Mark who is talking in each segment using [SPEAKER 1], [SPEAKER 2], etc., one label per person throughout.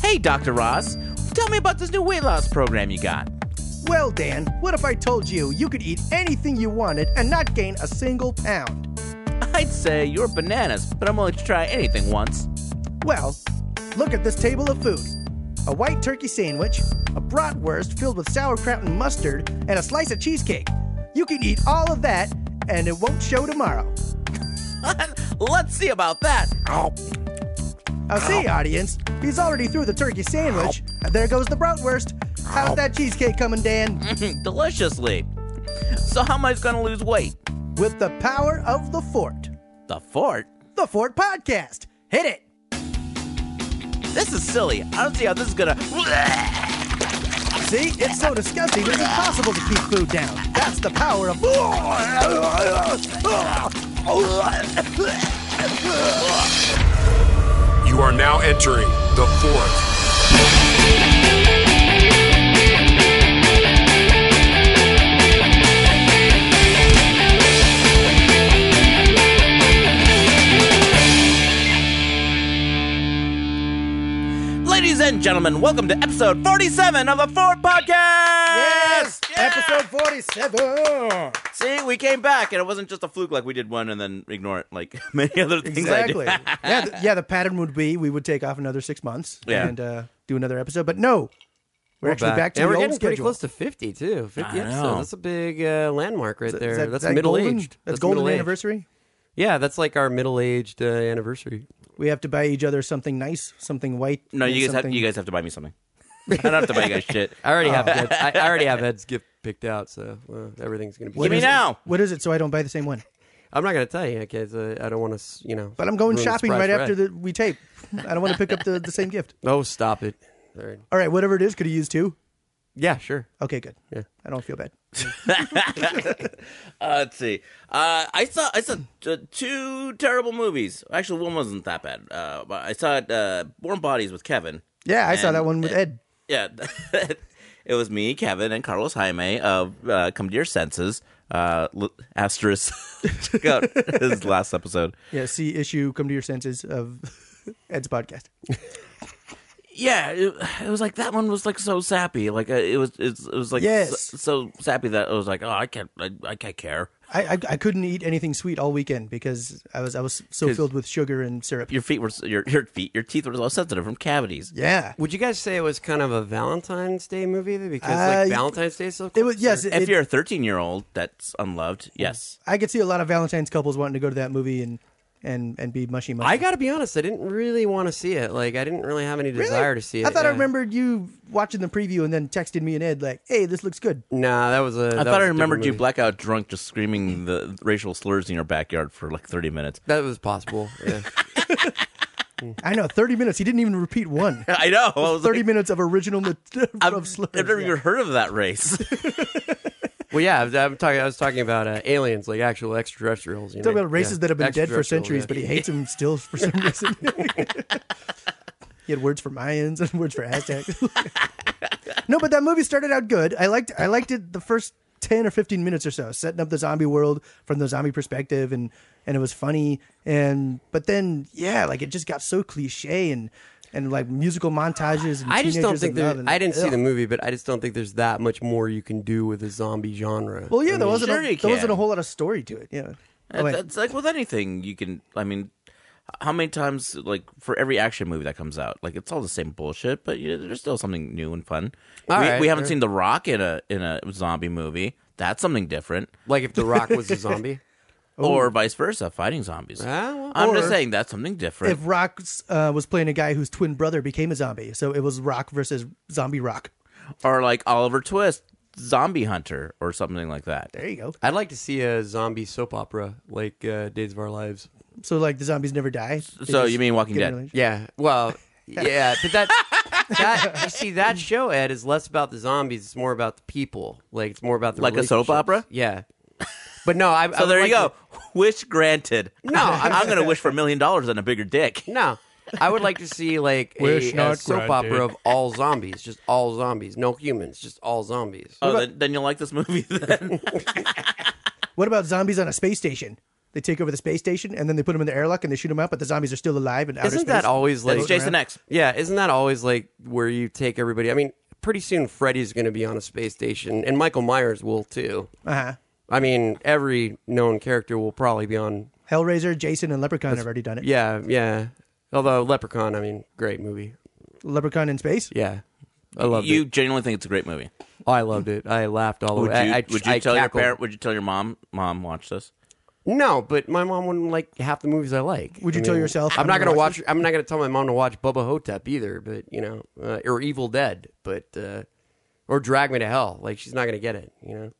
[SPEAKER 1] Hey, Dr. Ross, tell me about this new weight loss program you got.
[SPEAKER 2] Well, Dan, what if I told you you could eat anything you wanted and not gain a single pound?
[SPEAKER 1] I'd say you're bananas, but I'm willing to try anything once.
[SPEAKER 2] Well, look at this table of food a white turkey sandwich, a bratwurst filled with sauerkraut and mustard, and a slice of cheesecake. You can eat all of that, and it won't show tomorrow.
[SPEAKER 1] Let's see about that. Ow.
[SPEAKER 2] Now, see, audience, he's already through the turkey sandwich, and there goes the bratwurst. How's that cheesecake coming, Dan?
[SPEAKER 1] Deliciously. So, how am I going to lose weight?
[SPEAKER 2] With the power of the fort.
[SPEAKER 1] The fort?
[SPEAKER 2] The Fort Podcast. Hit it.
[SPEAKER 1] This is silly. I don't see how this is going to.
[SPEAKER 2] See, it's so disgusting, it's impossible to keep food down. That's the power of.
[SPEAKER 3] You are now entering the fort.
[SPEAKER 1] Ladies and gentlemen, welcome to episode 47 of the Fort Podcast! Yeah!
[SPEAKER 2] Episode 47!
[SPEAKER 1] See, we came back and it wasn't just a fluke like we did one and then ignore it like many other things
[SPEAKER 2] Exactly.
[SPEAKER 1] I did.
[SPEAKER 2] yeah, the, yeah, the pattern would be we would take off another six months
[SPEAKER 1] Yeah.
[SPEAKER 2] and uh, do another episode, but no. We're, actually back,
[SPEAKER 4] back.
[SPEAKER 2] to
[SPEAKER 4] and
[SPEAKER 2] the
[SPEAKER 4] we're
[SPEAKER 2] old
[SPEAKER 4] getting pretty
[SPEAKER 2] schedule.
[SPEAKER 4] close to 50 too 50
[SPEAKER 1] I know.
[SPEAKER 4] episodes that's a big uh, landmark right there
[SPEAKER 2] Is that-
[SPEAKER 4] that's
[SPEAKER 2] that
[SPEAKER 4] middle
[SPEAKER 2] golden?
[SPEAKER 4] aged
[SPEAKER 2] That's, golden
[SPEAKER 4] middle-aged.
[SPEAKER 2] anniversary.
[SPEAKER 4] yeah that's like our middle aged uh, anniversary
[SPEAKER 2] We have to buy each other something nice, something white.
[SPEAKER 1] No,
[SPEAKER 2] and
[SPEAKER 1] you guys, have,
[SPEAKER 2] something-
[SPEAKER 1] you guys have to buy me something. I don't have to buy you guys shit.
[SPEAKER 4] i already
[SPEAKER 2] Oh.
[SPEAKER 4] have Ed's, I, I already have Ed's gift picked out so well, everything's gonna be
[SPEAKER 1] Give me
[SPEAKER 4] good.
[SPEAKER 1] now!
[SPEAKER 2] What is it? So I don't buy the same one.
[SPEAKER 4] i'm not gonna tell you okay so i don't want to you know
[SPEAKER 2] But I'm going
[SPEAKER 4] ruin the
[SPEAKER 2] shopping
[SPEAKER 4] surprise
[SPEAKER 2] right
[SPEAKER 4] for
[SPEAKER 2] after
[SPEAKER 4] Ed.
[SPEAKER 2] the, we tape. I don't want to pick up the, the same gift.
[SPEAKER 4] oh stop it All right.
[SPEAKER 2] All right, whatever it is, could you use two?
[SPEAKER 4] yeah sure
[SPEAKER 2] Okay, good.
[SPEAKER 4] Yeah.
[SPEAKER 2] I don't feel bad.
[SPEAKER 1] Uh, let's see. Uh, I saw I saw uh, two terrible movies. Actually, one wasn't that bad. Uh, but I saw uh, Born Bodies with Kevin.
[SPEAKER 2] Yeah, I saw
[SPEAKER 1] And-
[SPEAKER 2] that one with
[SPEAKER 4] eh.
[SPEAKER 2] Ed.
[SPEAKER 1] Yeah, it was me, Kevin, and Carlos Jaime of uh, Come to Your Senses. Uh, l- asterisk. Check out his last episode.
[SPEAKER 2] Yeah, see issue, come to your senses of Ed's podcast.
[SPEAKER 1] Yeah, it, it was like that one was like so sappy. Like uh, it was, it's, it was like
[SPEAKER 2] Yes.
[SPEAKER 1] so, so sappy that I was like, oh, I can't, I, I can't care.
[SPEAKER 2] I, I I couldn't eat anything sweet all weekend because I was I was so
[SPEAKER 1] 'Cause-
[SPEAKER 2] filled with sugar and syrup.
[SPEAKER 1] Your feet were s- your your feet, your teeth were so sensitive from cavities.
[SPEAKER 2] Yeah,
[SPEAKER 4] would you guys say it was kind of a valentine's day movie though? because
[SPEAKER 2] Uh,
[SPEAKER 4] like valentine's day is so
[SPEAKER 2] it
[SPEAKER 4] close,
[SPEAKER 2] was yes.
[SPEAKER 1] if
[SPEAKER 2] it-
[SPEAKER 1] you're a 13 year old that's unloved, yes.
[SPEAKER 2] I could see a lot of Valentine's couples wanting to go to that movie and and and be mushy mushy.
[SPEAKER 4] I gotta be honest, I didn't really want to see it. Like, I didn't really have any desire to see it.
[SPEAKER 2] I thought I
[SPEAKER 4] yeah.
[SPEAKER 2] remembered you watching the preview and then texted me and Ed like, "Hey, this looks good."
[SPEAKER 4] Nah, that was a.
[SPEAKER 1] I thought I remembered you blackout drunk, just screaming the racial slurs in your backyard for like 30 minutes.
[SPEAKER 4] That was possible. Yeah.
[SPEAKER 2] I know, thirty minutes. He didn't even repeat one.
[SPEAKER 1] I know. I was
[SPEAKER 2] Thirty
[SPEAKER 1] like,
[SPEAKER 2] minutes of original mat-
[SPEAKER 1] I've,
[SPEAKER 2] of slurs.
[SPEAKER 1] I've never
[SPEAKER 2] yeah.
[SPEAKER 1] even heard of that race.
[SPEAKER 4] well, yeah, I was, I'm talking. I was talking about uh, aliens, like actual extraterrestrials. You
[SPEAKER 2] Talking
[SPEAKER 4] know?
[SPEAKER 2] about races
[SPEAKER 4] Yeah.
[SPEAKER 2] that have been dead for centuries,
[SPEAKER 4] Extraterrestrials,
[SPEAKER 2] but he hates them still for some reason. he had words for Mayans and words for Aztecs. no, but that movie started out good. I liked I liked it the first ten or fifteen minutes or so, setting up the zombie world from the zombie perspective, and and it was funny. And but then yeah, like it just got so cliche and and like musical montages. And
[SPEAKER 4] yeah. I just don't
[SPEAKER 2] teenagers
[SPEAKER 4] think
[SPEAKER 2] in love
[SPEAKER 4] there.
[SPEAKER 2] and-
[SPEAKER 4] I didn't see
[SPEAKER 2] Ugh.
[SPEAKER 4] the movie, but I just don't think there's that much more you can do with a zombie genre.
[SPEAKER 2] Well, yeah, there wasn't
[SPEAKER 1] sure
[SPEAKER 2] a,
[SPEAKER 1] you
[SPEAKER 2] there wasn't a
[SPEAKER 1] can.
[SPEAKER 2] whole lot of story to it. Yeah. Oh, wait.
[SPEAKER 1] That's like with anything, you can. I mean, h- how many times, like, for every action movie that comes out, like, it's all the same bullshit, but you know, there's still something new and fun.
[SPEAKER 4] All
[SPEAKER 1] we,
[SPEAKER 4] right,
[SPEAKER 1] we haven't
[SPEAKER 4] sure.
[SPEAKER 1] seen The Rock in a in a zombie movie. That's something different.
[SPEAKER 4] like if The Rock was a zombie.
[SPEAKER 1] Or vice versa, fighting zombies.
[SPEAKER 4] Ah, well,
[SPEAKER 1] I'm
[SPEAKER 2] or-
[SPEAKER 1] just saying that's something different.
[SPEAKER 2] if Rock uh, was playing a guy whose twin brother became a zombie. So it was Rock versus Zombie Rock.
[SPEAKER 1] or like Oliver Twist, Zombie Hunter, or something like that.
[SPEAKER 2] There you go.
[SPEAKER 4] I'd like to see a zombie soap opera like uh, Days of Our Lives.
[SPEAKER 2] So like the zombies never die. They
[SPEAKER 1] So
[SPEAKER 2] just
[SPEAKER 1] you mean Walking
[SPEAKER 2] get in
[SPEAKER 1] Dead?
[SPEAKER 2] a relationship.
[SPEAKER 4] Yeah. Well, yeah, but that that you see that show Ed is less about the zombies, it's more about the people. Like it's more about the
[SPEAKER 1] Like a soap
[SPEAKER 4] relationships.
[SPEAKER 1] opera?
[SPEAKER 4] Yeah. But no, I
[SPEAKER 1] So there you go. Wish granted.
[SPEAKER 4] No,
[SPEAKER 1] I'm,
[SPEAKER 4] I'm-
[SPEAKER 1] going to wish for a million dollars and a bigger dick.
[SPEAKER 4] no. I would like to see like a,
[SPEAKER 2] Wish
[SPEAKER 4] a
[SPEAKER 2] not
[SPEAKER 4] soap
[SPEAKER 2] granted.
[SPEAKER 4] opera of all zombies, just all zombies, no humans, just all zombies.
[SPEAKER 1] Uh, Oh, then, then you'll like this movie. Then.
[SPEAKER 2] What about zombies on a space station? They take over the space station and then they put them in the airlock and they shoot them out, but the zombies are still alive and out
[SPEAKER 4] Isn't that always like
[SPEAKER 1] That's Jason X.
[SPEAKER 4] Yeah, isn't that always like where you take everybody? I mean, pretty soon Freddy's going to be on a space station, and Michael Myers will too.
[SPEAKER 2] Uh-huh.
[SPEAKER 4] I mean, every known character will probably be on.
[SPEAKER 2] Hellraiser, Jason, and Leprechaun have already done it.
[SPEAKER 4] Yeah, yeah. Although Leprechaun, I mean, great movie.
[SPEAKER 2] Leprechaun in space.
[SPEAKER 4] Yeah, I loved
[SPEAKER 1] you
[SPEAKER 4] it.
[SPEAKER 1] genuinely think it's a great movie.
[SPEAKER 4] Oh, I loved it. I laughed all the
[SPEAKER 1] Would you,
[SPEAKER 4] way. I, I,
[SPEAKER 1] would you
[SPEAKER 4] I
[SPEAKER 1] tell
[SPEAKER 4] cackled.
[SPEAKER 1] your parent? Would you tell your mom? Mom, watch this.
[SPEAKER 4] No, but my mom wouldn't like half the movies I like.
[SPEAKER 2] Would you
[SPEAKER 4] I
[SPEAKER 2] tell yourself,
[SPEAKER 4] I'm
[SPEAKER 2] "I'm
[SPEAKER 4] not
[SPEAKER 2] gonna
[SPEAKER 4] gonna
[SPEAKER 2] watch
[SPEAKER 4] watch. I'm not gonna tell my mom to watch Bubba Hotep either, but you know, uh, or Evil Dead, but uh, or Drag Me to Hell. Like she's not gonna get it. You know.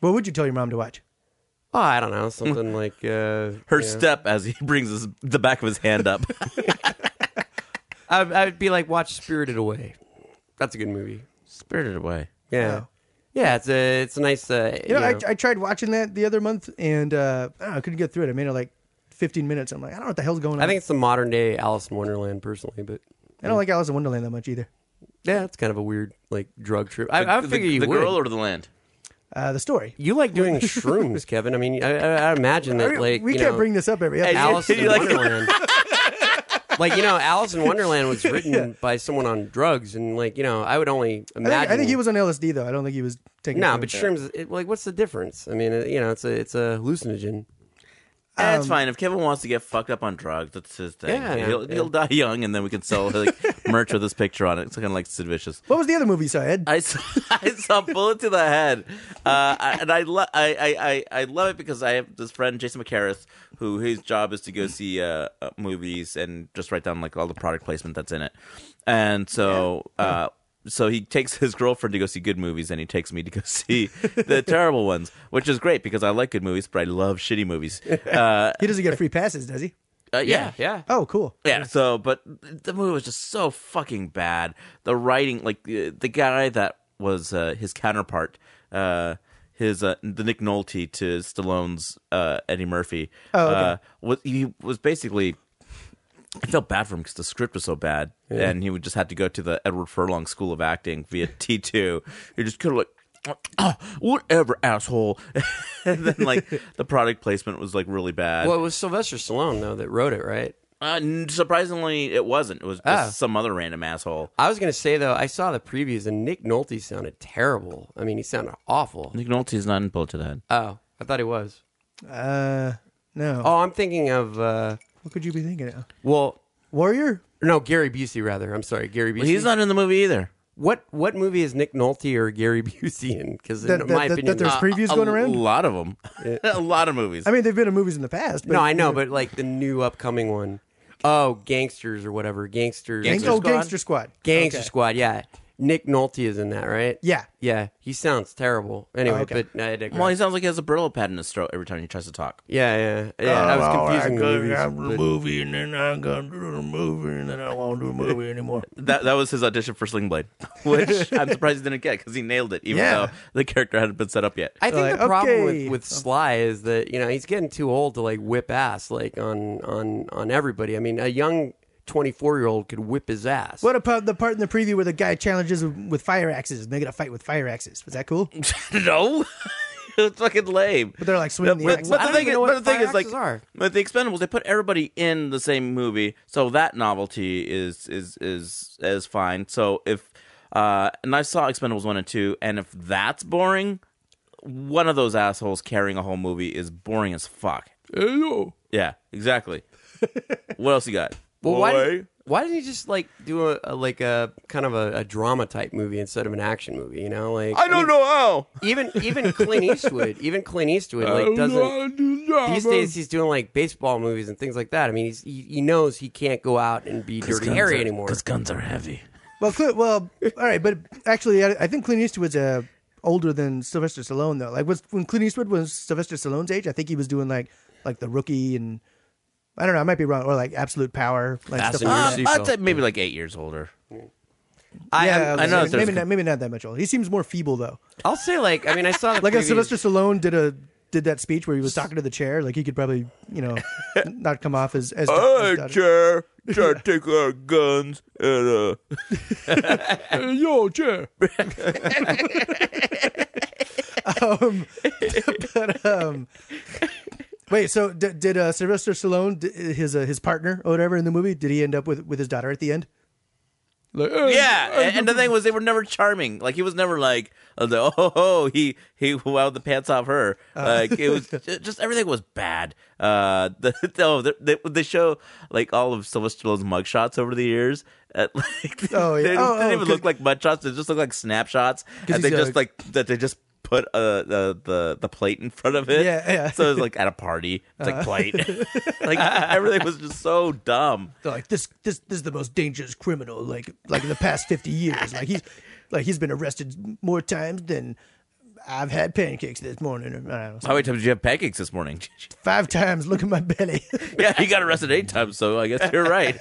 [SPEAKER 2] What would you tell your mom to watch?
[SPEAKER 4] Oh, I don't know, something like uh,
[SPEAKER 1] Her
[SPEAKER 4] you know.
[SPEAKER 1] step as he brings his, the back of his hand up.
[SPEAKER 4] I, I would be like, watch Spirited Away. That's a good movie.
[SPEAKER 1] Spirited Away.
[SPEAKER 4] Yeah.
[SPEAKER 2] Wow.
[SPEAKER 4] Yeah, it's a it's a nice. Uh,
[SPEAKER 2] Oh. You know,
[SPEAKER 4] you
[SPEAKER 2] I,
[SPEAKER 4] know.
[SPEAKER 2] I tried watching that the other month and uh, I, don't know, I couldn't get through it. I made it like 15 minutes. I'm like, I don't know what the hell's going on.
[SPEAKER 4] I think it's the modern day Alice in Wonderland, personally, but
[SPEAKER 2] I don't like Alice in Wonderland that much either.
[SPEAKER 4] yeah, it's kind of a weird like drug trip. I, I
[SPEAKER 1] The-
[SPEAKER 4] figure
[SPEAKER 1] the,
[SPEAKER 4] you
[SPEAKER 1] the
[SPEAKER 4] would.
[SPEAKER 1] girl or the land.
[SPEAKER 2] Uh, the story.
[SPEAKER 4] you like doing shrooms, Kevin. I mean, I, I, I imagine that
[SPEAKER 2] We-
[SPEAKER 4] like
[SPEAKER 2] we
[SPEAKER 4] you
[SPEAKER 2] can't
[SPEAKER 4] know,
[SPEAKER 2] bring this up every episode.
[SPEAKER 4] Alice in
[SPEAKER 1] You like-
[SPEAKER 4] Wonderland. like you know, Alice in Wonderland was written by someone on drugs, and like you know, I would only
[SPEAKER 2] I,
[SPEAKER 4] imagine.
[SPEAKER 2] think, I think he was on LSD though. I don't think he was taking.
[SPEAKER 4] No,
[SPEAKER 2] it
[SPEAKER 4] but
[SPEAKER 2] from-
[SPEAKER 4] shrooms, it, like, what's the difference? I mean, uh, you know, it's a it's a hallucinogen.
[SPEAKER 1] That's Eh, fine. If Kevin wants to get fucked up on drugs, that's his thing.
[SPEAKER 4] Yeah.
[SPEAKER 1] he'll, he'll die young, and then we can sell like merch with his picture on it. It's kind of like Sid Vicious.
[SPEAKER 2] What was the other movie you saw,
[SPEAKER 4] Uh,
[SPEAKER 2] Ed?
[SPEAKER 1] I saw, I saw Bullet to the Head, uh, I- and I, lo- I, I, I, I love it because I have this friend Jason McCarris, who his job is to go see uh, uh, movies and just write down like all the product placement that's in it, and so. Uh, so he takes his girlfriend to go see good movies, and he takes me to go see the terrible ones, which is great because I like good movies, but I love shitty movies. Uh,
[SPEAKER 2] he doesn't get free passes, does he?
[SPEAKER 1] uh, yeah,
[SPEAKER 4] yeah.
[SPEAKER 2] Oh, cool.
[SPEAKER 1] yeah. So, but the movie was just so fucking bad. The writing, like uh, the guy that was uh, his counterpart, uh, his uh, the Nick Nolte to Stallone's uh, Eddie Murphy.
[SPEAKER 2] Oh, okay.
[SPEAKER 1] uh, was he was basically. I felt bad for him because the script was so bad, and he would just had to go to the Edward Furlong School of Acting via T two. He just kind of like. "Ah, whatever, asshole. and then, like, the product placement was like really bad.
[SPEAKER 4] Well, it was Sylvester Stallone though that wrote it, right?
[SPEAKER 1] Uh, n- surprisingly, it wasn't. It was just
[SPEAKER 4] Ah.
[SPEAKER 1] some other random asshole.
[SPEAKER 4] I was gonna say though, I saw the previews and Nick Nolte sounded terrible. I mean, he sounded awful.
[SPEAKER 1] Nick Nolte's not in Bullet to the Head.
[SPEAKER 4] Oh, I thought he was.
[SPEAKER 2] Uh, no.
[SPEAKER 4] Oh, I'm thinking of uh,
[SPEAKER 2] What could you be thinking of?
[SPEAKER 4] well,
[SPEAKER 2] Warrior.
[SPEAKER 4] no, Gary Busey rather. I'm sorry, Gary Busey.
[SPEAKER 1] He's not in the movie either.
[SPEAKER 4] What what movie is Nick Nolte or Gary Busey in? Because in
[SPEAKER 2] That- that-
[SPEAKER 4] my
[SPEAKER 2] that-
[SPEAKER 4] opinion,
[SPEAKER 2] that there's
[SPEAKER 4] uh,
[SPEAKER 2] pre- Previews
[SPEAKER 1] a,
[SPEAKER 2] going
[SPEAKER 1] a
[SPEAKER 2] around?
[SPEAKER 1] lot of them. a lot of movies.
[SPEAKER 2] I mean, they've been in movies in the past. But
[SPEAKER 4] no, I know, but like the new upcoming one. Oh, gangsters or whatever, gangsters.
[SPEAKER 1] Gangster
[SPEAKER 2] Gangster oh,
[SPEAKER 1] Squad?
[SPEAKER 2] Gangster Squad.
[SPEAKER 4] Gangster
[SPEAKER 2] Okay.
[SPEAKER 4] Squad, yeah. Nick Nolte is in that, right?
[SPEAKER 2] Yeah.
[SPEAKER 4] Yeah. He sounds terrible. Anyway,
[SPEAKER 2] Oh, okay.
[SPEAKER 4] but I digress.
[SPEAKER 1] well, he sounds like he has a Brillo pad in his throat every time he tries to talk.
[SPEAKER 4] yeah, yeah.
[SPEAKER 2] Oh,
[SPEAKER 4] Yeah, I was confusing the movies. but-
[SPEAKER 5] movie and then I'm gonna do the movie and then I won't do a movie anymore.
[SPEAKER 1] That that was his audition for Sling Blade, which I'm surprised he didn't get because he nailed it, even though
[SPEAKER 2] Yeah.
[SPEAKER 1] the character hadn't been set up yet.
[SPEAKER 4] I think
[SPEAKER 2] Like,
[SPEAKER 4] the problem
[SPEAKER 2] okay.
[SPEAKER 4] with, with Sly is that you know he's getting too old to like whip ass like on on on everybody. I mean, a young twenty four year old could whip his ass.
[SPEAKER 2] What about the part in the preview where the guy challenges with fire axes and they get a fight with fire axes? Was that cool?
[SPEAKER 1] no, it's fucking lame.
[SPEAKER 2] But they're like swinging the
[SPEAKER 1] but,
[SPEAKER 2] axe.
[SPEAKER 1] but the
[SPEAKER 4] I don't
[SPEAKER 1] thing
[SPEAKER 4] even
[SPEAKER 1] is,
[SPEAKER 4] know
[SPEAKER 1] but
[SPEAKER 4] what
[SPEAKER 1] the thing
[SPEAKER 4] fire
[SPEAKER 1] is, like,
[SPEAKER 4] axes are.
[SPEAKER 1] with the Expendables, they put everybody in the same movie, so that novelty is is is is fine. So if uh, and I saw Expendables one and two, and if that's boring, one of those assholes carrying a whole movie is boring as fuck. Yeah, exactly. what else you got?
[SPEAKER 4] Well, why didn't, why didn't you just like do a, a like a kind of a, a drama type movie instead of an action movie? You know, like
[SPEAKER 1] I don't know how.
[SPEAKER 4] even even Clint Eastwood, even Clint Eastwood like doesn't. These days he's doing like baseball movies and things like that. I mean, he's, he, he knows he can't go out and be Dirty Harry anymore.
[SPEAKER 1] Because guns are heavy.
[SPEAKER 2] Well, Cle- well, all right, but actually, I, I think Clint Eastwood's uh, older than Sylvester Stallone though. Like was, when Clint Eastwood was Sylvester Stallone's age, I think he was doing like like the rookie and I don't know, I might be wrong, or like Absolute Power, like
[SPEAKER 4] Fast
[SPEAKER 2] stuff
[SPEAKER 4] and
[SPEAKER 2] like
[SPEAKER 1] Um,
[SPEAKER 2] that.
[SPEAKER 4] Furious.
[SPEAKER 1] I'd say maybe like eight years older.
[SPEAKER 4] I,
[SPEAKER 2] Yeah,
[SPEAKER 4] I'm-
[SPEAKER 1] I know
[SPEAKER 2] maybe,
[SPEAKER 1] there's-
[SPEAKER 2] maybe not, maybe not that much older. He seems more feeble though.
[SPEAKER 4] I'll say like I mean I saw the
[SPEAKER 2] Like if
[SPEAKER 4] previews-
[SPEAKER 2] Sylvester Stallone did a did that speech where he was talking to the chair, like he could probably you know not come off as as. as- as-
[SPEAKER 1] chair, try to take our guns and uh.
[SPEAKER 5] yo, chair.
[SPEAKER 2] um, but um, Wait, so d- did uh, Sylvester Stallone, d- his uh, his partner or whatever in the movie, did he end up with, with his daughter at the end?
[SPEAKER 6] Like, "Oh,
[SPEAKER 1] Yeah,
[SPEAKER 6] oh,
[SPEAKER 1] and, and the thing was, they were never charming. Like he was never like, oh, ho, ho, he he wowed the pants off her.
[SPEAKER 2] Uh-huh.
[SPEAKER 1] Like it was ju- just everything was bad. Uh, the, no, the, they, they show like all of Sylvester Stallone's mugshots over the years. At, like,
[SPEAKER 2] Oh, yeah.
[SPEAKER 1] they,
[SPEAKER 2] Oh,
[SPEAKER 1] didn't
[SPEAKER 2] oh,
[SPEAKER 1] even
[SPEAKER 2] 'cause-
[SPEAKER 1] look like mugshots. They just look like snapshots,
[SPEAKER 2] 'Cause
[SPEAKER 1] and they
[SPEAKER 2] he's, uh,
[SPEAKER 1] just like that. They just put uh, the the the plate in front of it.
[SPEAKER 2] Yeah, yeah. Uh-huh.
[SPEAKER 1] So it's like at a party. It's like plate. like everything was just so dumb.
[SPEAKER 2] They're like this this this is the most dangerous criminal like like in the past fifty years. Like he's like he's been arrested more times than I've had pancakes this morning. Or, I don't know,
[SPEAKER 1] How many times did you have pancakes this morning?
[SPEAKER 2] five times. Look at my belly.
[SPEAKER 1] yeah, he got arrested eight times, so I guess you're right.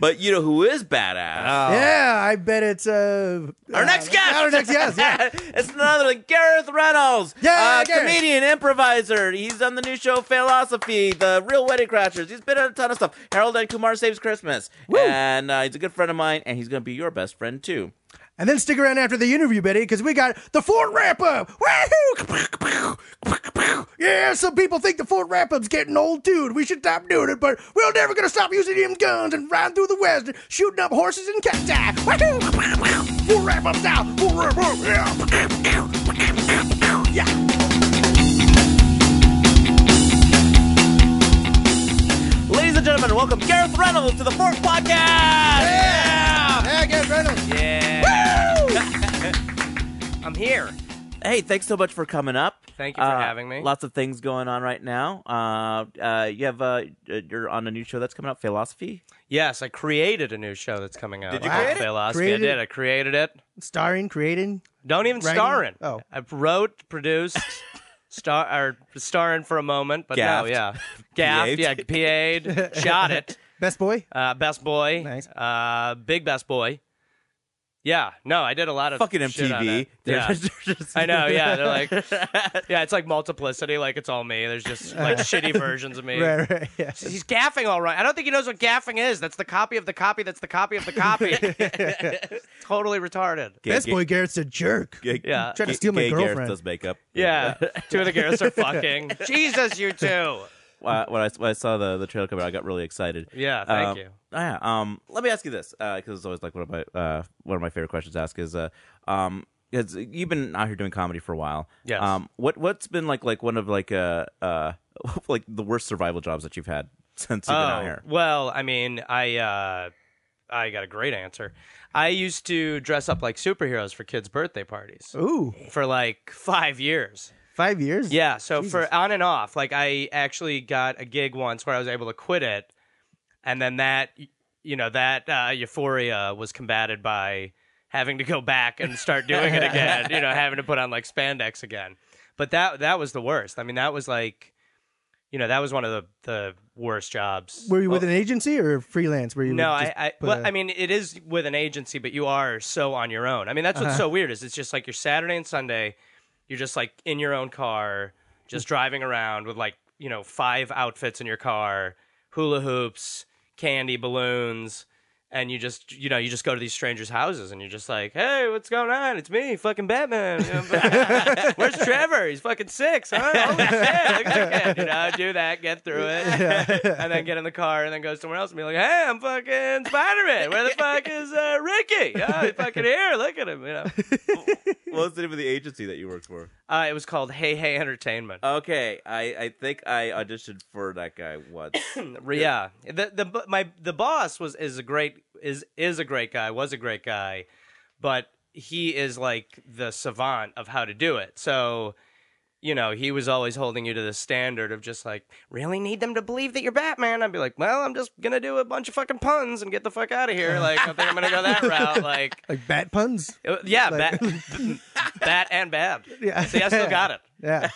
[SPEAKER 1] but you know who is badass?
[SPEAKER 2] yeah, I bet it's uh,
[SPEAKER 1] Oh. our next guest.
[SPEAKER 2] Oh. Our next guest. Yeah.
[SPEAKER 1] it's none other than Gareth Reynolds.
[SPEAKER 2] Yeah,
[SPEAKER 1] uh,
[SPEAKER 2] Gareth.
[SPEAKER 1] comedian, improviser. He's on the new show Philosophy, The Real Wedding Crashers. He's been on a ton of stuff. Harold and Kumar Saves Christmas, and uh, he's a good friend of mine, and he's going to be your best friend too.
[SPEAKER 2] And then stick around after the interview, Betty, because we got the Ford wrap up. Woohoo! Yeah, some people think the Ford wrap up's getting old too, and we should stop doing it, but we're never gonna stop using them guns and riding through the west, shooting up horses and cacti. Woohoo! Ford wrap up now. Ford wrap up. Yeah. Yeah.
[SPEAKER 1] Ladies and gentlemen, welcome Gareth Reynolds to the Fourth Podcast. Yeah.
[SPEAKER 2] Yeah, get ready.
[SPEAKER 7] I'm here.
[SPEAKER 1] Hey, thanks so much for coming up. Uh,
[SPEAKER 7] Thank you for having me.
[SPEAKER 1] Lots of things going on right now. Uh, uh, you have uh, you're on a new show that's coming out, Philosophy.
[SPEAKER 7] Yes, I created a new show that's coming out. Did
[SPEAKER 1] you
[SPEAKER 2] create it?
[SPEAKER 7] Philosophy.
[SPEAKER 2] Created-
[SPEAKER 7] I did. I created it.
[SPEAKER 2] Starring, creating.
[SPEAKER 7] Don't even
[SPEAKER 2] Writing?
[SPEAKER 7] star in.
[SPEAKER 2] Oh.
[SPEAKER 7] I wrote, produced, star or starring for a moment, but
[SPEAKER 1] Gaffed.
[SPEAKER 7] no, yeah, gaffed, yeah, PA'd, shot it.
[SPEAKER 2] Best boy.
[SPEAKER 7] Uh, best boy,
[SPEAKER 2] Nice.
[SPEAKER 7] uh, big best boy. Yeah, no, I did a lot of
[SPEAKER 1] Fucking
[SPEAKER 7] shit on
[SPEAKER 1] MTV.
[SPEAKER 7] it. Yeah. I know. Yeah, they're like, yeah, it's like multiplicity. Like it's all me. There's just like shitty versions of me.
[SPEAKER 2] Right, right, yeah.
[SPEAKER 7] He's gaffing all right. I don't think he knows what gaffing is. That's the copy of the copy. That's the copy of the copy. totally retarded.
[SPEAKER 2] Best boy Garrett's a jerk.
[SPEAKER 7] Yeah.
[SPEAKER 2] Trying to steal my
[SPEAKER 1] Gay Gareth
[SPEAKER 2] girlfriend.
[SPEAKER 1] does makeup.
[SPEAKER 7] Yeah. Two of the girls are fucking. Jesus, you two.
[SPEAKER 1] Uh, when, I, when I saw the, the trailer come out, I got really excited.
[SPEAKER 7] Yeah, thank
[SPEAKER 1] Um,
[SPEAKER 7] you.
[SPEAKER 1] Yeah. Um, let me ask you this, because it's always like one of my uh, one of my favorite questions to ask is, uh, um, 'cause you've been out here doing comedy for a while.
[SPEAKER 7] Yes.
[SPEAKER 1] Um, what what's been like like one of like uh, uh like the worst survival jobs that you've had since you've been out
[SPEAKER 7] Oh,
[SPEAKER 1] here?
[SPEAKER 7] well, I mean, I uh, I got a great answer. I used to dress up like superheroes for kids' birthday parties
[SPEAKER 2] Ooh,
[SPEAKER 7] for like five years.
[SPEAKER 2] five years.
[SPEAKER 7] Yeah, so for on and off, like I actually got a gig once where I was able to quit it, and then that you know that uh, euphoria was combated by having to go back and start doing it again. You know, having to put on like spandex again. But that that was the worst. I mean, that was like, you know, that was one of the the worst jobs.
[SPEAKER 2] Were you with
[SPEAKER 7] Well,
[SPEAKER 2] an agency or freelance? Were you
[SPEAKER 7] Oh. no,
[SPEAKER 2] just
[SPEAKER 7] I, I
[SPEAKER 2] put
[SPEAKER 7] well,
[SPEAKER 2] a-
[SPEAKER 7] I mean, it is with an agency, but you are so on your own. I mean, that's what's
[SPEAKER 2] Uh-huh.
[SPEAKER 7] so weird is it's just like your Saturday and Sunday, you're just like in your own car, just driving around with like you know five outfits in your car, hula hoops, candy, balloons, and you just you know you just go to these strangers' houses and you're just like, hey, what's going on? It's me, fucking Batman. Where's Trevor? He's fucking six. Huh? Holy shit! Look at that kid. You know, do that, get through it, and then get in the car and then go somewhere else and be like, hey, I'm fucking Spider Man. Where the fuck is uh, Ricky? Oh, he's fucking here. Look at him. You know,
[SPEAKER 1] what was the name of the agency that you worked for?
[SPEAKER 7] uh, it was called Hey Hey Entertainment.
[SPEAKER 1] Okay, I, I think I auditioned for that guy once.
[SPEAKER 7] yeah, the the bu- my the boss was is a great is is a great guy was a great guy, but he is like the savant of how to do it. So. You know, he was always holding you to the standard of just like, really need them to believe that you're Batman. I'd be like, well, I'm just gonna do a bunch of fucking puns and get the fuck out of here. Like, I think I'm gonna go that route. Like,
[SPEAKER 2] like bat puns.
[SPEAKER 7] Uh, Yeah,
[SPEAKER 2] Like-
[SPEAKER 7] bat, bat and bad.
[SPEAKER 2] Yeah.
[SPEAKER 7] See, I still got it.
[SPEAKER 2] Yeah.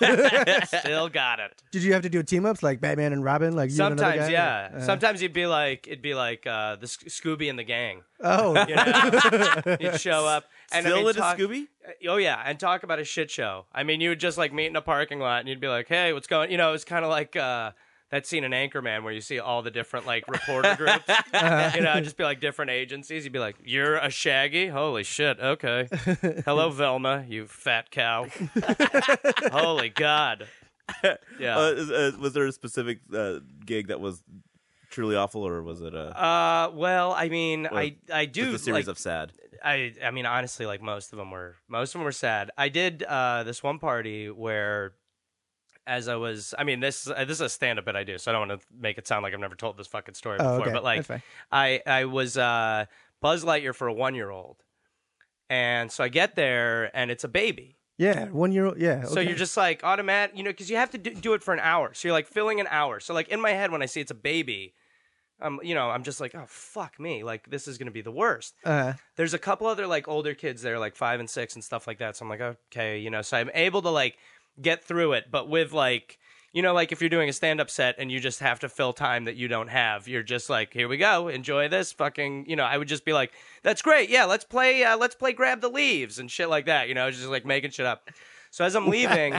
[SPEAKER 7] still got it.
[SPEAKER 2] Did you have to do team ups like Batman and Robin? Like you and another Uh-huh.
[SPEAKER 7] Sometimes,
[SPEAKER 2] guy? Uh,
[SPEAKER 7] yeah. Sometimes it'd be like it'd be like uh, the Sc- Scooby and the gang.
[SPEAKER 2] Oh,
[SPEAKER 7] You know? you'd show up and I
[SPEAKER 1] Still
[SPEAKER 7] mean,
[SPEAKER 1] into
[SPEAKER 7] talk-
[SPEAKER 1] Scooby?
[SPEAKER 7] Oh yeah, and talk about a shit show. I mean, you would just like meet in a parking lot and you'd be like, "Hey, what's going?" You know, it's kind of like uh, that scene in Anchorman where you see all the different like reporter groups, you know, just be like different agencies. You'd be like, "You're a Shaggy? Holy shit! Okay, hello Velma, you fat cow. Holy God, yeah."
[SPEAKER 1] Uh, is- uh, was there a specific uh, gig that was truly awful, or was it a
[SPEAKER 7] Uh, well, I mean, I I do
[SPEAKER 1] just a series
[SPEAKER 7] like, uh,
[SPEAKER 1] of sad?
[SPEAKER 7] I I mean honestly like most of them were most of them were sad. I did uh this one party where as I was I mean this uh, this is a stand up bit I do so I don't want to make it sound like I've never told this fucking story
[SPEAKER 2] Oh,
[SPEAKER 7] before
[SPEAKER 2] okay.
[SPEAKER 7] but like
[SPEAKER 2] That's fine.
[SPEAKER 7] I I was uh Buzz Lightyear for a 1 year old. And so I get there and it's a baby.
[SPEAKER 2] Yeah, one year old. Yeah.
[SPEAKER 7] So
[SPEAKER 2] okay.
[SPEAKER 7] you're just like automatic, you know, because you have to do, do it for an hour. So you're like filling an hour. So like in my head, when I see it's a baby, I'm you know I'm just like, oh fuck me, like this is gonna be the worst.
[SPEAKER 2] Uh,
[SPEAKER 7] There's a couple other like older kids there, like five and six and stuff like that. So I'm like, okay, you know, so I'm able to like get through it, but with like. You know, like if you're doing a stand up set and you just have to fill time that you don't have, you're just like, here we go, enjoy this fucking. You know, I would just be like, that's great, yeah, let's play, uh, let's play grab the leaves and shit like that. You know, just like making shit up. So as I'm leaving,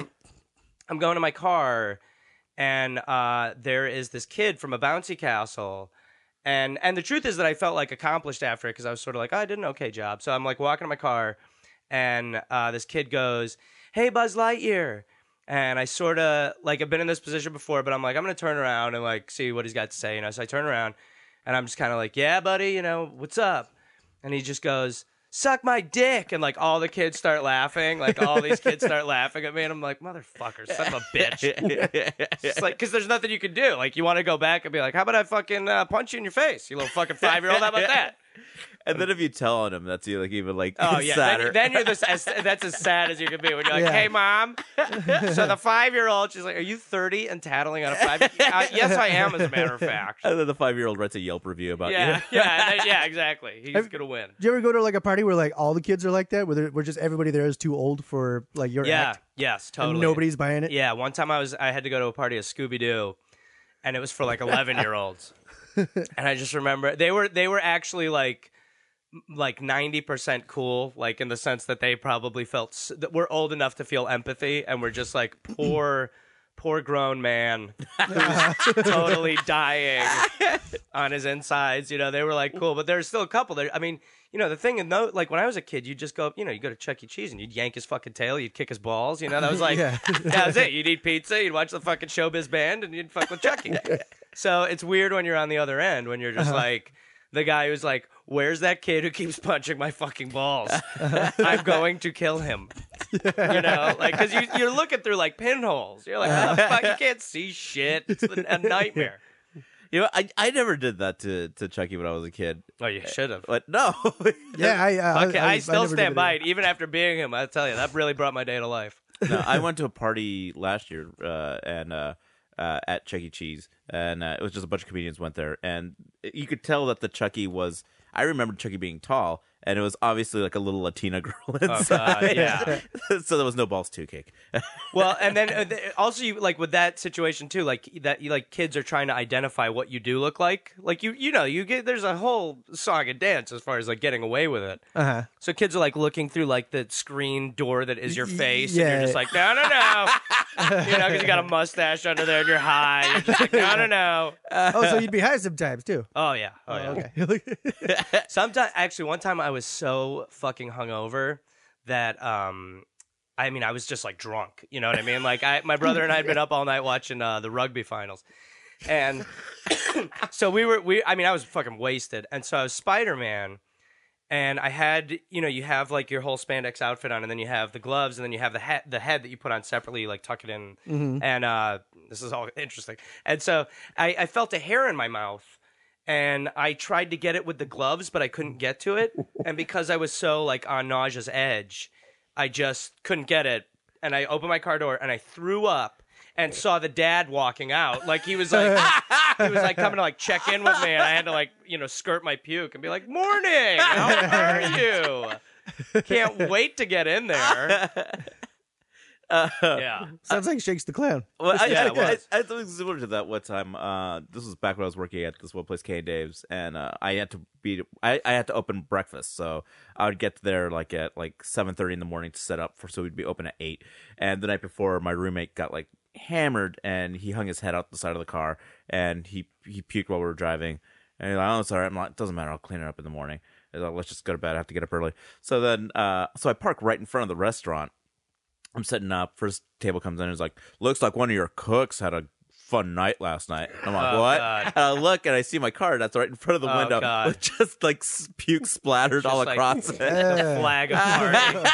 [SPEAKER 7] I'm going to my car, and uh, there is this kid from a bouncy castle. And and the truth is that I felt like accomplished after it because I was sort of like, oh, I did an okay job. So I'm like walking to my car, and uh, this kid goes, Hey, Buzz Lightyear. And I sort of like I've been in this position before, but I'm like, I'm gonna turn around and like see what he's got to say. You know, so I turn around and I'm just kind of like, Yeah, buddy, you know, what's up? and he just goes suck my dick and like all the kids start laughing like all these kids start laughing at me and i'm like motherfucker son of a bitch it's like because there's nothing you can do like you want to go back and be like how about i fucking uh, punch you in your face you little fucking five year old how about that
[SPEAKER 1] And then if you tell on him, that's you like even like
[SPEAKER 7] oh yeah
[SPEAKER 1] sadder.
[SPEAKER 7] then, then you're this as, that's as sad as you can be when you're like
[SPEAKER 2] Yeah.
[SPEAKER 7] hey mom so the five year old she's like are you 30 and tattling on a five uh, yes i am as a matter of fact
[SPEAKER 1] and then the five year old writes a Yelp review about
[SPEAKER 7] yeah
[SPEAKER 1] you.
[SPEAKER 7] yeah and then- yeah exactly he's gonna win
[SPEAKER 2] do you ever go to like a party where like all the kids are like that, where they're- where just everybody there is too old for like your
[SPEAKER 7] yeah
[SPEAKER 2] act,
[SPEAKER 7] yes
[SPEAKER 2] and
[SPEAKER 7] totally
[SPEAKER 2] nobody's buying it?
[SPEAKER 7] Yeah, one time I was I had to go to a party at Scooby Doo, and it was for like eleven year olds, and I just remember they were they were actually like m- like 90% cool like in the sense that they probably felt s- that we're old enough to feel empathy and we're just like poor poor grown man who's totally dying on his insides you know they were like cool but there's still a couple there i mean you know the thing and though like when i was a kid you'd just go you know you go to chuck e cheese and you'd yank his fucking tail you'd kick his balls you know that was like
[SPEAKER 2] Yeah.
[SPEAKER 7] that was it you'd eat pizza you'd watch the fucking showbiz band and you'd fuck with chucky so it's weird when you're on the other end when you're just like the guy who's like, "Where's that kid who keeps punching my fucking balls? I'm going to kill him." You know, like because you, you're looking through like pinholes. You're like, "How the fuck? You can't see shit. It's a nightmare."
[SPEAKER 1] You know, I I never did that to to Chucky when I was a kid,
[SPEAKER 7] Oh, you should have.
[SPEAKER 1] but no.
[SPEAKER 2] yeah. I, uh,
[SPEAKER 7] Okay,
[SPEAKER 2] I,
[SPEAKER 7] I, still
[SPEAKER 2] never did
[SPEAKER 7] stand by
[SPEAKER 2] either.
[SPEAKER 7] it, even after being him. I tell you, that really brought my day to life.
[SPEAKER 1] no, I went to a party last year uh, and uh, uh, at Chuck E. Cheese, and uh, it was just a bunch of comedians went there, and you could tell that the Chucky was. I remember Chucky being tall, and it was obviously like a little Latina girl inside.
[SPEAKER 7] Oh, yeah.
[SPEAKER 1] so there was no balls too cake.
[SPEAKER 7] Well, and then uh, th- also you like with that situation too, like that you like kids are trying to identify what you do look like. Like you, you know, you get there's a whole song and dance as far as like getting away with it.
[SPEAKER 2] Uh-huh.
[SPEAKER 7] So kids are like looking through like the screen door that is your
[SPEAKER 2] Y- y-
[SPEAKER 7] face, and
[SPEAKER 2] yeah.
[SPEAKER 7] you're just like, no, no, no. you know, because you got a mustache under there and you're high. You're just like, no, no, no.
[SPEAKER 2] oh, so you'd be high sometimes too.
[SPEAKER 7] Oh yeah, oh yeah.
[SPEAKER 2] Okay. yeah,
[SPEAKER 7] Sometimes, actually, one time I was so fucking hungover that, um, I mean, I was just like drunk. You know what I mean? Like, I, my brother and I had been up all night watching uh, the rugby finals, and so we were. We, I mean, I was fucking wasted, and so I was Spider Man, and I had, you know, you have like your whole spandex outfit on, and then you have the gloves, and then you have the hat, the head that you put on separately, you, like tuck it in, and uh, this is all interesting. And so I, I felt a hair in my mouth and I tried to get it with the gloves, but I couldn't get to it. And because I was so like on nausea's edge, I just couldn't get it. And I opened my car door and I threw up and saw the dad walking out. Like he was like he was like coming to like check in with me, and I had to like you know skirt my puke and be like, "Morning, how are you? Can't wait to get in there." yeah.
[SPEAKER 2] sounds like Shakes the Clown.
[SPEAKER 1] Well, I,
[SPEAKER 7] Yeah,
[SPEAKER 1] I,
[SPEAKER 7] it was.
[SPEAKER 1] I, I had something similar to that one time. Uh, this was back when I was working at this one place, K and Dave's, and uh, I had to be I, I had to open breakfast, so I would get there like at like seven thirty in the morning to set up for so we'd be open at eight. And the night before, my roommate got like hammered and he hung his head out the side of the car and he he puked while we were driving. And he's like, oh, it's all right. I'm like, it doesn't matter. I'll clean it up in the morning. He's like, let's just go to bed. I have to get up early. So then, uh, so I park right in front of the restaurant. I'm setting up. First table comes in. He's like, looks like one of your cooks had a fun night last night. And I'm like,
[SPEAKER 7] Oh,
[SPEAKER 1] what?
[SPEAKER 7] God.
[SPEAKER 1] And I look and I see my car that's right in front of the
[SPEAKER 7] Oh,
[SPEAKER 1] window
[SPEAKER 7] God.
[SPEAKER 1] with just like s- puke splattered all
[SPEAKER 7] like-
[SPEAKER 1] across it.
[SPEAKER 7] The flag of party.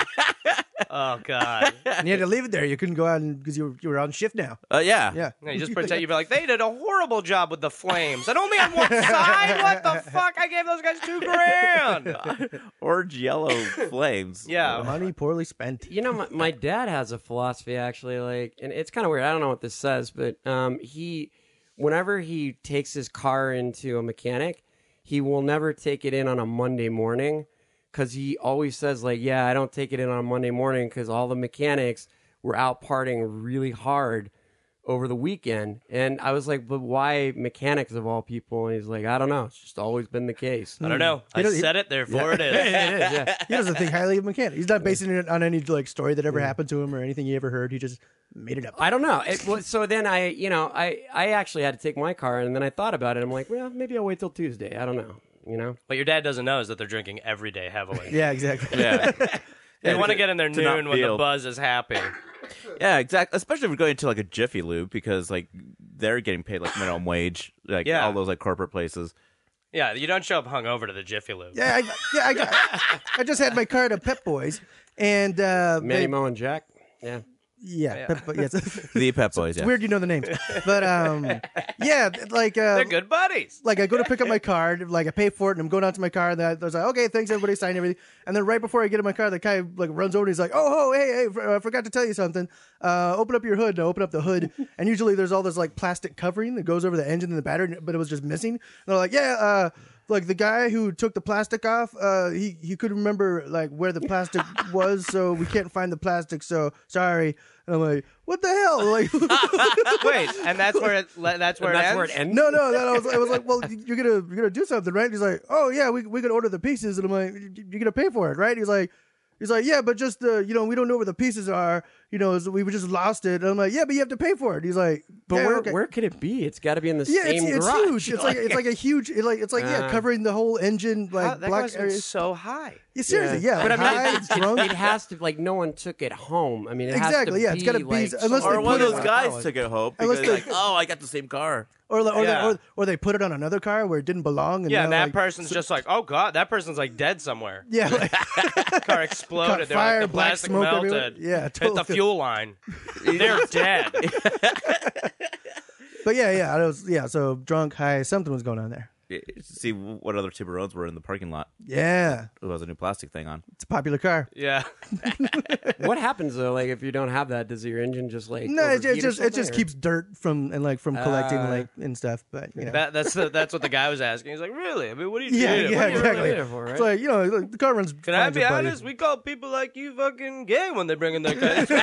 [SPEAKER 7] oh god.
[SPEAKER 2] and you had to leave it there. You couldn't go out because you were, you were on shift now.
[SPEAKER 1] Uh, yeah.
[SPEAKER 2] Yeah.
[SPEAKER 7] No, you just pretend you'd be like, they did a horrible job with the flames, and only on one side. What the fuck? I gave those guys two grand.
[SPEAKER 1] Orange yellow flames.
[SPEAKER 7] Yeah.
[SPEAKER 2] Money poorly spent.
[SPEAKER 4] You know, my, my dad has a philosophy actually, like, and it's kind of weird. I don't know what this says, but um, he, whenever he takes his car into a mechanic, he will never take it in on a Monday morning because he always says, like, yeah, I don't take it in on a Monday morning because all the mechanics were out partying really hard over the weekend. And I was like, but why mechanics of all people? And he's like, I don't know. It's just always been the case.
[SPEAKER 7] I don't know. I said it, therefore it is.
[SPEAKER 4] It is, yeah.
[SPEAKER 2] He doesn't think highly of mechanic. He's not basing it on any like story that ever happened to him or anything he ever heard. He just made it up.
[SPEAKER 4] I don't know. It was, so then I, you know, I, I actually had to take my car, and then I thought about it. I'm like, well, maybe I'll wait till Tuesday. I don't know. You know,
[SPEAKER 7] What your dad doesn't know is that they're drinking every day heavily.
[SPEAKER 2] yeah, exactly.
[SPEAKER 1] Yeah.
[SPEAKER 7] They want to get in there
[SPEAKER 1] to not
[SPEAKER 7] noon when the
[SPEAKER 1] feel-
[SPEAKER 7] buzz is happy.
[SPEAKER 1] Yeah, exactly. Especially if we're going to like a Jiffy Lube because like they're getting paid like minimum wage, like
[SPEAKER 7] Yeah.
[SPEAKER 1] all those like corporate places.
[SPEAKER 7] Yeah, you don't show up hungover to the Jiffy Lube.
[SPEAKER 2] Yeah, I, yeah. I, I just had my card at Pep Boys, and uh,
[SPEAKER 4] Manny,
[SPEAKER 2] they-
[SPEAKER 4] Mo, and Jack. Yeah,
[SPEAKER 2] yeah, Pep, Boys, yes. it's
[SPEAKER 1] The Pep Boys, yeah.
[SPEAKER 2] weird you know the names, but um, yeah, like uh,
[SPEAKER 7] They're good buddies.
[SPEAKER 2] like I go to pick up my card, like I pay for it, and I'm going out to my car, and I, I was like, okay, thanks everybody, sign everything, and then right before I get in my car, the guy like runs over and he's like, oh, oh hey, hey, fr- I forgot to tell you something. Uh, open up your hood, and I open up the hood, and usually there's all this like plastic covering that goes over the engine and the battery, but it was just missing. And they're like, yeah, uh, like the guy who took the plastic off, uh, he he couldn't remember like where the plastic was, so we can't find the plastic. So sorry. And I'm like, what the hell? Like.
[SPEAKER 7] Oh, Wait, and that's where it, le- that's where
[SPEAKER 4] that's
[SPEAKER 7] it ends.
[SPEAKER 4] where it ends.
[SPEAKER 2] No, no, that I was, I was like, well, you're gonna you're gonna do something, right? And he's like, oh yeah, we we could order the pieces, and I'm like, "You- you're gonna pay for it, right? He's like, he's like, yeah, but just uh, you know, we don't know where the pieces are, you know, so we just lost it, and I'm like, yeah, but you have to pay for it. He's like,
[SPEAKER 4] but
[SPEAKER 2] yeah,
[SPEAKER 4] where
[SPEAKER 2] okay."
[SPEAKER 4] where could it be? It's got to be in the
[SPEAKER 2] Yeah,
[SPEAKER 4] same
[SPEAKER 2] it's, it's
[SPEAKER 4] garage.
[SPEAKER 2] huge. It's like it's like a huge. It like it's like yeah,
[SPEAKER 4] Uh.
[SPEAKER 2] covering the whole engine
[SPEAKER 7] How-
[SPEAKER 2] like
[SPEAKER 7] that
[SPEAKER 2] block
[SPEAKER 7] guy's been
[SPEAKER 2] area.
[SPEAKER 7] so high.
[SPEAKER 2] Yeah, seriously, yeah.
[SPEAKER 4] but I mean,
[SPEAKER 2] high,
[SPEAKER 4] it, it,
[SPEAKER 2] drunk.
[SPEAKER 4] it has to like no one took it home. I mean, it
[SPEAKER 2] Exactly, yeah,
[SPEAKER 4] Has to
[SPEAKER 2] it's gotta be-
[SPEAKER 4] like,
[SPEAKER 2] unless
[SPEAKER 1] or
[SPEAKER 2] they
[SPEAKER 1] one of
[SPEAKER 2] put it
[SPEAKER 1] those
[SPEAKER 2] on-
[SPEAKER 1] guys took it home
[SPEAKER 2] Unless
[SPEAKER 1] because
[SPEAKER 2] they-
[SPEAKER 1] like, oh, I got the same car.
[SPEAKER 2] or or, they-
[SPEAKER 7] Yeah.
[SPEAKER 2] or or they put it on another car where it didn't belong. And
[SPEAKER 7] Yeah,
[SPEAKER 2] now,
[SPEAKER 7] and that
[SPEAKER 2] like,
[SPEAKER 7] person's just like, oh god, that person's like dead somewhere.
[SPEAKER 2] Yeah, like,
[SPEAKER 7] Car exploded. They're
[SPEAKER 2] fire,
[SPEAKER 7] like, the
[SPEAKER 2] black
[SPEAKER 7] plastic
[SPEAKER 2] smoke
[SPEAKER 7] melted.
[SPEAKER 2] everywhere. Yeah,
[SPEAKER 7] hit the
[SPEAKER 2] totally.
[SPEAKER 7] fuel line. They're dead.
[SPEAKER 2] but yeah, yeah. I was yeah. So drunk, high, something was going on there.
[SPEAKER 1] See what other Tiburones were in the parking lot.
[SPEAKER 2] Yeah,
[SPEAKER 1] Who has a new plastic thing on?
[SPEAKER 2] it's a popular car.
[SPEAKER 7] Yeah.
[SPEAKER 4] what happens though? Like if you don't have that, does your engine just like
[SPEAKER 2] No, it,
[SPEAKER 4] overheat
[SPEAKER 2] it
[SPEAKER 4] or
[SPEAKER 2] just it just
[SPEAKER 4] something, or-
[SPEAKER 2] keeps dirt from and like from collecting
[SPEAKER 4] Ah.
[SPEAKER 2] like and stuff. But you know,
[SPEAKER 7] Uh, That, that's the, that's what the guy was asking. He's like, really? I mean, what do you
[SPEAKER 2] yeah, yeah,
[SPEAKER 7] do? What do you really
[SPEAKER 2] exactly.
[SPEAKER 4] there for,
[SPEAKER 2] It's
[SPEAKER 4] right?
[SPEAKER 2] like you know like, the car runs.
[SPEAKER 7] Can I be honest? We call people like you fucking gay when they bring in their guys. Makes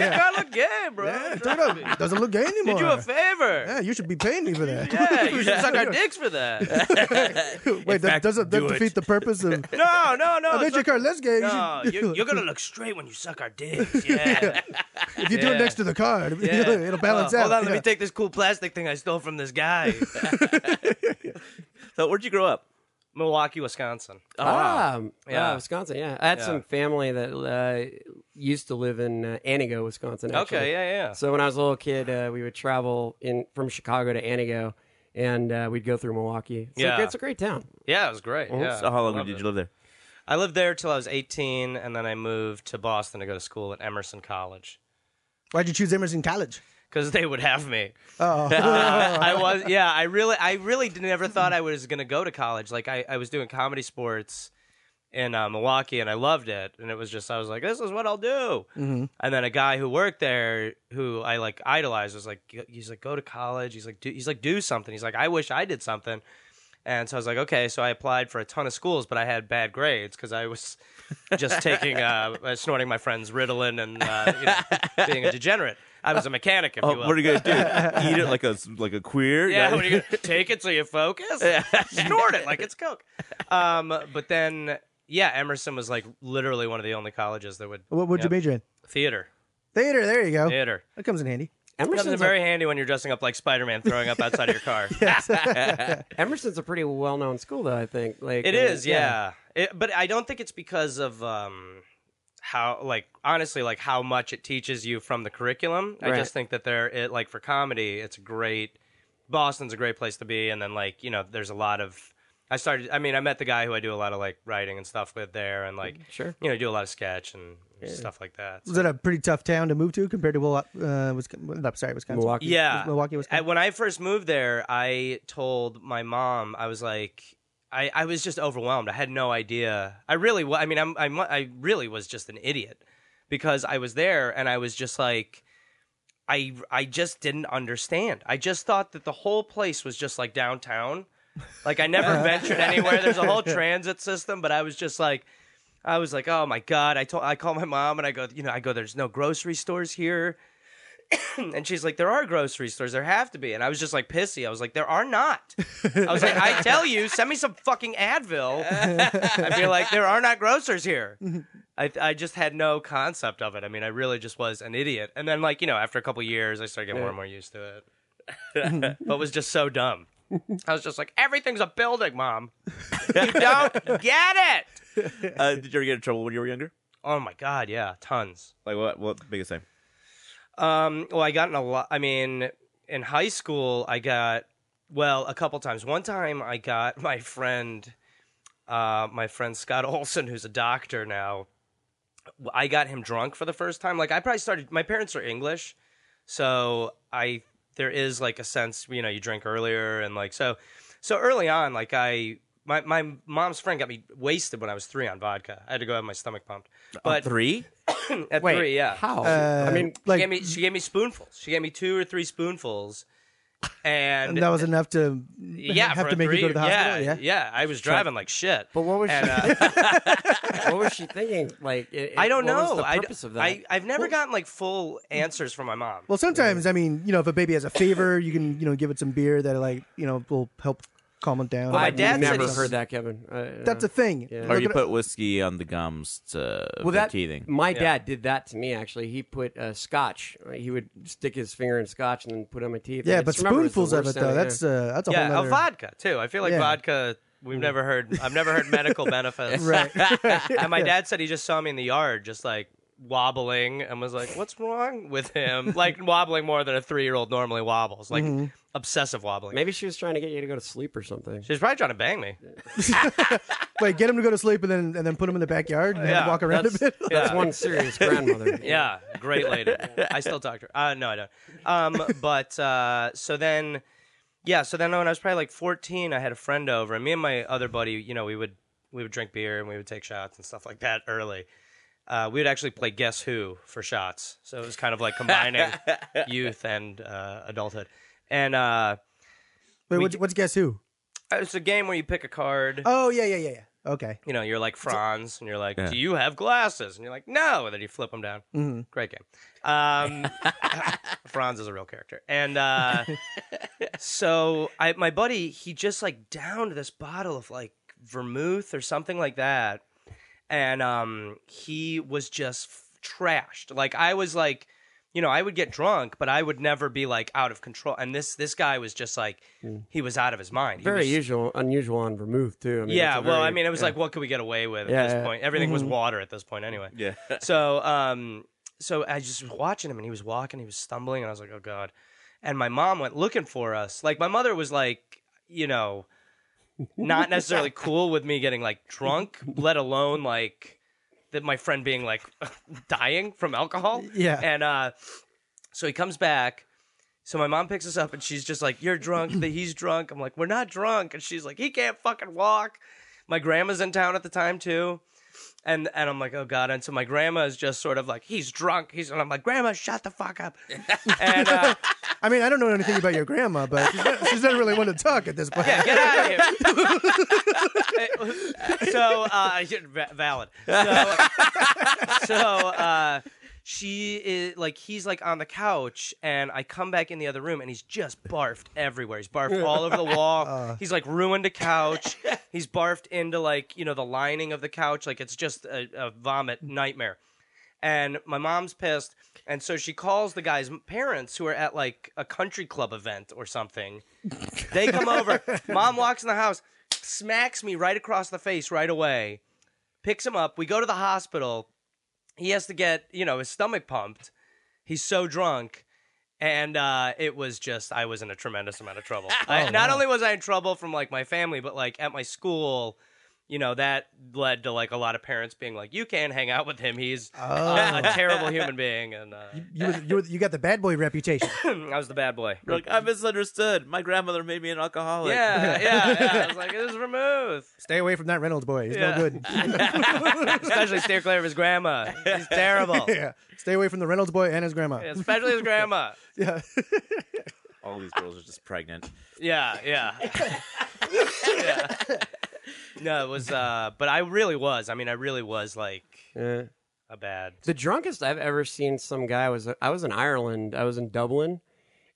[SPEAKER 7] your car look gay, bro. Trust me.
[SPEAKER 2] Doesn't look gay anymore.
[SPEAKER 7] Did you a favor?
[SPEAKER 2] yeah, you should be paying me for that.
[SPEAKER 7] Yeah, you should suck our dicks for that.
[SPEAKER 2] Wait, that doesn't that defeat the purpose of.
[SPEAKER 7] No, no, no.
[SPEAKER 2] I bet your
[SPEAKER 7] suck-
[SPEAKER 2] car less gay. You
[SPEAKER 7] No,
[SPEAKER 2] should-
[SPEAKER 7] you're, you're gonna look straight when you suck our dicks. Yeah,
[SPEAKER 2] if you do
[SPEAKER 7] yeah.
[SPEAKER 2] it next to the car, it'll,
[SPEAKER 7] yeah.
[SPEAKER 2] it'll balance
[SPEAKER 7] Oh,
[SPEAKER 2] out.
[SPEAKER 7] Hold on, let
[SPEAKER 2] yeah.
[SPEAKER 7] me take this cool plastic thing I stole from this guy,
[SPEAKER 1] So where'd you grow up?
[SPEAKER 7] Milwaukee, Wisconsin.
[SPEAKER 1] Oh.
[SPEAKER 4] Ah, um,
[SPEAKER 7] Oh, Yeah.
[SPEAKER 4] yeah, Wisconsin. Yeah, I had some family that uh, used to live in uh, Antigo, Wisconsin. Actually.
[SPEAKER 7] Okay, yeah, yeah.
[SPEAKER 4] So when I was a little kid, uh, we would travel in from Chicago to Antigo, and uh, we'd go through Milwaukee. It's
[SPEAKER 7] Yeah.
[SPEAKER 4] like, it's a great town.
[SPEAKER 7] Yeah, it was great. Yeah.
[SPEAKER 1] So how long
[SPEAKER 7] Loved
[SPEAKER 1] did
[SPEAKER 7] it.
[SPEAKER 1] you live there?
[SPEAKER 7] I lived there till I was 18, and then I moved to Boston to go to school at Emerson College
[SPEAKER 2] Why'd you choose Emerson College?
[SPEAKER 7] because they would have me.
[SPEAKER 2] Oh,
[SPEAKER 7] Uh, I was yeah. I really I really didn't- never thought I was gonna go to college. Like I, I was doing comedy sports in uh, Milwaukee and I loved it. And it was just I was like, this is what I'll do.
[SPEAKER 1] Mm-hmm.
[SPEAKER 7] And then a guy who worked there who I like idolized was like he's like go to college. He's like do he's like do something. He's like I wish I did something. And so I was like, okay. So I applied for a ton of schools, but I had bad grades because I was just taking, uh, uh, snorting my friend's Ritalin and uh, you know, being a degenerate. I was a mechanic, if
[SPEAKER 1] Oh,
[SPEAKER 7] you will.
[SPEAKER 1] what are you gonna do? Eat it like a like a queer?
[SPEAKER 7] Yeah, when you take it so you focus, snort it like it's coke. Um, but then, yeah, Emerson was like literally one of the only colleges that would
[SPEAKER 2] what would you
[SPEAKER 7] Yep.
[SPEAKER 2] major in?
[SPEAKER 7] theater,
[SPEAKER 2] Theater. There you go.
[SPEAKER 7] theater.
[SPEAKER 2] That comes in handy.
[SPEAKER 7] Comes in
[SPEAKER 4] Oh. Emerson's
[SPEAKER 7] very
[SPEAKER 4] a,
[SPEAKER 7] handy when you're dressing up like Spider-Man, throwing up outside of your car.
[SPEAKER 4] Emerson's a pretty well-known school, though. I think like
[SPEAKER 7] It
[SPEAKER 4] uh,
[SPEAKER 7] is, yeah. It, but I don't think it's because of um, how, like, honestly, like how much it teaches you from the curriculum. I
[SPEAKER 4] Right.
[SPEAKER 7] just think that they're it, like for comedy, it's a great. Boston's a great place to be, and then like you know, there's a lot of. I started. I mean, I met the guy who I do a lot of like writing and stuff with there, and like
[SPEAKER 4] Sure.
[SPEAKER 7] you know, do a lot of sketch and stuff like that.
[SPEAKER 2] Was that a pretty tough town to move to compared to Will, uh, Wisconsin? No, sorry, Wisconsin.
[SPEAKER 4] Milwaukee.
[SPEAKER 7] Yeah,
[SPEAKER 2] Was Milwaukee, Wisconsin?
[SPEAKER 7] I- When I first moved there, I told my mom I was like, I, I was just overwhelmed. I had no idea. I really, wa- I mean, I'm, I'm, I really was just an idiot because I was there and I was just like, I, I just didn't understand. I just thought that the whole place was just like downtown. Like I never ventured anywhere. There's a whole transit system, but I was just like, I was like, oh my god. I told, I call my mom and I go, you know, I go, there's no grocery stores here. And she's like, there are grocery stores. There have to be. And I was just like pissy. I was like, there are not. I was like, I tell you, send me some fucking Advil. I'd be like, there are not grocers here. I, I just had no concept of it. I mean, I really just was an idiot. And then, like, you know, after a couple years, I started getting more and more used to it. but was just so dumb. I was just like, everything's a building, mom. You don't get it.
[SPEAKER 1] Uh, did you ever get in trouble when you were younger?
[SPEAKER 7] Oh my God. Yeah. Tons.
[SPEAKER 1] Like what? What biggest thing?
[SPEAKER 7] Um, well, I got in a lot. I mean, in high school, I got well a couple times. One time, I got my friend, uh, my friend Scott Olson, who's a doctor now. I got him drunk for the first time. Like I probably started. My parents are English, so I there is like a sense you know you drink earlier and like so so early on like I. My, my mom's friend got me wasted when I was three on vodka. I had to go have my stomach pumped. But
[SPEAKER 1] Three?
[SPEAKER 7] at
[SPEAKER 4] Wait,
[SPEAKER 7] three, yeah.
[SPEAKER 4] How?
[SPEAKER 2] Uh,
[SPEAKER 4] I mean,
[SPEAKER 2] like,
[SPEAKER 7] She gave me she gave me spoonfuls. She gave me two or three spoonfuls, and
[SPEAKER 2] and that was enough to
[SPEAKER 7] yeah,
[SPEAKER 2] have
[SPEAKER 7] for
[SPEAKER 2] to make
[SPEAKER 7] three,
[SPEAKER 2] you go to the hospital. Yeah,
[SPEAKER 7] Yeah, I was driving like shit.
[SPEAKER 4] but what was
[SPEAKER 7] And,
[SPEAKER 4] she?
[SPEAKER 7] uh,
[SPEAKER 4] what was she thinking? Like, it, it-
[SPEAKER 7] I don't
[SPEAKER 4] what
[SPEAKER 7] know.
[SPEAKER 4] Was the
[SPEAKER 7] I,
[SPEAKER 4] purpose of that.
[SPEAKER 7] I have never gotten like full answers from my mom.
[SPEAKER 2] Well, sometimes I mean, you know, if a baby has a fever, you can you know give it some beer that like you know will help calm it down.
[SPEAKER 7] Well, my
[SPEAKER 2] Like,
[SPEAKER 7] dad
[SPEAKER 4] I've
[SPEAKER 7] said
[SPEAKER 4] never
[SPEAKER 7] he's-
[SPEAKER 4] heard that, Kevin. Uh,
[SPEAKER 2] That's a thing.
[SPEAKER 1] Or
[SPEAKER 2] Look
[SPEAKER 1] you
[SPEAKER 2] at-
[SPEAKER 1] put whiskey on the gums to
[SPEAKER 4] well, that
[SPEAKER 1] teething?
[SPEAKER 4] my dad did that to me. Actually, he put uh, scotch. He would stick his finger in scotch and then put it on my teeth.
[SPEAKER 2] yeah,
[SPEAKER 4] I
[SPEAKER 2] but
[SPEAKER 4] just remember was the
[SPEAKER 2] spoonfuls of it
[SPEAKER 4] worst
[SPEAKER 2] though.
[SPEAKER 4] thing, yeah.
[SPEAKER 2] That's uh, that's a
[SPEAKER 7] yeah,
[SPEAKER 2] whole
[SPEAKER 7] a
[SPEAKER 2] other
[SPEAKER 7] vodka too. I feel like
[SPEAKER 2] Yeah.
[SPEAKER 7] vodka. We've never heard. I've never heard medical benefits.
[SPEAKER 2] Right.
[SPEAKER 7] And my dad said he just saw me in the yard, just like wobbling, and was like, "What's wrong with him?" Like wobbling more than a three-year-old normally wobbles, like
[SPEAKER 2] Mm-hmm.
[SPEAKER 7] obsessive wobbling.
[SPEAKER 4] Maybe she was trying to get you to go to sleep or something.
[SPEAKER 7] She was probably trying to bang me.
[SPEAKER 2] Wait, get him to go to sleep and then and then put him in the backyard and have him walk around a
[SPEAKER 7] that's-
[SPEAKER 2] bit.
[SPEAKER 4] That's one serious grandmother.
[SPEAKER 7] Yeah, great lady. I still talk to her. Uh, no, I don't. Um, but uh, so then, yeah, so then when I was probably like 14, I had a friend over, and me and my other buddy, you know, we would we would drink beer and we would take shots and stuff like that early. Uh, we would actually play Guess Who for shots, so it was kind of like combining youth and uh, adulthood. And uh,
[SPEAKER 2] Wait, what's, what's guess who?
[SPEAKER 7] it's a game where you pick a card.
[SPEAKER 2] Oh yeah, yeah, yeah, yeah. Okay.
[SPEAKER 7] you know, you're like Franz, and you're like, "Do you have glasses?" And you're like, "No," and then you flip them down. Great game. Um, Franz is a real character, and uh, so I, my buddy, he just like downed this bottle of like vermouth or something like that, and um, he was just f- trashed. Like I was like, you know, I would get drunk, but I would never be like out of control. And this this guy was just like, he was out of his mind. He
[SPEAKER 4] Very
[SPEAKER 7] was-
[SPEAKER 4] usual, unusual on vermouth too. I mean,
[SPEAKER 7] yeah,
[SPEAKER 4] it's a
[SPEAKER 7] well,
[SPEAKER 4] very-
[SPEAKER 7] I mean, it was like, what could we get away with
[SPEAKER 4] Yeah,
[SPEAKER 7] at this
[SPEAKER 4] yeah. Mm-hmm.
[SPEAKER 7] point? Everything was water at this point, anyway. Yeah. so, um, so I just was watching him, and he was walking, he was stumbling, and I was like, oh god. And my mom went looking for us. Like my mother was like, you know, not necessarily cool with me getting like drunk, let alone like that my friend being like dying from alcohol.
[SPEAKER 2] Yeah.
[SPEAKER 7] And uh, so he comes back. So my mom picks us up and she's just like, "You're drunk. That he's drunk." I'm like, "We're not drunk." And she's like, "He can't fucking walk." My grandma's in town at the time too, and and I'm like, "Oh god!" And so my grandma is just sort of like, "He's drunk." He's and I'm like, "Grandma, shut the fuck up." and uh,
[SPEAKER 2] I mean, I don't know anything about your grandma, but she's not, she's not really one to talk at this point.
[SPEAKER 7] get out of here. so uh, va- valid. So, so uh, she is like he's like on the couch, and I come back in the other room, and he's just barfed everywhere. He's barfed all over the wall. he's like ruined a couch. He's barfed into like you know the lining of the couch. Like it's just a, a vomit nightmare. and my mom's pissed, and so she calls the guy's parents who are at like a country club event or something. They come over. Mom walks in the house, smacks me right across the face right away, picks him up. We go to the hospital. He has to get, you know, his stomach pumped. He's so drunk. And uh, it was just, I was in a tremendous amount of trouble. I, not only was I in trouble from like my family, but like at my school, you know, that led to like a lot of parents being like, you can't hang out with him. He's a terrible human being. And uh,
[SPEAKER 2] You, were- you, were- you got the bad boy reputation.
[SPEAKER 7] I was the bad boy.
[SPEAKER 1] You're like, I misunderstood. My grandmother made me an alcoholic.
[SPEAKER 7] Yeah, yeah, yeah. I was like, this is vermouth.
[SPEAKER 2] Stay away from that Reynolds boy. He's no
[SPEAKER 7] Yeah.
[SPEAKER 2] good.
[SPEAKER 7] Especially steer clear of his grandma. He's terrible.
[SPEAKER 2] yeah. Stay away from the Reynolds boy and his grandma.
[SPEAKER 7] Especially his grandma.
[SPEAKER 2] Yeah.
[SPEAKER 1] All these girls are just pregnant.
[SPEAKER 7] Yeah, yeah. Yeah. No, it was uh but I really was. I mean, I really was like
[SPEAKER 4] Yeah.
[SPEAKER 7] a bad
[SPEAKER 4] The drunkest I've ever seen some guy was I was in Ireland. I was in Dublin,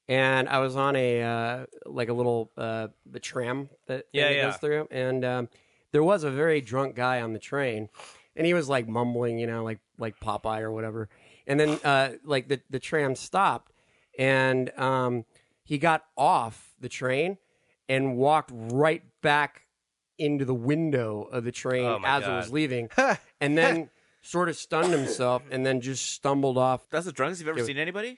[SPEAKER 4] and I was on a uh, like a little uh, the tram that thing
[SPEAKER 7] Yeah,
[SPEAKER 4] that
[SPEAKER 7] yeah.
[SPEAKER 4] goes through, and um, there was a very drunk guy on the train, and he was like mumbling, you know, like like Popeye or whatever. And then uh, like the the tram stopped, and um, he got off the train and walked right back into the window of the train
[SPEAKER 7] Oh, my
[SPEAKER 4] as it
[SPEAKER 7] God.
[SPEAKER 4] was leaving, and then sort of stunned himself and then just stumbled off.
[SPEAKER 1] That's the drunkest you've ever seen anybody?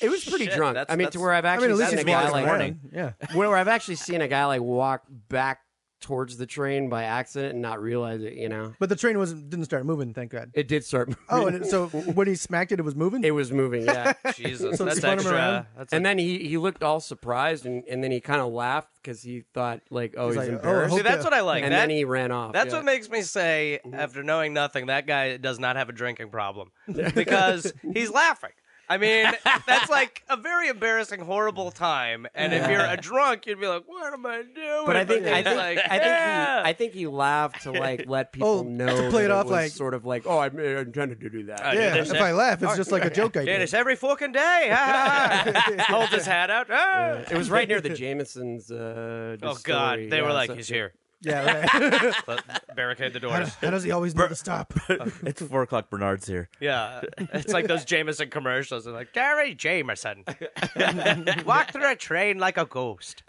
[SPEAKER 4] It was pretty
[SPEAKER 1] Shit,
[SPEAKER 4] drunk.
[SPEAKER 1] that's-
[SPEAKER 4] I mean, to
[SPEAKER 1] that's-
[SPEAKER 4] where I've
[SPEAKER 2] I
[SPEAKER 4] actually
[SPEAKER 2] mean, at least he's
[SPEAKER 4] seen a
[SPEAKER 1] walking
[SPEAKER 2] wise
[SPEAKER 4] guy
[SPEAKER 1] like-
[SPEAKER 2] around.
[SPEAKER 1] warning.
[SPEAKER 2] Yeah.
[SPEAKER 4] where I've actually seen a guy like walk back towards the train by accident and not realize it. You know,
[SPEAKER 2] But the train wasn't didn't start moving, thank God.
[SPEAKER 4] it did start. Moving.
[SPEAKER 2] Oh, and it- so when he smacked it, it was moving?
[SPEAKER 4] it was moving. Yeah.
[SPEAKER 7] Jesus.
[SPEAKER 2] So
[SPEAKER 7] that's
[SPEAKER 2] spun him around?
[SPEAKER 7] extra. That's
[SPEAKER 4] And then he, he looked all surprised and, and then he kind of laughed because he thought like oh he's,
[SPEAKER 2] like, oh, I
[SPEAKER 4] embarrassed
[SPEAKER 2] hope-
[SPEAKER 7] See, that's what I like.
[SPEAKER 4] and
[SPEAKER 7] that,
[SPEAKER 4] then he ran off.
[SPEAKER 7] That's
[SPEAKER 4] yeah. Mm-hmm.
[SPEAKER 7] what makes me say, after knowing nothing, that guy does not have a drinking problem because he's laughing. I mean, that's like a very embarrassing, horrible time. And if you're a drunk, you'd be like, "What am I doing?"
[SPEAKER 4] But I think I
[SPEAKER 7] he's
[SPEAKER 4] think,
[SPEAKER 7] like,
[SPEAKER 4] I think
[SPEAKER 7] yeah.
[SPEAKER 4] he I think he laughed to like let people
[SPEAKER 2] Oh,
[SPEAKER 4] know
[SPEAKER 2] to play
[SPEAKER 4] that
[SPEAKER 2] it off
[SPEAKER 4] was
[SPEAKER 2] like-
[SPEAKER 4] sort of like oh I, I intended to do that.
[SPEAKER 7] I
[SPEAKER 2] yeah.
[SPEAKER 7] did
[SPEAKER 2] If
[SPEAKER 7] this
[SPEAKER 2] I laugh, it's just like a joke I
[SPEAKER 7] did
[SPEAKER 2] did.
[SPEAKER 7] this every fucking day. Ha, ha, ha. Hold his hat out. Ah.
[SPEAKER 4] It was right near the Jamesons. Uh,
[SPEAKER 7] Oh God!
[SPEAKER 4] distillery.
[SPEAKER 7] They were
[SPEAKER 4] Yeah,
[SPEAKER 7] like,
[SPEAKER 4] so-
[SPEAKER 7] "He's here."
[SPEAKER 2] Yeah, right.
[SPEAKER 7] Let- barricade the doors.
[SPEAKER 2] How does he always know to stop?
[SPEAKER 1] it's four o'clock. Bernard's here.
[SPEAKER 7] Yeah, it's like those Jameson commercials. They're like, Gary Jameson walked through a train like a ghost.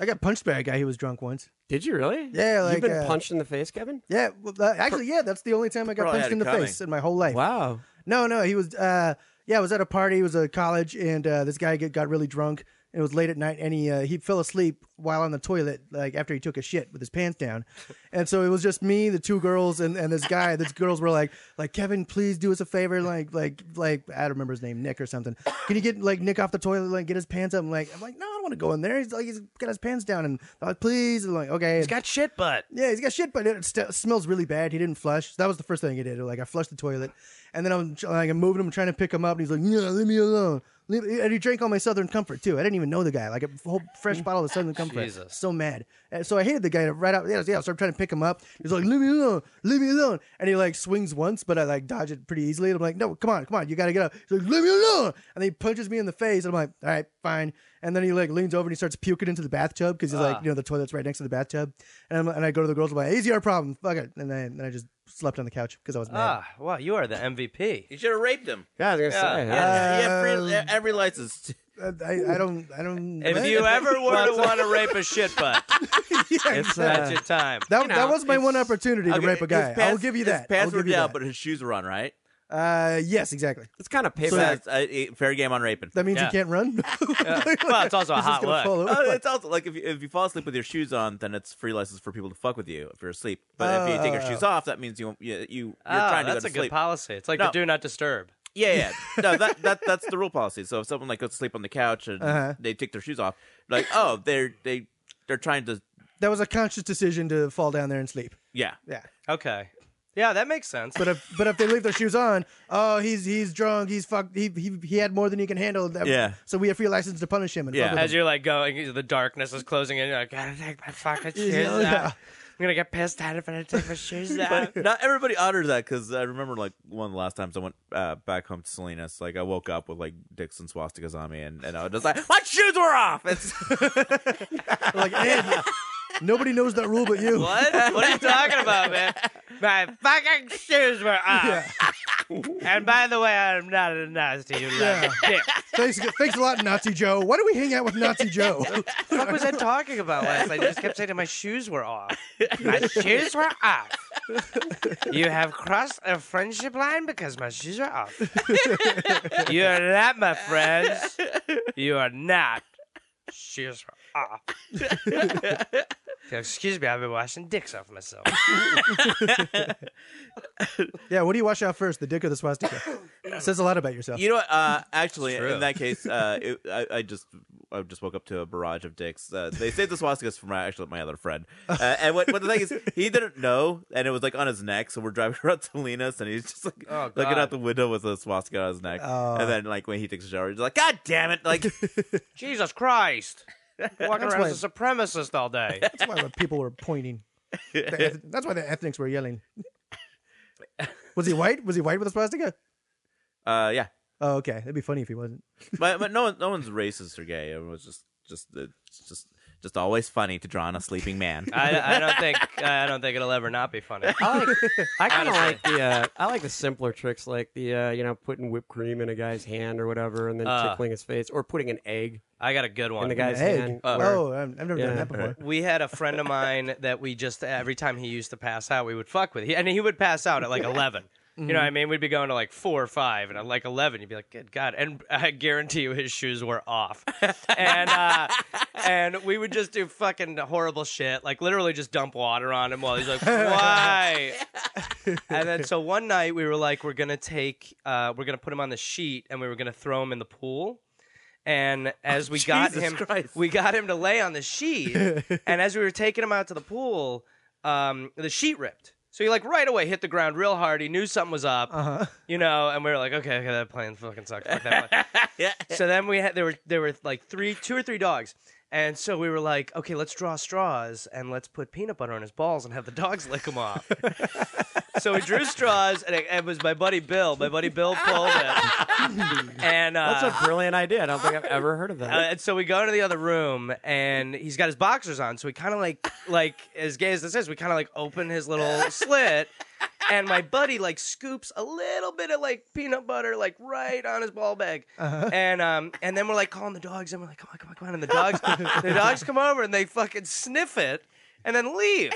[SPEAKER 2] I got punched by a guy who was drunk once.
[SPEAKER 4] Did you really?
[SPEAKER 2] Yeah, like,
[SPEAKER 4] you've been
[SPEAKER 2] uh,
[SPEAKER 4] punched in the face, Kevin.
[SPEAKER 2] Yeah, well, uh, actually, yeah, that's the only time I got
[SPEAKER 1] Probably
[SPEAKER 2] punched
[SPEAKER 1] had
[SPEAKER 2] in
[SPEAKER 1] it
[SPEAKER 2] the
[SPEAKER 1] coming.
[SPEAKER 2] face in my whole life.
[SPEAKER 4] Wow.
[SPEAKER 2] No, no, he was. Uh, yeah, I was at a party. It was a college, and uh, this guy get, got really drunk. It was late at night, and he uh, he fell asleep while on the toilet, like after he took a shit with his pants down. And so it was just me, the two girls, and, and this guy. These girls were like, like Kevin, please do us a favor, like like like I don't remember his name, Nick or something. Can you get like Nick off the toilet, like get his pants up? I'm like, I'm like, no, I don't want to go in there. He's like, he's got his pants down, and I'm like, please, I'm like, okay.
[SPEAKER 7] He's got shit butt.
[SPEAKER 2] Yeah, he's got shit, but it st- smells really bad. He didn't flush. That was the first thing he did. Like I flushed the toilet, and then I'm tr- like I'm moving him, trying to pick him up, and he's like, "No, leave me alone." Leave- and he drank all my Southern Comfort too. I didn't even know the guy. Like a whole fresh bottle of Southern Comfort.
[SPEAKER 7] Jesus.
[SPEAKER 2] So mad. And so I hated the guy right out. Yeah, yeah. So I'm trying to pick him up. He's like, "Leave me alone, leave me alone," and he like swings once, but I like dodge it pretty easily. And I'm like, "No, come on, come on, you got to get up." He's like, "Leave me alone," and then he punches me in the face. And I'm like, "All right, fine." And then he like leans over and he starts puking into the bathtub because he's like, you know, the toilet's right next to the bathtub. And, I'm, and I go to the girls, I'm like, easy, our problem. Fuck it. And then, then I just slept on the couch because I was mad.
[SPEAKER 7] Ah, wow, you are the MVP.
[SPEAKER 1] You should have raped him.
[SPEAKER 4] Yeah, I was gonna say.
[SPEAKER 1] Yeah, he had free, every license.
[SPEAKER 2] Uh, I, I don't, I don't.
[SPEAKER 7] If you ever were to want to rape a shit butt,
[SPEAKER 4] It's,
[SPEAKER 7] that's
[SPEAKER 4] uh,
[SPEAKER 7] your time.
[SPEAKER 2] that,
[SPEAKER 4] you know,
[SPEAKER 2] that was my one opportunity to rape a guy. I'll give you
[SPEAKER 1] His
[SPEAKER 2] that.
[SPEAKER 1] pants
[SPEAKER 2] I'll give
[SPEAKER 1] were
[SPEAKER 2] you
[SPEAKER 1] down,
[SPEAKER 2] that.
[SPEAKER 1] but his shoes were on, right?
[SPEAKER 2] uh, yes, exactly.
[SPEAKER 4] it's kind of
[SPEAKER 1] So
[SPEAKER 4] payback.
[SPEAKER 1] that's, uh, fair game on raping.
[SPEAKER 2] That means
[SPEAKER 7] Yeah.
[SPEAKER 2] you can't run.
[SPEAKER 7] Well, it's also a
[SPEAKER 2] He's just
[SPEAKER 7] hot
[SPEAKER 2] gonna
[SPEAKER 7] look.
[SPEAKER 2] fall over.
[SPEAKER 1] Oh, it's also like if you, if you fall asleep with your shoes on, then it's free license for people to fuck with you if you're asleep. But if you take your shoes off, that means you you, you you're
[SPEAKER 7] Ah,
[SPEAKER 1] trying to go
[SPEAKER 7] that's
[SPEAKER 1] to
[SPEAKER 7] a
[SPEAKER 1] sleep.
[SPEAKER 7] good policy. It's like
[SPEAKER 1] No.
[SPEAKER 7] the do not disturb.
[SPEAKER 1] yeah, yeah. No, that, that that's the rule policy. So if someone like goes to sleep on the couch and
[SPEAKER 2] Uh-huh.
[SPEAKER 1] they take their shoes off, like oh they're they they're trying to
[SPEAKER 2] that was a conscious decision to fall down there and sleep.
[SPEAKER 1] yeah
[SPEAKER 2] Yeah.
[SPEAKER 7] Okay. Yeah, that makes sense.
[SPEAKER 2] But if but if they leave their shoes on, oh, he's he's drunk, he's fucked, he he, he had more than he can handle. That-
[SPEAKER 1] Yeah.
[SPEAKER 2] So we have free license to punish him. And
[SPEAKER 1] Yeah.
[SPEAKER 2] fuck with
[SPEAKER 7] As
[SPEAKER 2] him.
[SPEAKER 7] you're like going, the darkness is closing in. You're like, gotta take my fucking shoes
[SPEAKER 2] Yeah.
[SPEAKER 7] out. I'm gonna get pissed out if I don't take my shoes out.
[SPEAKER 1] but not everybody honors that because I remember like one of the last times I went uh, back home to Salinas, like I woke up with like dicks and swastikas on me, and, and I was just like, my shoes were off. It's,
[SPEAKER 2] like, Ed, nobody knows that rule but you.
[SPEAKER 7] What? What are you talking about, man? My fucking shoes were off. And by the way, I'm not a Nazi. You yeah.
[SPEAKER 2] Thanks, thanks a lot, Nazi Joe. Why don't we hang out with Nazi Joe?
[SPEAKER 7] What was I talking about last night? You just kept saying my shoes were off. My shoes were off. You have crossed a friendship line because my shoes are off. you are not my friends. You are not. Shoes are off. Excuse me, I've been washing dicks off myself.
[SPEAKER 2] yeah, what do you wash out first, the dick or the swastika? Says a lot about yourself.
[SPEAKER 1] You know what? Uh, actually,
[SPEAKER 7] true.
[SPEAKER 1] in that case, uh, it, I, I just I just woke up to a barrage of dicks. Uh, they saved the swastikas for my actually my other friend. Uh, and what, what the thing is, he didn't know, and it was like on his neck. So we're driving around Salinas, and he's just like
[SPEAKER 7] Oh, God.
[SPEAKER 1] looking out the window with a swastika on his neck. and then like when he takes a shower, he's like, "God damn it!" Like,
[SPEAKER 7] Jesus Christ. Walking around
[SPEAKER 2] why-
[SPEAKER 7] as a supremacist all day.
[SPEAKER 2] That's why the people were pointing. The eth- That's why the ethnics were yelling. Was he white? Was he white with a swastika?
[SPEAKER 1] uh, yeah,
[SPEAKER 2] Oh, okay. That'd be funny if he wasn't.
[SPEAKER 1] but, but no one, no one's racist or gay. It was just just it's just just always funny to draw on a sleeping man.
[SPEAKER 7] I, I don't think I don't think it'll ever not be funny.
[SPEAKER 4] I like. I kind of like the. Uh, I like the simpler tricks, like the uh, you know putting whipped cream in a guy's hand or whatever, and then
[SPEAKER 7] Uh.
[SPEAKER 4] tickling his face, or putting an egg
[SPEAKER 7] I got a good one.
[SPEAKER 4] in the guy's
[SPEAKER 2] Egg.
[SPEAKER 4] hand.
[SPEAKER 7] Uh,
[SPEAKER 4] where-
[SPEAKER 2] oh, I've I've never done
[SPEAKER 4] Yeah.
[SPEAKER 2] that before.
[SPEAKER 7] we had a friend of mine that we just every time he used to pass out, we would fuck with. He, and he would pass out at like eleven. You know what I mean? We'd be going to like four or five, and at like eleven, you'd be like, "Good God!" And I guarantee you, his shoes were off. and uh, and we would just do fucking horrible shit, like literally just dump water on him while he's like, "Why?" and then so one night we were like, "We're gonna take, uh, we're gonna put him on the sheet, and we were gonna throw him in the pool." And as we got
[SPEAKER 1] Oh, Jesus
[SPEAKER 7] him,
[SPEAKER 1] Christ.
[SPEAKER 7] we got him to lay on the sheet. and as we were taking him out to the pool, um, the sheet ripped. So he like right away hit the ground real hard. He knew something was up,
[SPEAKER 2] Uh-huh.
[SPEAKER 7] you know. And we were like, okay, okay, that plan fucking sucks. Fuck that plan. So then we had there were there were like three, two or three dogs, and so we were like, okay, let's draw straws and let's put peanut butter on his balls and have the dogs lick him off. so we drew straws, and it, it was my buddy Bill. My buddy Bill pulled it, and uh,
[SPEAKER 4] That's a brilliant idea. I don't think I've ever heard of that.
[SPEAKER 7] uh, and so we go into the other room, and he's got his boxers on. So we kind of like, like as gay as this is, we kind of like open his little slit, and my buddy like scoops a little bit of like peanut butter like right on his ball bag,
[SPEAKER 4] Uh-huh.
[SPEAKER 7] and um, and then we're like calling the dogs, and we're like, come on, come on, come on, and the dogs, the dogs come over and they fucking sniff it, and then leave.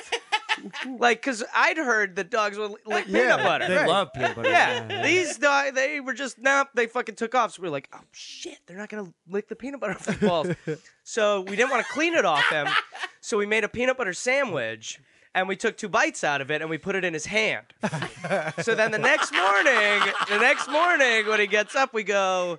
[SPEAKER 7] Like, cause I'd heard that dogs would lick
[SPEAKER 2] Yeah,
[SPEAKER 7] peanut butter.
[SPEAKER 4] they
[SPEAKER 2] right.
[SPEAKER 4] love peanut butter.
[SPEAKER 7] Yeah, these dog, they were just nope. They fucking took off. So we were like, oh shit, they're not gonna lick the peanut butter off the balls. so we didn't want to clean it off him. So we made a peanut butter sandwich and we took two bites out of it and we put it in his hand. so then the next morning, the next morning when he gets up, we go.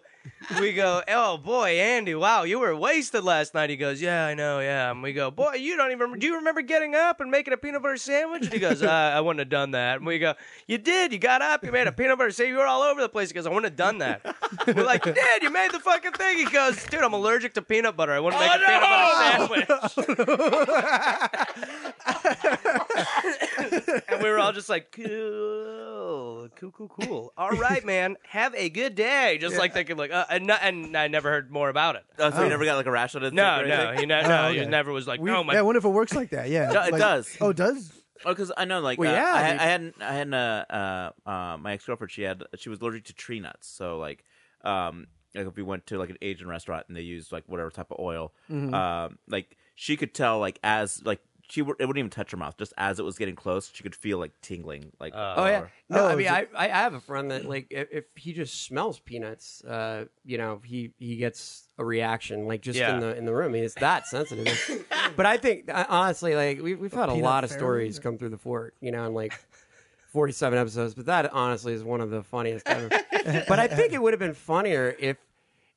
[SPEAKER 7] We go, oh boy, Andy, wow, you were wasted last night. He goes, yeah, I know, yeah. And we go, boy, you don't even, do you remember getting up and making a peanut butter sandwich? And he goes, uh, I wouldn't have done that. And we go, you did, you got up, you made a peanut butter sandwich, you were all over the place. He goes, I wouldn't have done that. We're like, you did, you made the fucking thing. He goes, dude, I'm allergic to peanut butter. I wouldn't make a peanut butter sandwich. and we were all just like, cool, cool, cool, cool. All right, man. Have a good day. Just like thinking, like, uh, and, no- and I never heard more about it.
[SPEAKER 1] Oh, so you never got like a rash out of it?
[SPEAKER 7] No, no, he ne- no,
[SPEAKER 2] Oh, okay.
[SPEAKER 7] he never was like,
[SPEAKER 2] We,
[SPEAKER 7] no, my.
[SPEAKER 2] yeah, I wonder if it works like that. Yeah,
[SPEAKER 1] Do- it
[SPEAKER 2] Like-
[SPEAKER 1] does.
[SPEAKER 2] Oh, it does.
[SPEAKER 1] Oh, because I know, like,
[SPEAKER 2] Well,
[SPEAKER 1] uh,
[SPEAKER 2] yeah,
[SPEAKER 1] I,
[SPEAKER 2] I
[SPEAKER 1] had-
[SPEAKER 2] mean-
[SPEAKER 1] I hadn't, I hadn't, uh, uh, uh, my ex girlfriend, she had, she was allergic to tree nuts. So, like, um, like if we went to like an Asian restaurant and they used like whatever type of oil, um, like she could tell, like as like she w- it wouldn't even touch her mouth, just as it was getting close, she could feel like tingling, like
[SPEAKER 4] Oh yeah.
[SPEAKER 1] or-
[SPEAKER 4] No, I
[SPEAKER 2] Oh,
[SPEAKER 4] mean,
[SPEAKER 2] is
[SPEAKER 4] I, I have a friend that like if, if he just smells peanuts, uh, you know, he he gets a reaction like just
[SPEAKER 7] Yeah.
[SPEAKER 4] in the in the room. I mean, it's that sensitive. but I think I- honestly, like we, we've had a
[SPEAKER 2] peanut
[SPEAKER 4] lot of
[SPEAKER 2] fairy?
[SPEAKER 4] stories come through the fort, you know, and like. 47 episodes, but that honestly is one of the funniest ever. but I think it would have been funnier if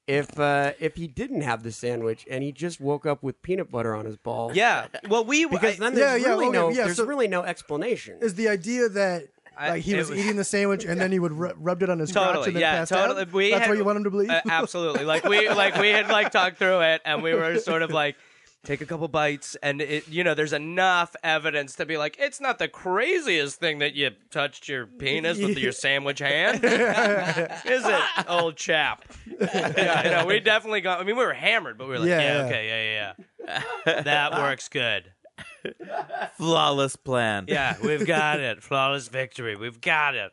[SPEAKER 4] if uh if he didn't have the sandwich and he just woke up with peanut butter on his ball.
[SPEAKER 7] Yeah. Well, we
[SPEAKER 4] Because
[SPEAKER 7] I-
[SPEAKER 4] then there's
[SPEAKER 2] Yeah, yeah,
[SPEAKER 4] really
[SPEAKER 2] okay,
[SPEAKER 4] no
[SPEAKER 2] yeah,
[SPEAKER 4] there's
[SPEAKER 2] so-
[SPEAKER 4] really no explanation.
[SPEAKER 2] Is the idea that
[SPEAKER 7] I-
[SPEAKER 2] like he
[SPEAKER 7] it
[SPEAKER 2] was,
[SPEAKER 7] was-
[SPEAKER 2] eating the sandwich and then he would ru- rubbed it on his crotch and
[SPEAKER 7] totally
[SPEAKER 2] then
[SPEAKER 7] yeah
[SPEAKER 2] passed
[SPEAKER 7] totally
[SPEAKER 2] out? That's
[SPEAKER 7] had-
[SPEAKER 2] what you want him to believe.
[SPEAKER 7] Uh, absolutely like we like we had like talked through it and we were sort of like take a couple bites and it you know there's enough evidence to be like it's not the craziest thing that you touched your penis with your sandwich hand is it old chap yeah no we definitely got i mean we were hammered but we were like
[SPEAKER 2] Yeah,
[SPEAKER 7] yeah,
[SPEAKER 2] yeah.
[SPEAKER 7] okay yeah yeah yeah that works good
[SPEAKER 1] Flawless plan.
[SPEAKER 7] Yeah, we've got it. Flawless victory. We've got it.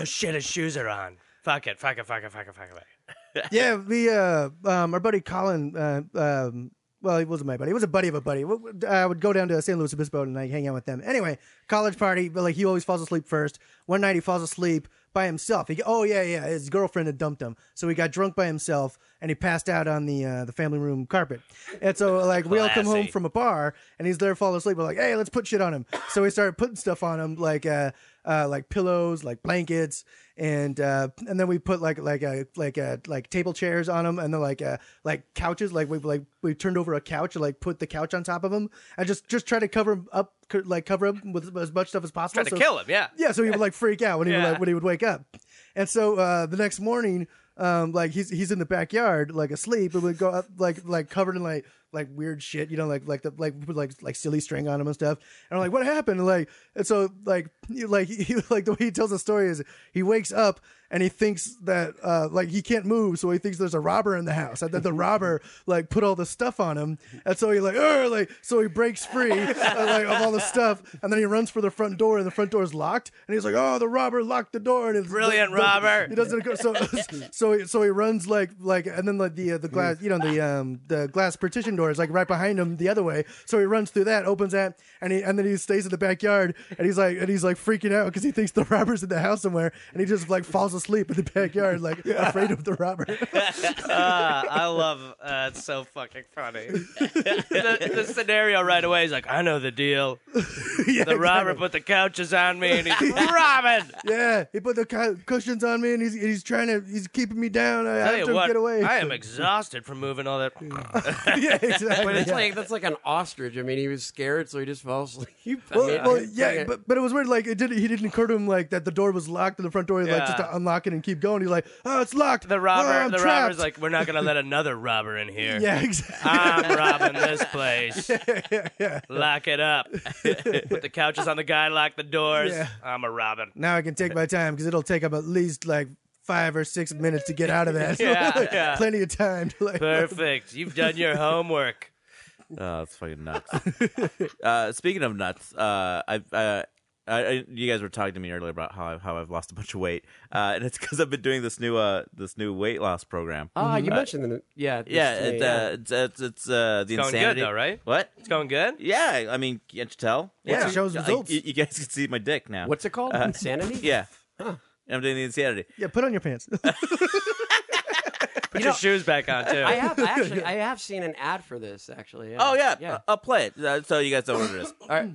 [SPEAKER 7] oh shit, his shoes are on. Fuck it. Fuck it. Fuck it. Fuck it. Fuck it.
[SPEAKER 2] yeah, we uh, um, our buddy Colin. Uh, um, well, he wasn't my buddy. He was a buddy of a buddy. W- w- I would go down to San Luis Obispo and like hang out with them. Anyway, college party, but like he always falls asleep first. One night he falls asleep by himself. He go- oh yeah yeah his girlfriend had dumped him, so he got drunk by himself and he passed out on the uh, the family room carpet. And so like we all come home
[SPEAKER 7] Classy.
[SPEAKER 2] from a bar and he's there falling asleep. We're like, hey, let's put shit on him. So we started putting stuff on him like uh, uh, like pillows, like blankets, and uh, and then we put like like uh, like uh, like table chairs on him, and then like uh, like couches. Like we like we turned over a couch and like put the couch on top of him, and just just try to cover him up, co- like cover him with as much stuff as possible.
[SPEAKER 7] Trying to
[SPEAKER 2] So-
[SPEAKER 7] kill him. Yeah.
[SPEAKER 2] yeah, so he would like freak out when he would,
[SPEAKER 7] Yeah.
[SPEAKER 2] like, when he would wake up, and so uh, the next morning, um, like he's he's in the backyard like asleep, and would go up like like covered in like like weird shit, you know, like like the like we put, like like silly string on him and stuff. And I'm like, what happened? And, like and so like you- like he, like the way he tells the story is he wakes up and he thinks that uh, like he can't move, so he thinks there's a robber in the house, and that the robber like put all the stuff on him, and so he like "Arr," like so he breaks free uh, like of all the stuff, and then he runs for the front door, and the front door is locked, and he's like, oh, the robber locked the door, and it's
[SPEAKER 7] Brilliant
[SPEAKER 2] the-
[SPEAKER 7] robber.
[SPEAKER 2] He doesn't go so so he, so he runs like like, and then like the uh, the glass you know the um the glass partition door is like right behind him the other way, so he runs through that, opens that, and he and then he stays in the backyard, and he's like and he's like freaking out because he thinks the robber's in the house somewhere, and he just like falls asleep in the backyard like afraid of the robber.
[SPEAKER 7] Ah, I love. Uh, it's so fucking funny. the, the scenario right away is like, I know the deal.
[SPEAKER 2] Yeah,
[SPEAKER 7] The robber
[SPEAKER 2] exactly.
[SPEAKER 7] put the couches on me, and he's robbing.
[SPEAKER 2] Yeah, he put the cu- cushions on me, and he's he's trying to he's keeping me down. I
[SPEAKER 7] Tell
[SPEAKER 2] have
[SPEAKER 7] you
[SPEAKER 2] to
[SPEAKER 7] what,
[SPEAKER 2] get away.
[SPEAKER 7] I am exhausted from moving all that.
[SPEAKER 2] yeah, exactly.
[SPEAKER 4] But it's
[SPEAKER 2] yeah.
[SPEAKER 4] like that's like an ostrich. I mean, he was scared, so he just fell asleep. I
[SPEAKER 2] Well,
[SPEAKER 4] mean,
[SPEAKER 2] well,
[SPEAKER 4] it's
[SPEAKER 2] yeah,
[SPEAKER 4] like a-
[SPEAKER 2] but, but it was weird. Like it didn't. He didn't occur to him like that the door was locked and the front door like just
[SPEAKER 7] Yeah.
[SPEAKER 2] to unlock it and keep going. He's like, oh, it's locked.
[SPEAKER 7] The
[SPEAKER 2] Oh,
[SPEAKER 7] robber,
[SPEAKER 2] I'm
[SPEAKER 7] the
[SPEAKER 2] trapped.
[SPEAKER 7] robber's like, we're not gonna let another robber in here. Ah.
[SPEAKER 2] yeah, exactly.
[SPEAKER 7] I'm robbing this place. Lock it up. Put the couches on the guy. Lock the doors.
[SPEAKER 2] Yeah.
[SPEAKER 7] I'm a robin.
[SPEAKER 2] now I can take my time because it'll take him at least like five or six minutes to get out of that. So,
[SPEAKER 7] Yeah,
[SPEAKER 2] like,
[SPEAKER 7] yeah.
[SPEAKER 2] plenty of time. To, like,
[SPEAKER 7] Perfect. You've done your homework.
[SPEAKER 1] Oh, that's fucking nuts. uh, speaking of nuts, uh, I've. Uh, I, I, you guys were talking to me earlier about how I've, how I've lost a bunch of weight, uh, and it's because I've been doing this new uh, this new weight loss program.
[SPEAKER 4] ah, you mentioned the yeah, this
[SPEAKER 1] yeah,
[SPEAKER 4] to me,
[SPEAKER 1] it, uh, it's it's, it's uh, the
[SPEAKER 7] going good,
[SPEAKER 1] insanity,
[SPEAKER 7] though, right?
[SPEAKER 1] What?
[SPEAKER 7] It's going good.
[SPEAKER 1] Yeah, I mean, can't you tell? yeah,
[SPEAKER 2] it shows
[SPEAKER 1] Like,
[SPEAKER 2] results.
[SPEAKER 1] you, you guys can see my dick now.
[SPEAKER 4] What's it called? Insanity.
[SPEAKER 1] Yeah, I'm doing the insanity.
[SPEAKER 2] yeah, put on your pants.
[SPEAKER 7] Put your shoes back on too.
[SPEAKER 4] I have I actually I have seen an ad for this actually.
[SPEAKER 1] Oh yeah,
[SPEAKER 4] yeah.
[SPEAKER 1] uh, I'll play it uh, so you guys know what it is.
[SPEAKER 4] All right.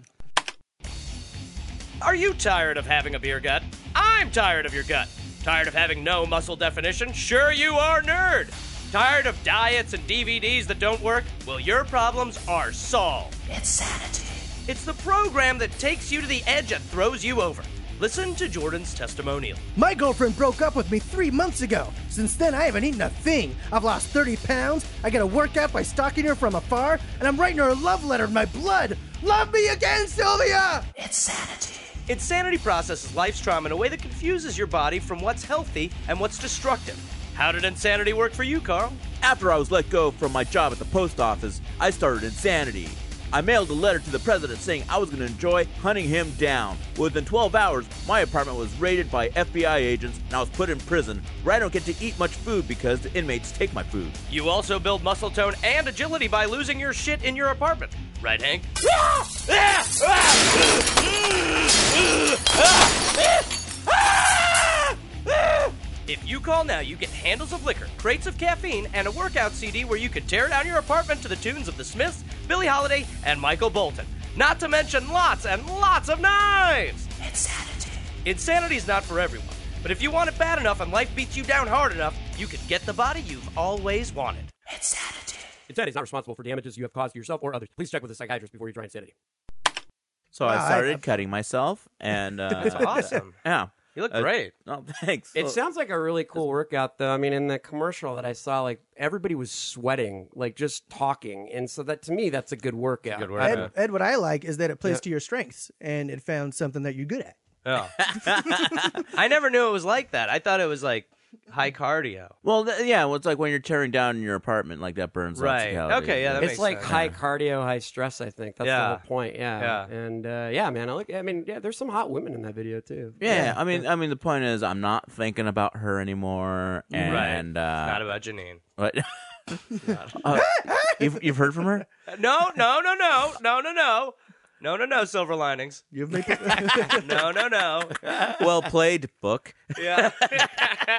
[SPEAKER 7] Are you tired of having a beer gut? I'm tired of your gut. Tired of having no muscle definition? Sure, you are, nerd. Tired of diets and DVDs that don't work? Well, your problems are solved. Insanity. It's the program that takes you to the edge and throws you over. Listen to Jordan's testimonial.
[SPEAKER 2] My girlfriend broke up with me three months ago. Since then, I haven't eaten a thing. I've lost 30 pounds. I get a workout by stalking her from afar, and I'm writing her a love letter in my blood. Love me again, Sylvia!
[SPEAKER 7] Insanity processes life's trauma in a way that confuses your body from what's healthy and what's destructive. How did insanity work for you, Carl?
[SPEAKER 1] After I was let go from my job at the post office, I started insanity. I mailed a letter to the president saying I was going to enjoy hunting him down. Within 12 hours, my apartment was raided by FBI agents and I was put in prison where I don't get to eat much food because the inmates take my food.
[SPEAKER 7] You also build muscle tone and agility by losing your shit in your apartment. Right, Hank? If you call now, you get handles of liquor, crates of caffeine, and a workout CD where you can tear down your apartment to the tunes of the Smiths, Billie Holiday, and Michael Bolton. Not to mention lots and lots of knives! Insanity is not for everyone, but if you want it bad enough and life beats you down hard enough, you can get the body you've always wanted.
[SPEAKER 4] Insanity is not responsible for damages you have caused to yourself or others. Please check with a psychiatrist before you try insanity.
[SPEAKER 1] So I
[SPEAKER 2] Wow, I-
[SPEAKER 1] started cutting myself and. Uh,
[SPEAKER 7] That's awesome.
[SPEAKER 1] Yeah.
[SPEAKER 7] You look
[SPEAKER 1] Uh,
[SPEAKER 7] great.
[SPEAKER 1] Oh, thanks.
[SPEAKER 4] It sounds like a really cool workout, though. I mean, in the commercial that I saw, like everybody was sweating, like just talking, and so that to me, that's a good workout.
[SPEAKER 7] Good
[SPEAKER 4] I-
[SPEAKER 7] workout.
[SPEAKER 2] Ed, Ed, what I like is that it plays to your strengths, and it found something that you're good at.
[SPEAKER 7] I never knew it was like that. I thought it was like high cardio.
[SPEAKER 1] Well, th- yeah, well, it's like when you're tearing down your apartment, like that burns lots of
[SPEAKER 7] Right.
[SPEAKER 1] calories.
[SPEAKER 7] Okay, yeah, that
[SPEAKER 1] It's-
[SPEAKER 4] it's like
[SPEAKER 7] sense.
[SPEAKER 4] high cardio, high stress. I think that's the
[SPEAKER 7] Yeah.
[SPEAKER 4] whole point. Yeah,
[SPEAKER 7] Yeah.
[SPEAKER 4] and uh, yeah, man. I look. I mean, yeah, there's some hot women in that video too.
[SPEAKER 1] yeah, I mean, I mean, the point is, I'm not thinking about her anymore, and
[SPEAKER 7] Not
[SPEAKER 1] uh,
[SPEAKER 7] about Janine.
[SPEAKER 1] what? Uh, you've, you've heard from her?
[SPEAKER 7] No, no, no, no, no, no, no, no, no, no. Silver linings.
[SPEAKER 2] You've made the-
[SPEAKER 7] No, no, no.
[SPEAKER 1] Well played, book.
[SPEAKER 7] Yeah.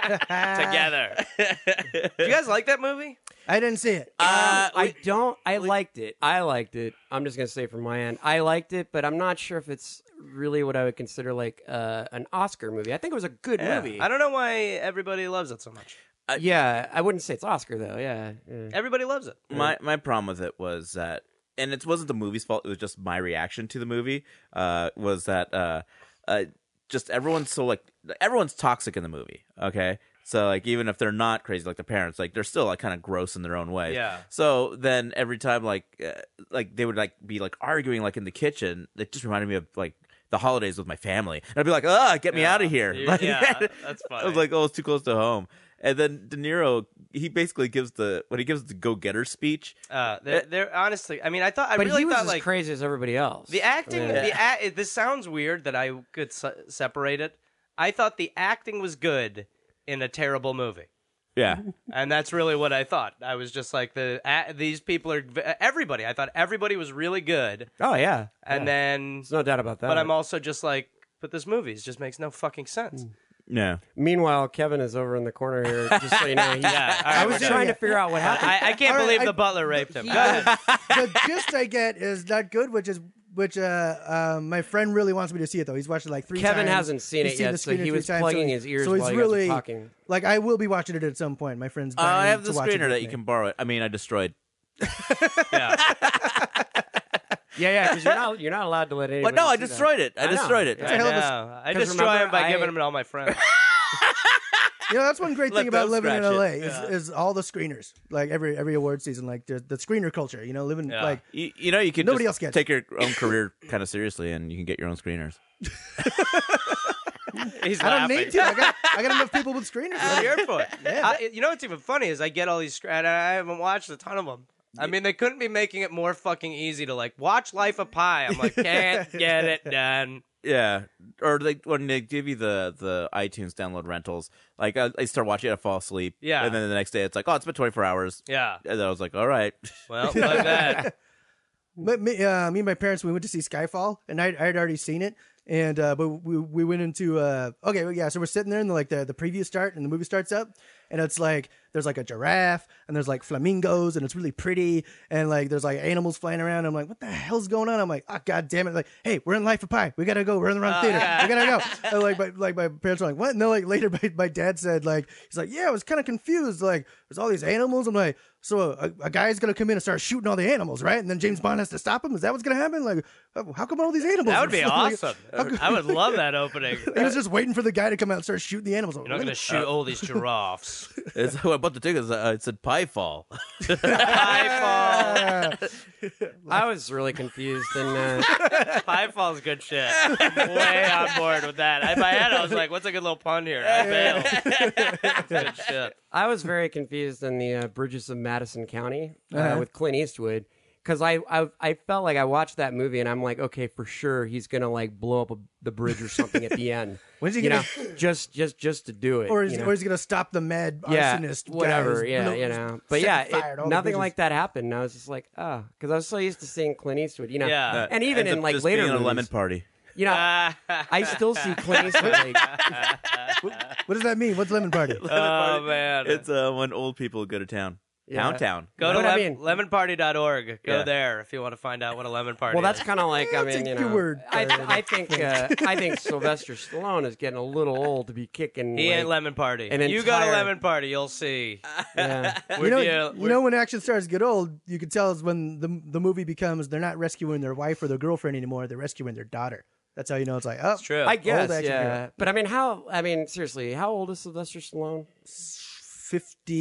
[SPEAKER 7] Together. Do you guys like that movie?
[SPEAKER 2] I didn't see it.
[SPEAKER 1] Uh,
[SPEAKER 4] Um, I don't. I liked it. I liked it. I'm just gonna say from my end, I liked it, but I'm not sure if it's really what I would consider like uh, an Oscar movie. I think it was a good movie.
[SPEAKER 7] I don't know why everybody loves it so much.
[SPEAKER 4] yeah, I wouldn't say it's Oscar though. Yeah, yeah.
[SPEAKER 7] Everybody loves it.
[SPEAKER 1] my my problem with it was that and it wasn't the movie's fault it was just my reaction to the movie uh was that uh uh just everyone's so like everyone's toxic in the movie okay so like even if they're not crazy like the parents like they're still like kind of gross in their own way
[SPEAKER 7] Yeah.
[SPEAKER 1] so then every time like uh, like they would like be like arguing like in the kitchen it just reminded me of like the holidays with my family and i'd be like ah get me out of here
[SPEAKER 7] You-
[SPEAKER 1] Like,
[SPEAKER 7] yeah, that's
[SPEAKER 1] I was
[SPEAKER 7] funny.
[SPEAKER 1] like, oh, it's too close to home. And then De Niro, he basically gives the when he gives the go getter speech.
[SPEAKER 7] Uh, they're, they're honestly. I mean, I thought I
[SPEAKER 4] but
[SPEAKER 7] really
[SPEAKER 4] he was
[SPEAKER 7] thought
[SPEAKER 4] as
[SPEAKER 7] like
[SPEAKER 4] crazy as everybody else.
[SPEAKER 7] the acting.
[SPEAKER 4] Yeah.
[SPEAKER 7] The a- it- this sounds weird that I could se- separate it. I thought the acting was good in a terrible movie.
[SPEAKER 1] Yeah,
[SPEAKER 7] and that's really what I thought. I was just like the a these people are v- everybody. I thought everybody was really good,
[SPEAKER 4] oh yeah,
[SPEAKER 7] and then
[SPEAKER 4] there's no doubt about that.
[SPEAKER 7] but I'm also just like, but this movie just makes no fucking
[SPEAKER 4] Hmm.
[SPEAKER 7] sense.
[SPEAKER 1] no.
[SPEAKER 4] Meanwhile, Kevin is over in the corner here. Just so you know, he's,
[SPEAKER 7] Yeah, all right,
[SPEAKER 4] I
[SPEAKER 7] we're
[SPEAKER 4] was
[SPEAKER 7] done.
[SPEAKER 4] trying to figure out what happened.
[SPEAKER 7] I, I can't
[SPEAKER 2] All right,
[SPEAKER 7] believe
[SPEAKER 2] I-
[SPEAKER 7] the butler raped him. Go ahead.
[SPEAKER 2] the gist I get is not good, which is which. Uh, uh, my friend really wants me to see it though. He's watched it like three.
[SPEAKER 4] Kevin
[SPEAKER 2] times.
[SPEAKER 4] hasn't seen
[SPEAKER 2] He's
[SPEAKER 4] it
[SPEAKER 2] seen
[SPEAKER 4] yet,
[SPEAKER 2] the
[SPEAKER 4] so
[SPEAKER 2] screener
[SPEAKER 4] he
[SPEAKER 2] three
[SPEAKER 4] was
[SPEAKER 2] times,
[SPEAKER 4] plugging
[SPEAKER 2] so he-
[SPEAKER 4] his ears
[SPEAKER 2] So he's
[SPEAKER 4] while you guys were
[SPEAKER 2] really
[SPEAKER 4] talking.
[SPEAKER 2] Like I will be watching it at some point. My friend's.
[SPEAKER 1] Uh, I
[SPEAKER 2] dying
[SPEAKER 1] have the
[SPEAKER 2] to watch it
[SPEAKER 1] screener
[SPEAKER 2] with
[SPEAKER 1] that you
[SPEAKER 2] me.
[SPEAKER 1] can borrow. It. I mean, I destroyed.
[SPEAKER 4] yeah, yeah, because you're not you're not allowed to let
[SPEAKER 1] But
[SPEAKER 4] anybody.
[SPEAKER 1] no, I
[SPEAKER 4] see that.
[SPEAKER 1] destroyed it. I,
[SPEAKER 4] I know.
[SPEAKER 1] destroyed it.
[SPEAKER 7] I,
[SPEAKER 2] hell of a-
[SPEAKER 7] know. I
[SPEAKER 4] 'cause
[SPEAKER 7] destroy
[SPEAKER 4] remember,
[SPEAKER 7] him by
[SPEAKER 4] I-
[SPEAKER 7] giving him to all my friends.
[SPEAKER 2] You know, that's one great
[SPEAKER 1] Let
[SPEAKER 2] thing about
[SPEAKER 1] them
[SPEAKER 2] living in
[SPEAKER 1] scratch it.
[SPEAKER 2] LA is, is all the screeners. Like every every award season, like the, the screener culture. You know, living
[SPEAKER 7] Yeah.
[SPEAKER 2] like
[SPEAKER 1] You, you know, you can
[SPEAKER 2] Nobody
[SPEAKER 1] just
[SPEAKER 2] else gets
[SPEAKER 1] take your own career kind of seriously, and you can get your own screeners.
[SPEAKER 7] He's
[SPEAKER 2] I don't
[SPEAKER 7] laughing.
[SPEAKER 2] need to. I got I got enough people with screeners.
[SPEAKER 7] I'm here for it. I, you know what's even funny is I get all these, scr- and I haven't watched a ton of them. I mean, they couldn't be making it more fucking easy to like watch Life of Pi. I'm like, can't get it done.
[SPEAKER 1] Yeah, or they when they give you the the iTunes download rentals, like I, I start watching it, I fall asleep.
[SPEAKER 7] Yeah.
[SPEAKER 1] and then the next day it's like, oh, it's been 24 hours.
[SPEAKER 7] Yeah.
[SPEAKER 1] And then I was like, all right,
[SPEAKER 7] Well, like that.
[SPEAKER 2] Me, me, uh, me and my parents, we went to see Skyfall, and I I had already seen it, and uh, but we we went into uh, okay, well, yeah, so we're sitting there, and like the the preview start, and the movie starts up, and it's like there's like a giraffe, and there's like flamingos, and it's really pretty, and like there's like animals flying around. I'm like, what the hell's going on? I'm like, ah, god damn it! Like, hey, we're in Life of Pi, we gotta go, we're in the wrong
[SPEAKER 7] Oh,
[SPEAKER 2] theater, we gotta go. And like my like my parents were like, what? And then like later, my, my dad said like he's like, yeah, I was kind of confused, like there's all these animals. I'm like, so uh, a, a guy's gonna come in and start shooting all the animals, right? And then James Bond has to stop him. Is that what's gonna happen? Like, uh, how come all these animals?
[SPEAKER 7] That
[SPEAKER 2] are
[SPEAKER 7] would be
[SPEAKER 2] flying?
[SPEAKER 7] awesome.
[SPEAKER 2] How come-
[SPEAKER 7] I would love that opening.
[SPEAKER 2] he
[SPEAKER 7] You're
[SPEAKER 2] was just waiting for the guy to come out and start shooting the animals. I'm
[SPEAKER 7] not
[SPEAKER 2] like,
[SPEAKER 7] gonna shoot all these giraffes.
[SPEAKER 1] it's, I bought the tickets. Uh, it said pie fall.
[SPEAKER 7] Pie
[SPEAKER 4] I was really confused, and uh,
[SPEAKER 7] fall. Pie fall's good shit. I'm way on board with that. I, in my head, I was like, "What's a good little pun here?" I failed. It's good shit.
[SPEAKER 4] I was very confused in the uh, Bridges of Madison County uh,
[SPEAKER 2] Uh-huh.
[SPEAKER 4] with Clint Eastwood because I, I I felt like I watched that movie and I'm like, okay, for sure he's gonna like blow up a, the bridge or something at the end.
[SPEAKER 2] When's he
[SPEAKER 4] you
[SPEAKER 2] gonna-
[SPEAKER 4] know, just just just to do it?
[SPEAKER 2] Or is,
[SPEAKER 4] you know?
[SPEAKER 2] or is he gonna stop the mad
[SPEAKER 4] yeah,
[SPEAKER 2] arsonist? guy
[SPEAKER 4] whatever.
[SPEAKER 2] who's
[SPEAKER 4] Yeah,
[SPEAKER 2] blow-
[SPEAKER 4] you know. But
[SPEAKER 2] setting
[SPEAKER 4] yeah, it-
[SPEAKER 2] fire to all the
[SPEAKER 4] nothing
[SPEAKER 2] bridges?
[SPEAKER 4] like that happened. And I was just like, oh, because I was so used to seeing Clint Eastwood, you know.
[SPEAKER 7] Yeah. That
[SPEAKER 4] And even
[SPEAKER 1] Ends
[SPEAKER 4] in
[SPEAKER 1] up
[SPEAKER 4] like
[SPEAKER 1] just
[SPEAKER 4] later
[SPEAKER 1] being a
[SPEAKER 4] movies,
[SPEAKER 1] lemon party.
[SPEAKER 4] you know, I still see Clint Eastwood. Like,
[SPEAKER 2] What does that mean? What's lemon party?
[SPEAKER 7] Oh man,
[SPEAKER 1] It's uh, when old people go to town.
[SPEAKER 4] Yeah.
[SPEAKER 1] Town, town.
[SPEAKER 7] go to
[SPEAKER 4] What I
[SPEAKER 7] lem-
[SPEAKER 4] mean.
[SPEAKER 7] lemonparty.org. Go
[SPEAKER 1] Yeah.
[SPEAKER 7] there if you want to find out what a lemon party.
[SPEAKER 4] Well, that's
[SPEAKER 7] is.
[SPEAKER 4] kind of like I mean,
[SPEAKER 2] take
[SPEAKER 4] you
[SPEAKER 2] your
[SPEAKER 4] know,
[SPEAKER 2] word
[SPEAKER 4] I,
[SPEAKER 2] for it.
[SPEAKER 4] I think uh, I think Sylvester Stallone is getting a little old to be kicking.
[SPEAKER 7] he
[SPEAKER 4] like,
[SPEAKER 7] ain't lemon party.
[SPEAKER 4] an
[SPEAKER 7] you go to
[SPEAKER 4] entire-
[SPEAKER 7] lemon party, you'll see.
[SPEAKER 4] yeah.
[SPEAKER 7] We're
[SPEAKER 2] You know,
[SPEAKER 7] deal-
[SPEAKER 2] you
[SPEAKER 7] we're-
[SPEAKER 2] know when action stars get old, you can tell is when the the movie becomes they're not rescuing their wife or their girlfriend anymore; they're rescuing their daughter. That's how you know it's like, oh,
[SPEAKER 7] true.
[SPEAKER 4] I guess,
[SPEAKER 2] action
[SPEAKER 4] yeah.
[SPEAKER 2] hero.
[SPEAKER 4] But I mean, how? I mean, seriously, how old is Sylvester Stallone?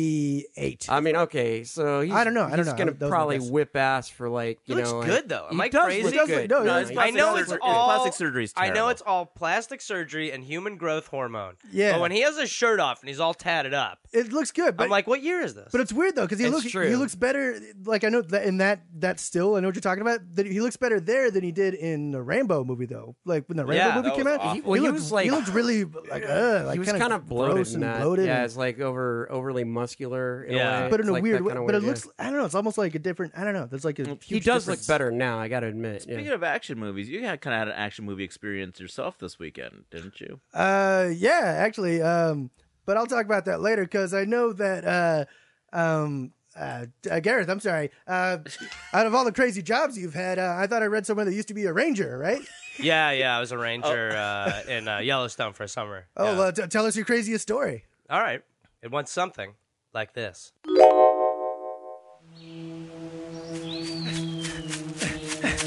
[SPEAKER 2] 58.
[SPEAKER 4] I mean, okay, so he's,
[SPEAKER 2] I don't know, I don't
[SPEAKER 4] he's
[SPEAKER 2] know.
[SPEAKER 4] gonna
[SPEAKER 2] That was my
[SPEAKER 4] probably
[SPEAKER 2] guess.
[SPEAKER 4] whip ass for like you
[SPEAKER 7] looks
[SPEAKER 4] know. like-
[SPEAKER 7] good, though. Am
[SPEAKER 4] he
[SPEAKER 7] I
[SPEAKER 4] does
[SPEAKER 7] crazy?
[SPEAKER 4] look
[SPEAKER 2] It does look-
[SPEAKER 4] good.
[SPEAKER 2] no,
[SPEAKER 1] No,
[SPEAKER 2] it's
[SPEAKER 1] it's
[SPEAKER 7] I
[SPEAKER 1] plastic
[SPEAKER 7] know
[SPEAKER 1] surgery-
[SPEAKER 7] it's all
[SPEAKER 1] plastic surgery is
[SPEAKER 7] I know
[SPEAKER 1] terrible.
[SPEAKER 7] it's all plastic surgery and human growth hormone.
[SPEAKER 2] Yeah.
[SPEAKER 7] But when he has his shirt off and he's all tatted up,
[SPEAKER 2] it looks good, but
[SPEAKER 7] I'm like, what year is this?
[SPEAKER 2] But it's weird though because he
[SPEAKER 4] It's
[SPEAKER 2] looks
[SPEAKER 4] true.
[SPEAKER 2] he looks better. Like I know that in that that still I know what you're talking about. That he looks better there than he did in the Rambo movie though. Like when the Rambo
[SPEAKER 7] Yeah,
[SPEAKER 2] movie
[SPEAKER 1] that
[SPEAKER 2] came
[SPEAKER 1] was
[SPEAKER 2] out,
[SPEAKER 1] awful.
[SPEAKER 2] he,
[SPEAKER 4] Well, he
[SPEAKER 2] looked,
[SPEAKER 4] was, like-
[SPEAKER 2] he looked really like uh, like
[SPEAKER 4] he was kind of bloated,
[SPEAKER 2] gross and
[SPEAKER 4] in that.
[SPEAKER 2] bloated.
[SPEAKER 4] yeah,
[SPEAKER 2] and-
[SPEAKER 4] it's like over overly muscular. In
[SPEAKER 7] Yeah.
[SPEAKER 4] a way.
[SPEAKER 2] but in
[SPEAKER 4] It's
[SPEAKER 2] a
[SPEAKER 4] like
[SPEAKER 2] weird
[SPEAKER 4] that
[SPEAKER 2] way.
[SPEAKER 4] kinda
[SPEAKER 2] But it
[SPEAKER 4] yeah.
[SPEAKER 2] looks I don't know. It's almost like a different. I don't know. There's like a
[SPEAKER 4] He
[SPEAKER 2] huge
[SPEAKER 4] does
[SPEAKER 2] difference.
[SPEAKER 4] look better now. I got to admit. yeah.
[SPEAKER 1] Speaking of action movies, you had kind of had an action movie experience yourself this weekend, didn't you?
[SPEAKER 2] Uh, yeah, actually. Um, but I'll talk about that later because I know that uh, um, uh, uh, Gareth, I'm sorry. Uh, out of all the crazy jobs you've had, uh, I thought I read somewhere that used to be a ranger, right?
[SPEAKER 7] yeah, yeah. I was a ranger uh, in uh, Yellowstone for a summer.
[SPEAKER 2] Oh,
[SPEAKER 7] Yeah.
[SPEAKER 2] well, t- tell us your craziest story.
[SPEAKER 7] all right. It wants something like this.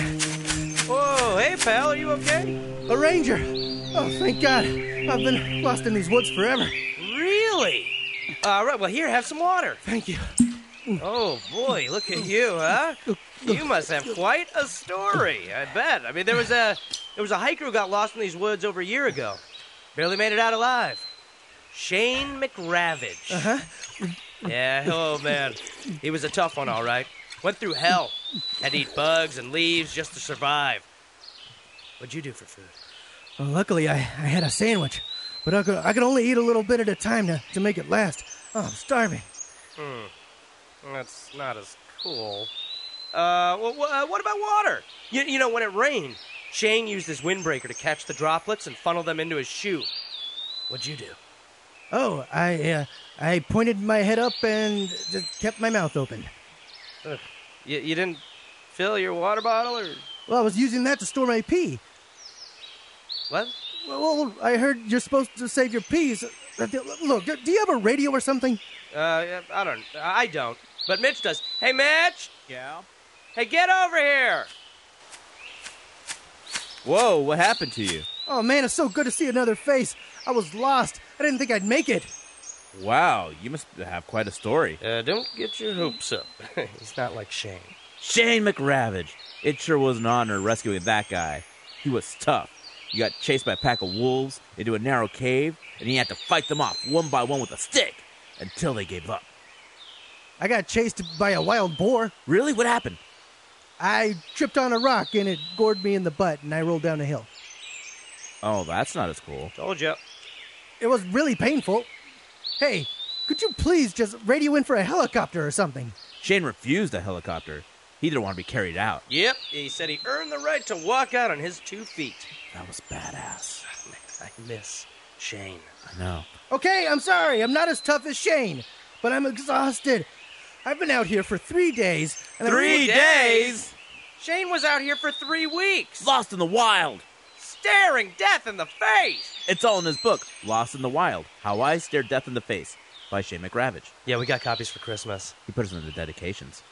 [SPEAKER 7] Whoa, hey pal, are you okay?
[SPEAKER 2] A ranger. Oh, thank God. I've been lost in these woods forever.
[SPEAKER 7] Really? All right, well here, have some water.
[SPEAKER 2] Thank you.
[SPEAKER 7] Oh boy, look at you, huh? You must have quite a story. I bet. I mean, there was a there was a hiker who got lost in these woods over a year ago. Barely made it out alive. Shane McRavage. Uh-huh. Yeah, oh man. He was a tough one, all right. Went through hell. Had to eat bugs and leaves just to survive. What'd you do for food?
[SPEAKER 2] Well, luckily, I, I had a sandwich, but I could, I could only eat a little bit at a time to, to make it last. Oh, I'm starving.
[SPEAKER 7] That's not as cool. Uh, well, uh, what about water? You, you know, when it rained, Shane used his windbreaker to catch the droplets and funnel them into his shoe. What'd you do?
[SPEAKER 2] Oh, I uh, I pointed my head up and just kept my mouth open.
[SPEAKER 7] You, you didn't fill your water bottle or
[SPEAKER 2] Well, I was using that to store my pee.
[SPEAKER 7] what?
[SPEAKER 2] Well, I heard you're supposed to save your peas. Uh, Look, do you have a radio or something?
[SPEAKER 7] Uh, I don't. I don't. But Mitch does. Hey, Mitch. Yeah. Hey, get over here.
[SPEAKER 1] Whoa, what happened to you?
[SPEAKER 2] Oh man, it's so good to see another face. I was lost. I didn't think I'd make it.
[SPEAKER 1] Wow, you must have quite a story.
[SPEAKER 7] Uh, don't get your hopes up. He's not like Shane.
[SPEAKER 1] Shane McRavage. It sure was an honor rescuing that guy. He was tough. He got chased by a pack of wolves into a narrow cave, and he had to fight them off one by one with a stick until they gave up.
[SPEAKER 2] I got chased by a wild boar.
[SPEAKER 1] Really? What happened?
[SPEAKER 2] I tripped on a rock and it gored me in the butt, and I rolled down a hill.
[SPEAKER 1] Oh, that's not as cool.
[SPEAKER 7] Told you.
[SPEAKER 2] It was really painful. Hey, could you please just radio in for a helicopter or something?
[SPEAKER 1] Shane refused a helicopter. He didn't want to be carried out.
[SPEAKER 7] Yep. He said he earned the right to walk out on his two feet.
[SPEAKER 1] That was badass.
[SPEAKER 7] I miss Shane.
[SPEAKER 1] I know.
[SPEAKER 2] Okay, I'm sorry. I'm not as tough as Shane, but I'm exhausted. I've been out here for three days. And I'm-
[SPEAKER 1] Three days?
[SPEAKER 7] Shane was out here for three weeks,
[SPEAKER 1] Lost in the wild.
[SPEAKER 7] staring death in the face.
[SPEAKER 1] It's all in his book, Lost in the Wild How I Stared Death in the Face by Shane McRavage.
[SPEAKER 7] Yeah, we got copies for Christmas.
[SPEAKER 1] He put us in the dedications.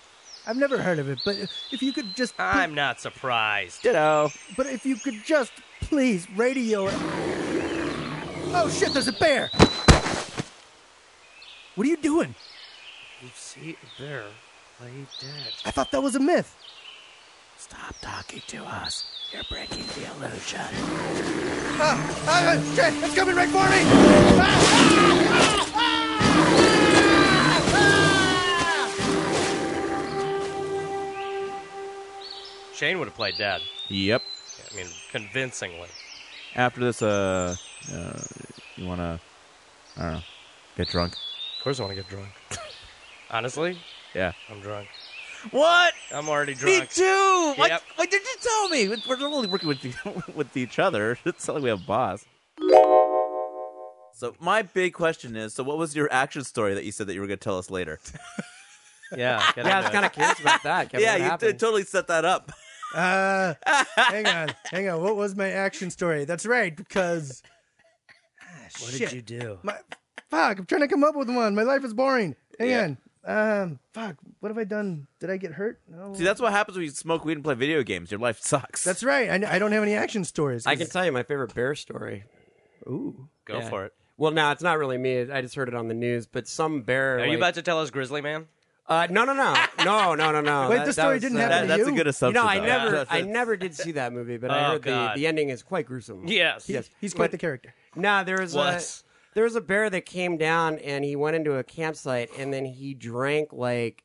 [SPEAKER 2] I've never heard of it, but if you could just,
[SPEAKER 7] I'm not surprised.
[SPEAKER 1] Ditto.
[SPEAKER 2] but if you could just please radio it. Oh shit! There's a bear. What are you doing?
[SPEAKER 7] You see a bear lay dead.
[SPEAKER 2] I thought that was a myth.
[SPEAKER 1] Stop talking to us. You're breaking the illusion.
[SPEAKER 2] Ah, ah, shit! It's coming right for me! Ah, ah, ah, ah, ah, ah.
[SPEAKER 7] Shane would have played dead.
[SPEAKER 1] Yep.
[SPEAKER 7] I mean, convincingly.
[SPEAKER 1] After this, uh, uh you wanna, I don't know, get drunk?
[SPEAKER 7] Of course, I want to get drunk. Honestly,
[SPEAKER 1] Yeah.
[SPEAKER 7] I'm drunk.
[SPEAKER 1] What?
[SPEAKER 7] I'm already drunk.
[SPEAKER 1] Me too. Why,
[SPEAKER 7] Yep.
[SPEAKER 1] why did you tell me? We're only working with the- with each other. It's not like we have a boss. So my big question is: So what was your action story that you said that you were going to tell us later?
[SPEAKER 7] Yeah,
[SPEAKER 4] yeah, I was kind of curious about that. Kevin,
[SPEAKER 1] yeah,
[SPEAKER 4] what
[SPEAKER 1] you
[SPEAKER 4] happened?
[SPEAKER 1] did totally set that up.
[SPEAKER 2] Uh, hang on, hang on. What was my action story? That's right, because.
[SPEAKER 7] What
[SPEAKER 2] Ah, Shit.
[SPEAKER 7] did you do?
[SPEAKER 2] My fuck, I'm trying to come up with one. My life is boring. Hang on. Um, fuck. What have I done? Did I get hurt? No.
[SPEAKER 1] See, that's what happens when you smoke weed and play video games. Your life sucks.
[SPEAKER 2] That's right. I, I don't have any action stories.
[SPEAKER 4] I can tell you my favorite bear story.
[SPEAKER 2] Ooh.
[SPEAKER 7] Go
[SPEAKER 4] Yeah.
[SPEAKER 7] for it.
[SPEAKER 4] Well, no, it's not really me. I just heard it on the news. But some bear.
[SPEAKER 7] Are you about to tell us Grizzly Man?
[SPEAKER 4] Uh, no, no, no, no, no, no, no.
[SPEAKER 2] Wait,
[SPEAKER 4] That-
[SPEAKER 2] this
[SPEAKER 4] that
[SPEAKER 2] story
[SPEAKER 4] was,
[SPEAKER 2] didn't
[SPEAKER 4] uh,
[SPEAKER 2] happen
[SPEAKER 1] That,
[SPEAKER 2] to
[SPEAKER 1] that's a good
[SPEAKER 4] You
[SPEAKER 1] assumption.
[SPEAKER 4] know, I
[SPEAKER 1] though.
[SPEAKER 4] never,
[SPEAKER 1] That's-
[SPEAKER 4] I
[SPEAKER 1] that's-
[SPEAKER 4] never did see that movie, but
[SPEAKER 7] Oh,
[SPEAKER 4] I heard the,
[SPEAKER 7] God.
[SPEAKER 4] the ending is quite gruesome.
[SPEAKER 7] Yes.
[SPEAKER 4] yes.
[SPEAKER 2] He's quite
[SPEAKER 4] But-
[SPEAKER 2] the character.
[SPEAKER 4] No, there was
[SPEAKER 7] Was.
[SPEAKER 4] a there was a bear that came down and he went into a campsite and then he drank like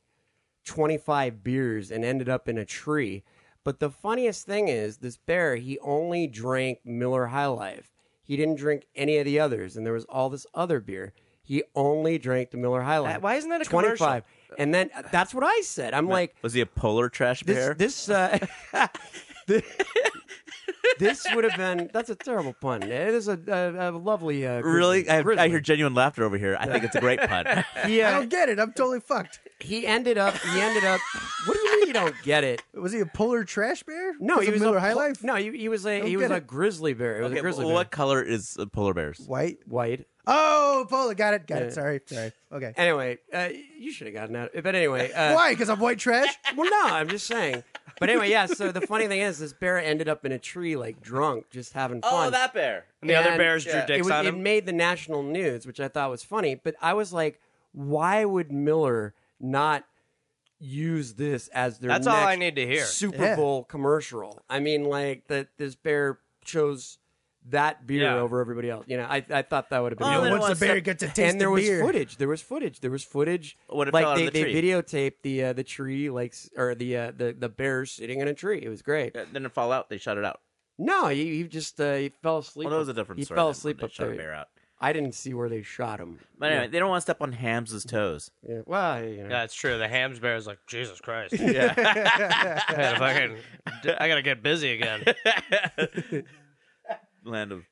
[SPEAKER 4] twenty five beers and ended up in a tree. But the funniest thing is this bear he only drank Miller High Life. He didn't drink any of the others, and there was all this other beer. He only drank the Miller High Life.
[SPEAKER 7] why isn't that a
[SPEAKER 4] twenty
[SPEAKER 7] commercial?
[SPEAKER 4] five? And then that's what I said. I'm like,
[SPEAKER 1] was he a polar trash bear?
[SPEAKER 4] this, this, uh, th- this would have been. That's a terrible pun. It is a, a, a lovely. Uh, grizzly-
[SPEAKER 1] really? I, I
[SPEAKER 4] grizzly.
[SPEAKER 1] hear genuine laughter over here. I think it's a great pun.
[SPEAKER 4] He,
[SPEAKER 2] I
[SPEAKER 4] uh,
[SPEAKER 2] don't get it. I'm totally fucked.
[SPEAKER 4] he ended up. He ended up. What do you mean you don't get it?
[SPEAKER 2] Was he a polar trash bear?
[SPEAKER 4] No, he
[SPEAKER 2] of
[SPEAKER 4] was
[SPEAKER 2] Miller
[SPEAKER 4] a,
[SPEAKER 2] High
[SPEAKER 4] pol-
[SPEAKER 2] Life.
[SPEAKER 4] No, he, he was a
[SPEAKER 2] Don't
[SPEAKER 4] he was
[SPEAKER 2] get
[SPEAKER 4] a
[SPEAKER 2] it.
[SPEAKER 4] grizzly bear. It was
[SPEAKER 1] Okay,
[SPEAKER 4] a grizzly
[SPEAKER 1] what
[SPEAKER 4] bear.
[SPEAKER 1] color is uh, polar bears?
[SPEAKER 2] White.
[SPEAKER 4] White.
[SPEAKER 2] Oh, polar. Got it. Got
[SPEAKER 4] Yeah.
[SPEAKER 2] it. Sorry. Sorry. Okay.
[SPEAKER 4] Anyway, uh, you should have gotten that. But anyway, uh,
[SPEAKER 2] Why? Because I'm white trash.
[SPEAKER 4] Well, no, I'm just saying. But anyway, yeah. So the funny thing is, this bear ended up in a tree, like drunk, just having fun.
[SPEAKER 1] bear.
[SPEAKER 7] And the other
[SPEAKER 4] And uh,
[SPEAKER 7] bears
[SPEAKER 1] yeah,
[SPEAKER 7] drew
[SPEAKER 1] it
[SPEAKER 7] dicks
[SPEAKER 4] it, was,
[SPEAKER 7] on
[SPEAKER 4] it
[SPEAKER 7] him.
[SPEAKER 4] made the national news, which I thought was funny. But I was like, why would Miller not use this as their
[SPEAKER 7] That's all I
[SPEAKER 4] next
[SPEAKER 7] need to hear.
[SPEAKER 4] Super
[SPEAKER 2] Yeah.
[SPEAKER 4] Bowl commercial? I mean, like that this bear chose that beer
[SPEAKER 7] Yeah.
[SPEAKER 4] over everybody else. You know, I I thought that would have been.
[SPEAKER 1] Oh,
[SPEAKER 4] really
[SPEAKER 1] then
[SPEAKER 4] cool.
[SPEAKER 1] it
[SPEAKER 2] Once the
[SPEAKER 1] was
[SPEAKER 2] bear
[SPEAKER 1] so-
[SPEAKER 2] gets a taste
[SPEAKER 4] and there
[SPEAKER 2] of
[SPEAKER 4] was
[SPEAKER 2] beer.
[SPEAKER 4] footage. There was footage. There was footage.
[SPEAKER 1] When it
[SPEAKER 4] like
[SPEAKER 1] fell out
[SPEAKER 4] they
[SPEAKER 1] of the
[SPEAKER 4] they
[SPEAKER 1] tree.
[SPEAKER 4] videotaped the uh, the tree, like s- or the uh, the the bear sitting in a tree. It was great.
[SPEAKER 1] Then it fall out. They shut it out.
[SPEAKER 4] No, he, he just uh, he fell asleep.
[SPEAKER 1] Well, that was
[SPEAKER 4] up-
[SPEAKER 1] a different
[SPEAKER 4] He
[SPEAKER 1] story.
[SPEAKER 4] fell
[SPEAKER 1] than
[SPEAKER 4] asleep
[SPEAKER 1] when
[SPEAKER 4] up
[SPEAKER 1] they shut a
[SPEAKER 4] there.
[SPEAKER 1] bear out.
[SPEAKER 4] I didn't see where they shot him.
[SPEAKER 1] But anyway, they don't want to step on Ham's toes.
[SPEAKER 4] Yeah, well, you know.
[SPEAKER 7] That's true. The hams bear is like Jesus Christ. Yeah. I gotta fucking- I gotta get busy again.
[SPEAKER 1] Land of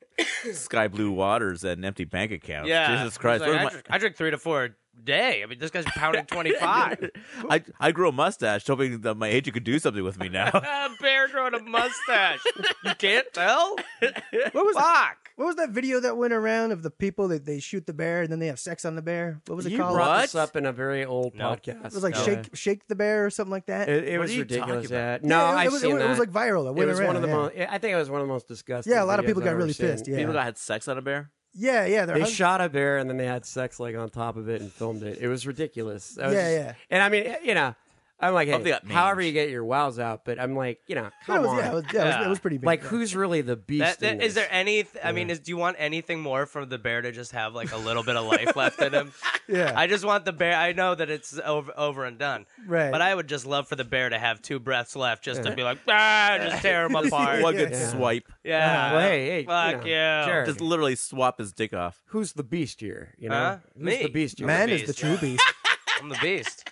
[SPEAKER 1] sky blue waters and empty bank accounts.
[SPEAKER 7] Yeah.
[SPEAKER 1] Jesus Christ.
[SPEAKER 7] He's like,
[SPEAKER 1] where's
[SPEAKER 7] I,
[SPEAKER 1] my-
[SPEAKER 7] drink, I drink three to four a day. I mean, this guy's pounding twenty five.
[SPEAKER 1] I I grew a mustache, hoping that my agent could do something with me now.
[SPEAKER 7] a bear growing a mustache. You can't tell.
[SPEAKER 2] What was
[SPEAKER 7] Fuck.
[SPEAKER 2] what was that video that went around of the people that they shoot the bear and then they have sex on the bear? What was it
[SPEAKER 4] you
[SPEAKER 2] called?
[SPEAKER 4] brought
[SPEAKER 1] What?
[SPEAKER 4] this up in a very old
[SPEAKER 7] No.
[SPEAKER 4] podcast.
[SPEAKER 2] It was like
[SPEAKER 4] Yeah.
[SPEAKER 2] shake shake the bear or something like that.
[SPEAKER 4] It, it
[SPEAKER 1] What are
[SPEAKER 4] was
[SPEAKER 1] you
[SPEAKER 4] ridiculous.
[SPEAKER 1] talking
[SPEAKER 4] Yeah.
[SPEAKER 1] about?
[SPEAKER 4] No,
[SPEAKER 2] yeah, it,
[SPEAKER 4] I've
[SPEAKER 2] was,
[SPEAKER 4] seen
[SPEAKER 2] it, was- it was
[SPEAKER 4] that.
[SPEAKER 2] like viral. It,
[SPEAKER 4] it
[SPEAKER 2] went
[SPEAKER 4] was
[SPEAKER 2] around,
[SPEAKER 4] one of the
[SPEAKER 2] yeah.
[SPEAKER 4] most. I think it was one of the most disgusting.
[SPEAKER 2] Yeah, a lot of
[SPEAKER 4] videos
[SPEAKER 2] people
[SPEAKER 4] I've
[SPEAKER 2] got
[SPEAKER 4] ever
[SPEAKER 2] really
[SPEAKER 4] seen.
[SPEAKER 2] pissed. Yeah,
[SPEAKER 1] People got had sex on a bear.
[SPEAKER 2] yeah, yeah. Their
[SPEAKER 4] They
[SPEAKER 2] husband-
[SPEAKER 4] shot a bear and then they had sex like on top of it and filmed it. It was ridiculous. That was
[SPEAKER 2] Yeah,
[SPEAKER 4] just-
[SPEAKER 2] yeah.
[SPEAKER 4] And I mean, eh, you know, I'm like,
[SPEAKER 1] Hope they
[SPEAKER 4] hey,
[SPEAKER 1] got mange.
[SPEAKER 4] however you get your wows out, but I'm like, you know,
[SPEAKER 2] It
[SPEAKER 4] come
[SPEAKER 2] was,
[SPEAKER 4] on.
[SPEAKER 2] yeah, it was, yeah, it was-
[SPEAKER 7] Yeah.
[SPEAKER 2] It was pretty big.
[SPEAKER 4] like,
[SPEAKER 2] yeah.
[SPEAKER 4] who's really the beast?
[SPEAKER 7] That,
[SPEAKER 4] in
[SPEAKER 7] that, is
[SPEAKER 4] this?
[SPEAKER 7] there any? I mean, is, do you want anything more from the bear to just have like a little bit of life left in him?
[SPEAKER 2] Yeah.
[SPEAKER 7] I just want the bear. I know that it's over, over and done.
[SPEAKER 2] Right.
[SPEAKER 7] But I would just love for the bear to have two breaths left, just to be like, ah, just tear him apart.
[SPEAKER 1] One good
[SPEAKER 4] yeah.
[SPEAKER 1] swipe.
[SPEAKER 7] Yeah.
[SPEAKER 4] Well, hey, hey,
[SPEAKER 7] uh, Fuck
[SPEAKER 4] you know,
[SPEAKER 7] yeah.
[SPEAKER 4] sure.
[SPEAKER 1] Just literally swap his dick off.
[SPEAKER 4] Who's the beast here? You know,
[SPEAKER 7] Huh?
[SPEAKER 4] who's
[SPEAKER 7] Me.
[SPEAKER 4] the beast here?
[SPEAKER 2] man
[SPEAKER 7] the
[SPEAKER 2] is the
[SPEAKER 7] beast,
[SPEAKER 2] true
[SPEAKER 7] yeah.
[SPEAKER 2] beast.
[SPEAKER 7] I'm the beast.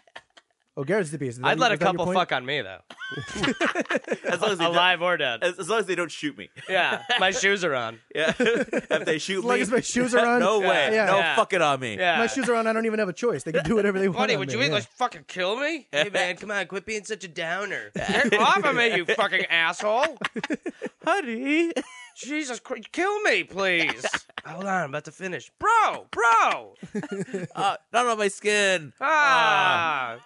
[SPEAKER 2] Oh, Garrett's the beast. Is that-
[SPEAKER 7] I'd let a
[SPEAKER 2] was that your
[SPEAKER 7] couple
[SPEAKER 2] point?
[SPEAKER 7] fuck on me though,
[SPEAKER 1] As long as they don't,
[SPEAKER 7] alive or dead.
[SPEAKER 1] as, as long as they don't shoot me.
[SPEAKER 7] Yeah, my shoes are on.
[SPEAKER 1] Yeah. if they shoot
[SPEAKER 2] As long
[SPEAKER 1] me,
[SPEAKER 2] as my shoes are on.
[SPEAKER 1] no way.
[SPEAKER 2] Yeah.
[SPEAKER 1] No
[SPEAKER 7] Yeah.
[SPEAKER 1] fucking on me.
[SPEAKER 7] Yeah.
[SPEAKER 2] My shoes are on. I don't even have a choice. They can do whatever they want.
[SPEAKER 7] Buddy,
[SPEAKER 2] on
[SPEAKER 7] would
[SPEAKER 2] me,
[SPEAKER 7] you
[SPEAKER 2] yeah.
[SPEAKER 7] English fucking kill me? Hey man, come on, quit being such a downer. Get off of me, you fucking asshole.
[SPEAKER 1] Honey.
[SPEAKER 7] Jesus Christ, kill me, please. Hold on, I'm about to finish. Bro, bro.
[SPEAKER 1] Uh, not on my skin.
[SPEAKER 7] Ah.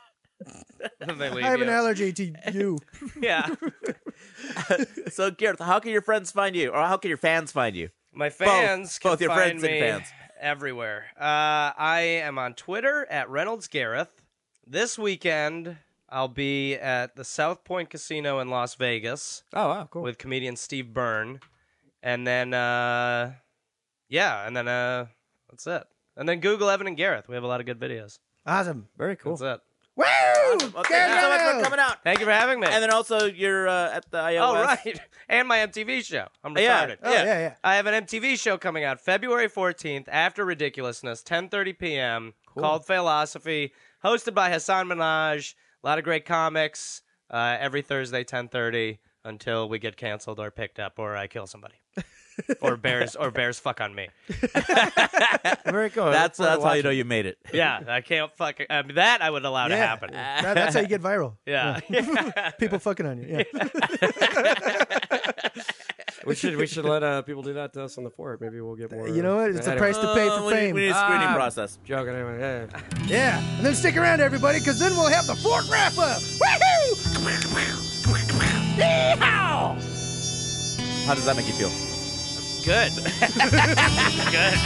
[SPEAKER 7] Then they leave
[SPEAKER 2] I have an
[SPEAKER 7] you.
[SPEAKER 2] allergy to you.
[SPEAKER 7] Yeah.
[SPEAKER 1] So, Gareth, how can your friends find you? Or how can your fans find you?
[SPEAKER 7] My fans can
[SPEAKER 1] Both your
[SPEAKER 7] find
[SPEAKER 1] friends and
[SPEAKER 7] me
[SPEAKER 1] fans.
[SPEAKER 7] everywhere. Uh, I am on Twitter at Reynolds Gareth. This weekend, I'll be at the South Point Casino in Las Vegas.
[SPEAKER 4] Oh wow, cool.
[SPEAKER 7] with comedian Steve Byrne, and then uh, yeah, and then uh, that's it. And then Google Evan and Gareth. We have a lot of good videos.
[SPEAKER 2] Awesome.
[SPEAKER 4] Very cool.
[SPEAKER 7] That's it.
[SPEAKER 2] Woo!
[SPEAKER 1] Okay, thanks so much for coming out.
[SPEAKER 7] Thank you for having me.
[SPEAKER 1] And then also, you're uh, at the iOS.
[SPEAKER 7] oh right, and my MTV show. I'm
[SPEAKER 1] Yeah.
[SPEAKER 7] retarded.
[SPEAKER 2] Oh, yeah, yeah.
[SPEAKER 7] I have an MTV show coming out February 14th after Ridiculousness, 10:30 p.m. called Philosophy, hosted by Hassan Minaj. A lot of great comics uh, every Thursday 10:30 until we get canceled or picked up or I kill somebody. or bears or bears fuck on me.
[SPEAKER 4] Very cool.
[SPEAKER 1] That's, that's
[SPEAKER 4] Look forward to
[SPEAKER 1] how you
[SPEAKER 4] watching.
[SPEAKER 1] know you made it.
[SPEAKER 7] Yeah, I can't fuck I mean, that I would allow to
[SPEAKER 2] Yeah.
[SPEAKER 7] happen.
[SPEAKER 2] That- that's how you get viral.
[SPEAKER 7] Yeah.
[SPEAKER 2] People fucking on you. Yeah.
[SPEAKER 4] We should we should let uh, people do that to us on the fort. Maybe we'll get more.
[SPEAKER 2] You know what? It's a
[SPEAKER 4] Anyway.
[SPEAKER 2] price to pay
[SPEAKER 1] Uh,
[SPEAKER 2] for
[SPEAKER 1] we, need-
[SPEAKER 2] fame.
[SPEAKER 1] we need a screening
[SPEAKER 4] Ah.
[SPEAKER 1] process.
[SPEAKER 4] Joking anyway. Yeah.
[SPEAKER 2] Yeah, and then stick around, everybody, because then we'll have the fork wrap up. Woohoo!
[SPEAKER 1] How does that make you feel?
[SPEAKER 7] Good. Good.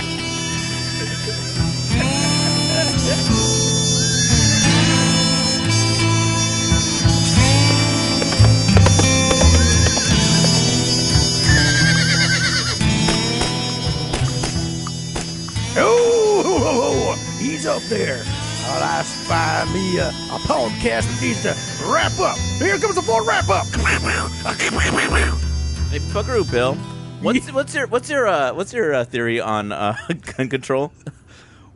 [SPEAKER 5] Oh, ho, ho, ho. he's up there. Well, I spy me a, uh, a podcast that needs to wrap up. Here comes the full wrap up. Uh,
[SPEAKER 1] Hey, Buckaroo Bill. What's what's your what's your uh, what's your uh, theory on uh, gun control?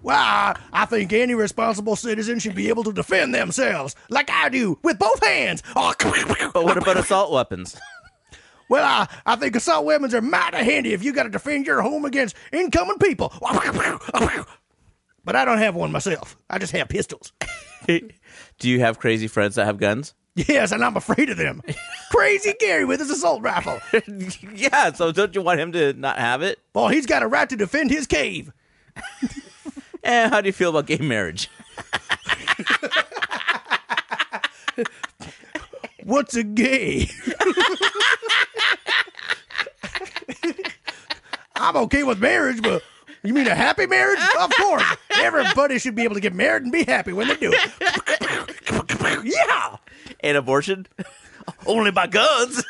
[SPEAKER 5] Well, I- I think any responsible citizen should be able to defend themselves, like I do, with both hands. Oh,
[SPEAKER 1] But what about assault weapons?
[SPEAKER 5] Well, I, I think assault weapons are mighty handy if you got to defend your home against incoming people. Oh, But I don't have one myself. I just have pistols.
[SPEAKER 1] Do you have crazy friends that have guns?
[SPEAKER 5] Yes, and I'm afraid of them. Crazy Gary with his assault rifle.
[SPEAKER 1] yeah. So don't you want him to not have it?
[SPEAKER 5] Well, he's got a right to defend his cave.
[SPEAKER 1] And Eh, how do you feel about gay marriage?
[SPEAKER 5] What's a gay? I'm okay with marriage, but you mean a happy marriage? Of course. Everybody should be able to get married and be happy when they do it. yeah.
[SPEAKER 1] And abortion? only by guns.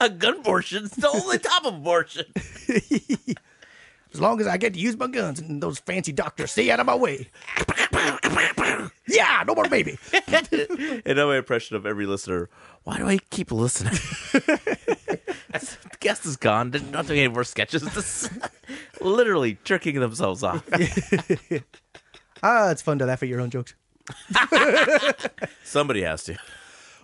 [SPEAKER 1] a gun abortion is the only type of abortion.
[SPEAKER 5] As long as I get to use my guns and those fancy doctors stay out of my way. yeah, no more baby.
[SPEAKER 1] and now my impression of every listener. Why do I keep listening? the guest is gone. They're not doing any more sketches. This is literally jerking themselves off.
[SPEAKER 2] Ah, it's fun to laugh at your own jokes.
[SPEAKER 1] Somebody has to.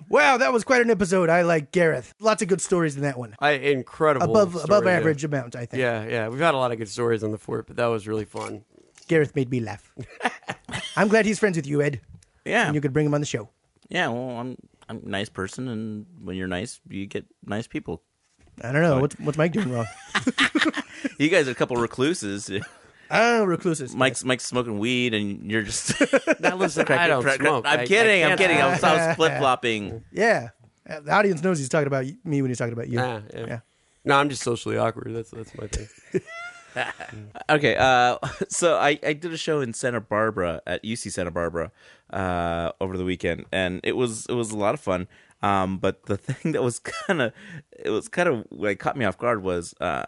[SPEAKER 2] Wow, that was quite an episode. I like Gareth. Lots of good stories in that one.
[SPEAKER 4] I incredible
[SPEAKER 2] Above
[SPEAKER 4] story
[SPEAKER 2] above
[SPEAKER 4] there.
[SPEAKER 2] average amount, I think.
[SPEAKER 4] Yeah, yeah. We've had a lot of good stories on the fort, but that was really fun.
[SPEAKER 2] Gareth made me laugh. I'm glad he's friends with you, Ed,
[SPEAKER 1] Yeah.
[SPEAKER 2] and you could bring him on the show.
[SPEAKER 1] Yeah. Well, I'm I'm a nice person, and when you're nice, you get nice people.
[SPEAKER 2] I don't know what's what's Mike doing wrong.
[SPEAKER 1] You guys are a couple recluses.
[SPEAKER 2] Oh, recluses.
[SPEAKER 1] Mike's Mike's smoking weed, and you're just.
[SPEAKER 4] Now listen, I don't
[SPEAKER 1] Crack-
[SPEAKER 4] smoke. I-
[SPEAKER 1] I'm
[SPEAKER 4] I
[SPEAKER 1] kidding. I'm
[SPEAKER 4] can't-
[SPEAKER 1] kidding. I was, I was flip flopping.
[SPEAKER 2] Yeah, Uh, the audience knows he's talking about y- me when he's talking about you.
[SPEAKER 1] Uh,
[SPEAKER 4] Ah, yeah. No, I'm just socially awkward. That's that's my thing.
[SPEAKER 1] Okay, uh, so I, I did a show in Santa Barbara at UC Santa Barbara uh, over the weekend, and it was it was a lot of fun. Um, but the thing that was kind of it was kind of like caught me off guard was uh,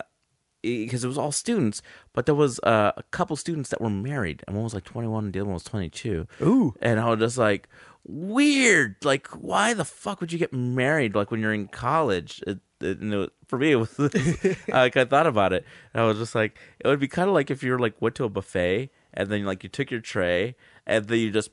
[SPEAKER 1] because it was all students, but there was uh, a couple students that were married, and one was like twenty one, and the other one was twenty two. Ooh, and I was just like weird. Like, why the fuck would you get married like when you're in college? It, it, and it was- for me, it was like I thought about it, and I was just like, it would be kind of like if you were like went to a buffet and then like you took your tray and then you just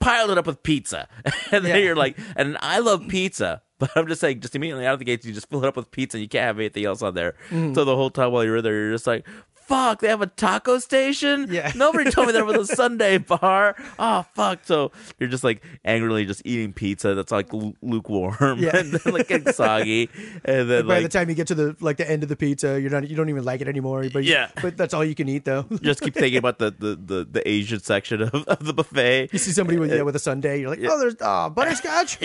[SPEAKER 1] piled it up with pizza, and then you're like, and I love pizza. But I'm just saying, just immediately out of the gates, you just fill it up with pizza. and You can't have anything else on there.
[SPEAKER 2] Mm.
[SPEAKER 1] So the whole time while you're there, you're just like, "Fuck, they have a taco station."
[SPEAKER 2] Yeah.
[SPEAKER 1] Nobody told me there was a Sunday bar. Oh fuck! So you're just like angrily just eating pizza that's like lu- lukewarm
[SPEAKER 2] Yeah.
[SPEAKER 1] and then like getting soggy, and then
[SPEAKER 2] By
[SPEAKER 1] like
[SPEAKER 2] the time you get to the like the end of the pizza, you're not you don't even like it anymore. But you-
[SPEAKER 1] Yeah.
[SPEAKER 2] but that's all you can eat though.
[SPEAKER 1] you just keep thinking about the the, the, the Asian section of, of the buffet.
[SPEAKER 2] You see somebody with yeah, with a sundae, you're like, oh, there's oh, butterscotch.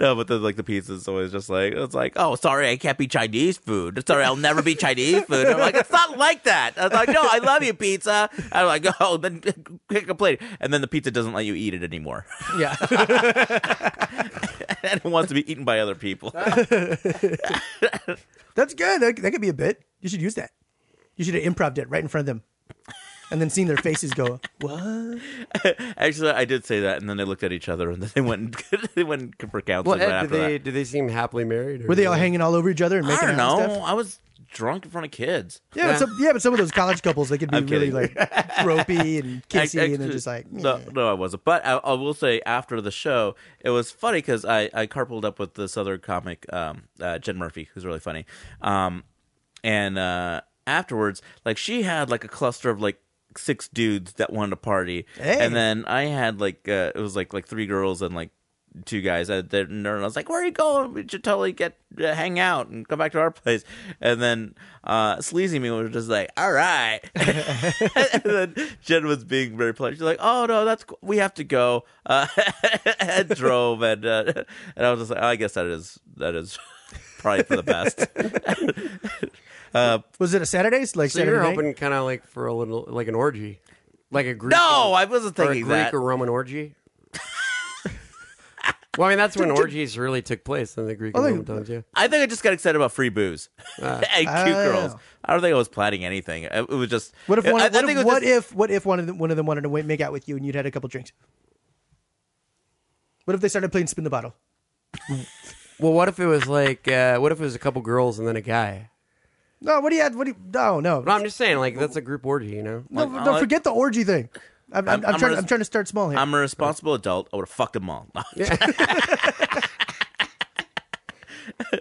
[SPEAKER 1] No, but then like the pizza is always just like it's like, oh, sorry, I can't be Chinese food. Sorry, I'll never be Chinese food. I'm like, it's not like that. I was like, no, I love you, pizza. I'm like, oh, then quit complaining. And then the pizza doesn't let you eat it anymore,
[SPEAKER 2] yeah.
[SPEAKER 1] and it wants to be eaten by other people.
[SPEAKER 2] That's good. That, that could be a bit. You should use that. You should have improv it right in front of them, and then seen their faces go. What?
[SPEAKER 1] Actually, I did say that, and then they looked at each other, and then they went and, they went for
[SPEAKER 4] Well,
[SPEAKER 1] counseling right
[SPEAKER 4] Ed, do
[SPEAKER 1] after
[SPEAKER 4] they
[SPEAKER 1] that.
[SPEAKER 4] do they seem happily married? Or
[SPEAKER 2] Were they all hanging all over each other and
[SPEAKER 1] I
[SPEAKER 2] making
[SPEAKER 1] don't
[SPEAKER 2] out and
[SPEAKER 1] know.
[SPEAKER 2] stuff?
[SPEAKER 1] I was drunk in front of kids.
[SPEAKER 2] Yeah, But
[SPEAKER 4] Yeah.
[SPEAKER 2] some, yeah, but some of those college couples they could be
[SPEAKER 1] I'm
[SPEAKER 2] really
[SPEAKER 1] kidding.
[SPEAKER 2] like ropey and kissy, and they're
[SPEAKER 1] Actually,
[SPEAKER 2] just like,
[SPEAKER 1] no,
[SPEAKER 2] "Meh."
[SPEAKER 1] no, I wasn't. But I, I will say after the show, it was funny because I I carpooled up with this other comic, um, uh, Jen Murphy, who's really funny, um, and uh, afterwards, like she had like a cluster of like six dudes that wanted to party, and then I had like uh, it was like like three girls and like two guys at the and I was like, "Where are you going? We should totally get uh, hang out and come back to our place." And then uh, sleazy me was just like, "All right." and then Jen was being very polite. She's like, "Oh no, that's cool. we have to go." Uh, and drove and uh, and I was just like, "I guess that is that is probably for the best." Uh,
[SPEAKER 2] Was it a Saturday? Like
[SPEAKER 4] So
[SPEAKER 2] Saturday
[SPEAKER 4] you're
[SPEAKER 2] night?
[SPEAKER 4] hoping kind of like for a little like an orgy, like a Greek.
[SPEAKER 1] no,
[SPEAKER 4] or,
[SPEAKER 1] I wasn't
[SPEAKER 4] or a
[SPEAKER 1] thinking
[SPEAKER 4] Greek
[SPEAKER 1] that.
[SPEAKER 4] or Roman orgy. well, I mean that's when orgies really took place in the Greek and
[SPEAKER 2] they-
[SPEAKER 4] Roman times. Yeah,
[SPEAKER 1] I think I just got excited about free booze and cute
[SPEAKER 2] Oh.
[SPEAKER 1] girls. I don't think I was planning anything. It, it was just
[SPEAKER 2] What if
[SPEAKER 1] I-
[SPEAKER 2] one?
[SPEAKER 1] I,
[SPEAKER 2] what
[SPEAKER 1] think
[SPEAKER 2] if,
[SPEAKER 1] it was
[SPEAKER 2] what
[SPEAKER 1] just-
[SPEAKER 2] if what if one of them, one of them wanted to wa- make out with you and you'd had a couple drinks? What if they started playing spin the bottle?
[SPEAKER 4] Well, what if it was like uh, what if it was a couple girls and then a guy?
[SPEAKER 2] No, what do you have? What do you, no, no,
[SPEAKER 4] But I'm just saying, like that's a group orgy, you know.
[SPEAKER 2] no,
[SPEAKER 1] Like,
[SPEAKER 2] no,
[SPEAKER 1] I'll-
[SPEAKER 2] Forget the orgy thing. I'm, I'm,
[SPEAKER 1] I'm-
[SPEAKER 2] I'm
[SPEAKER 1] I'm
[SPEAKER 2] trying.
[SPEAKER 1] res-
[SPEAKER 2] I'm trying to start small here.
[SPEAKER 1] I'm a responsible adult, I would have fucked them all.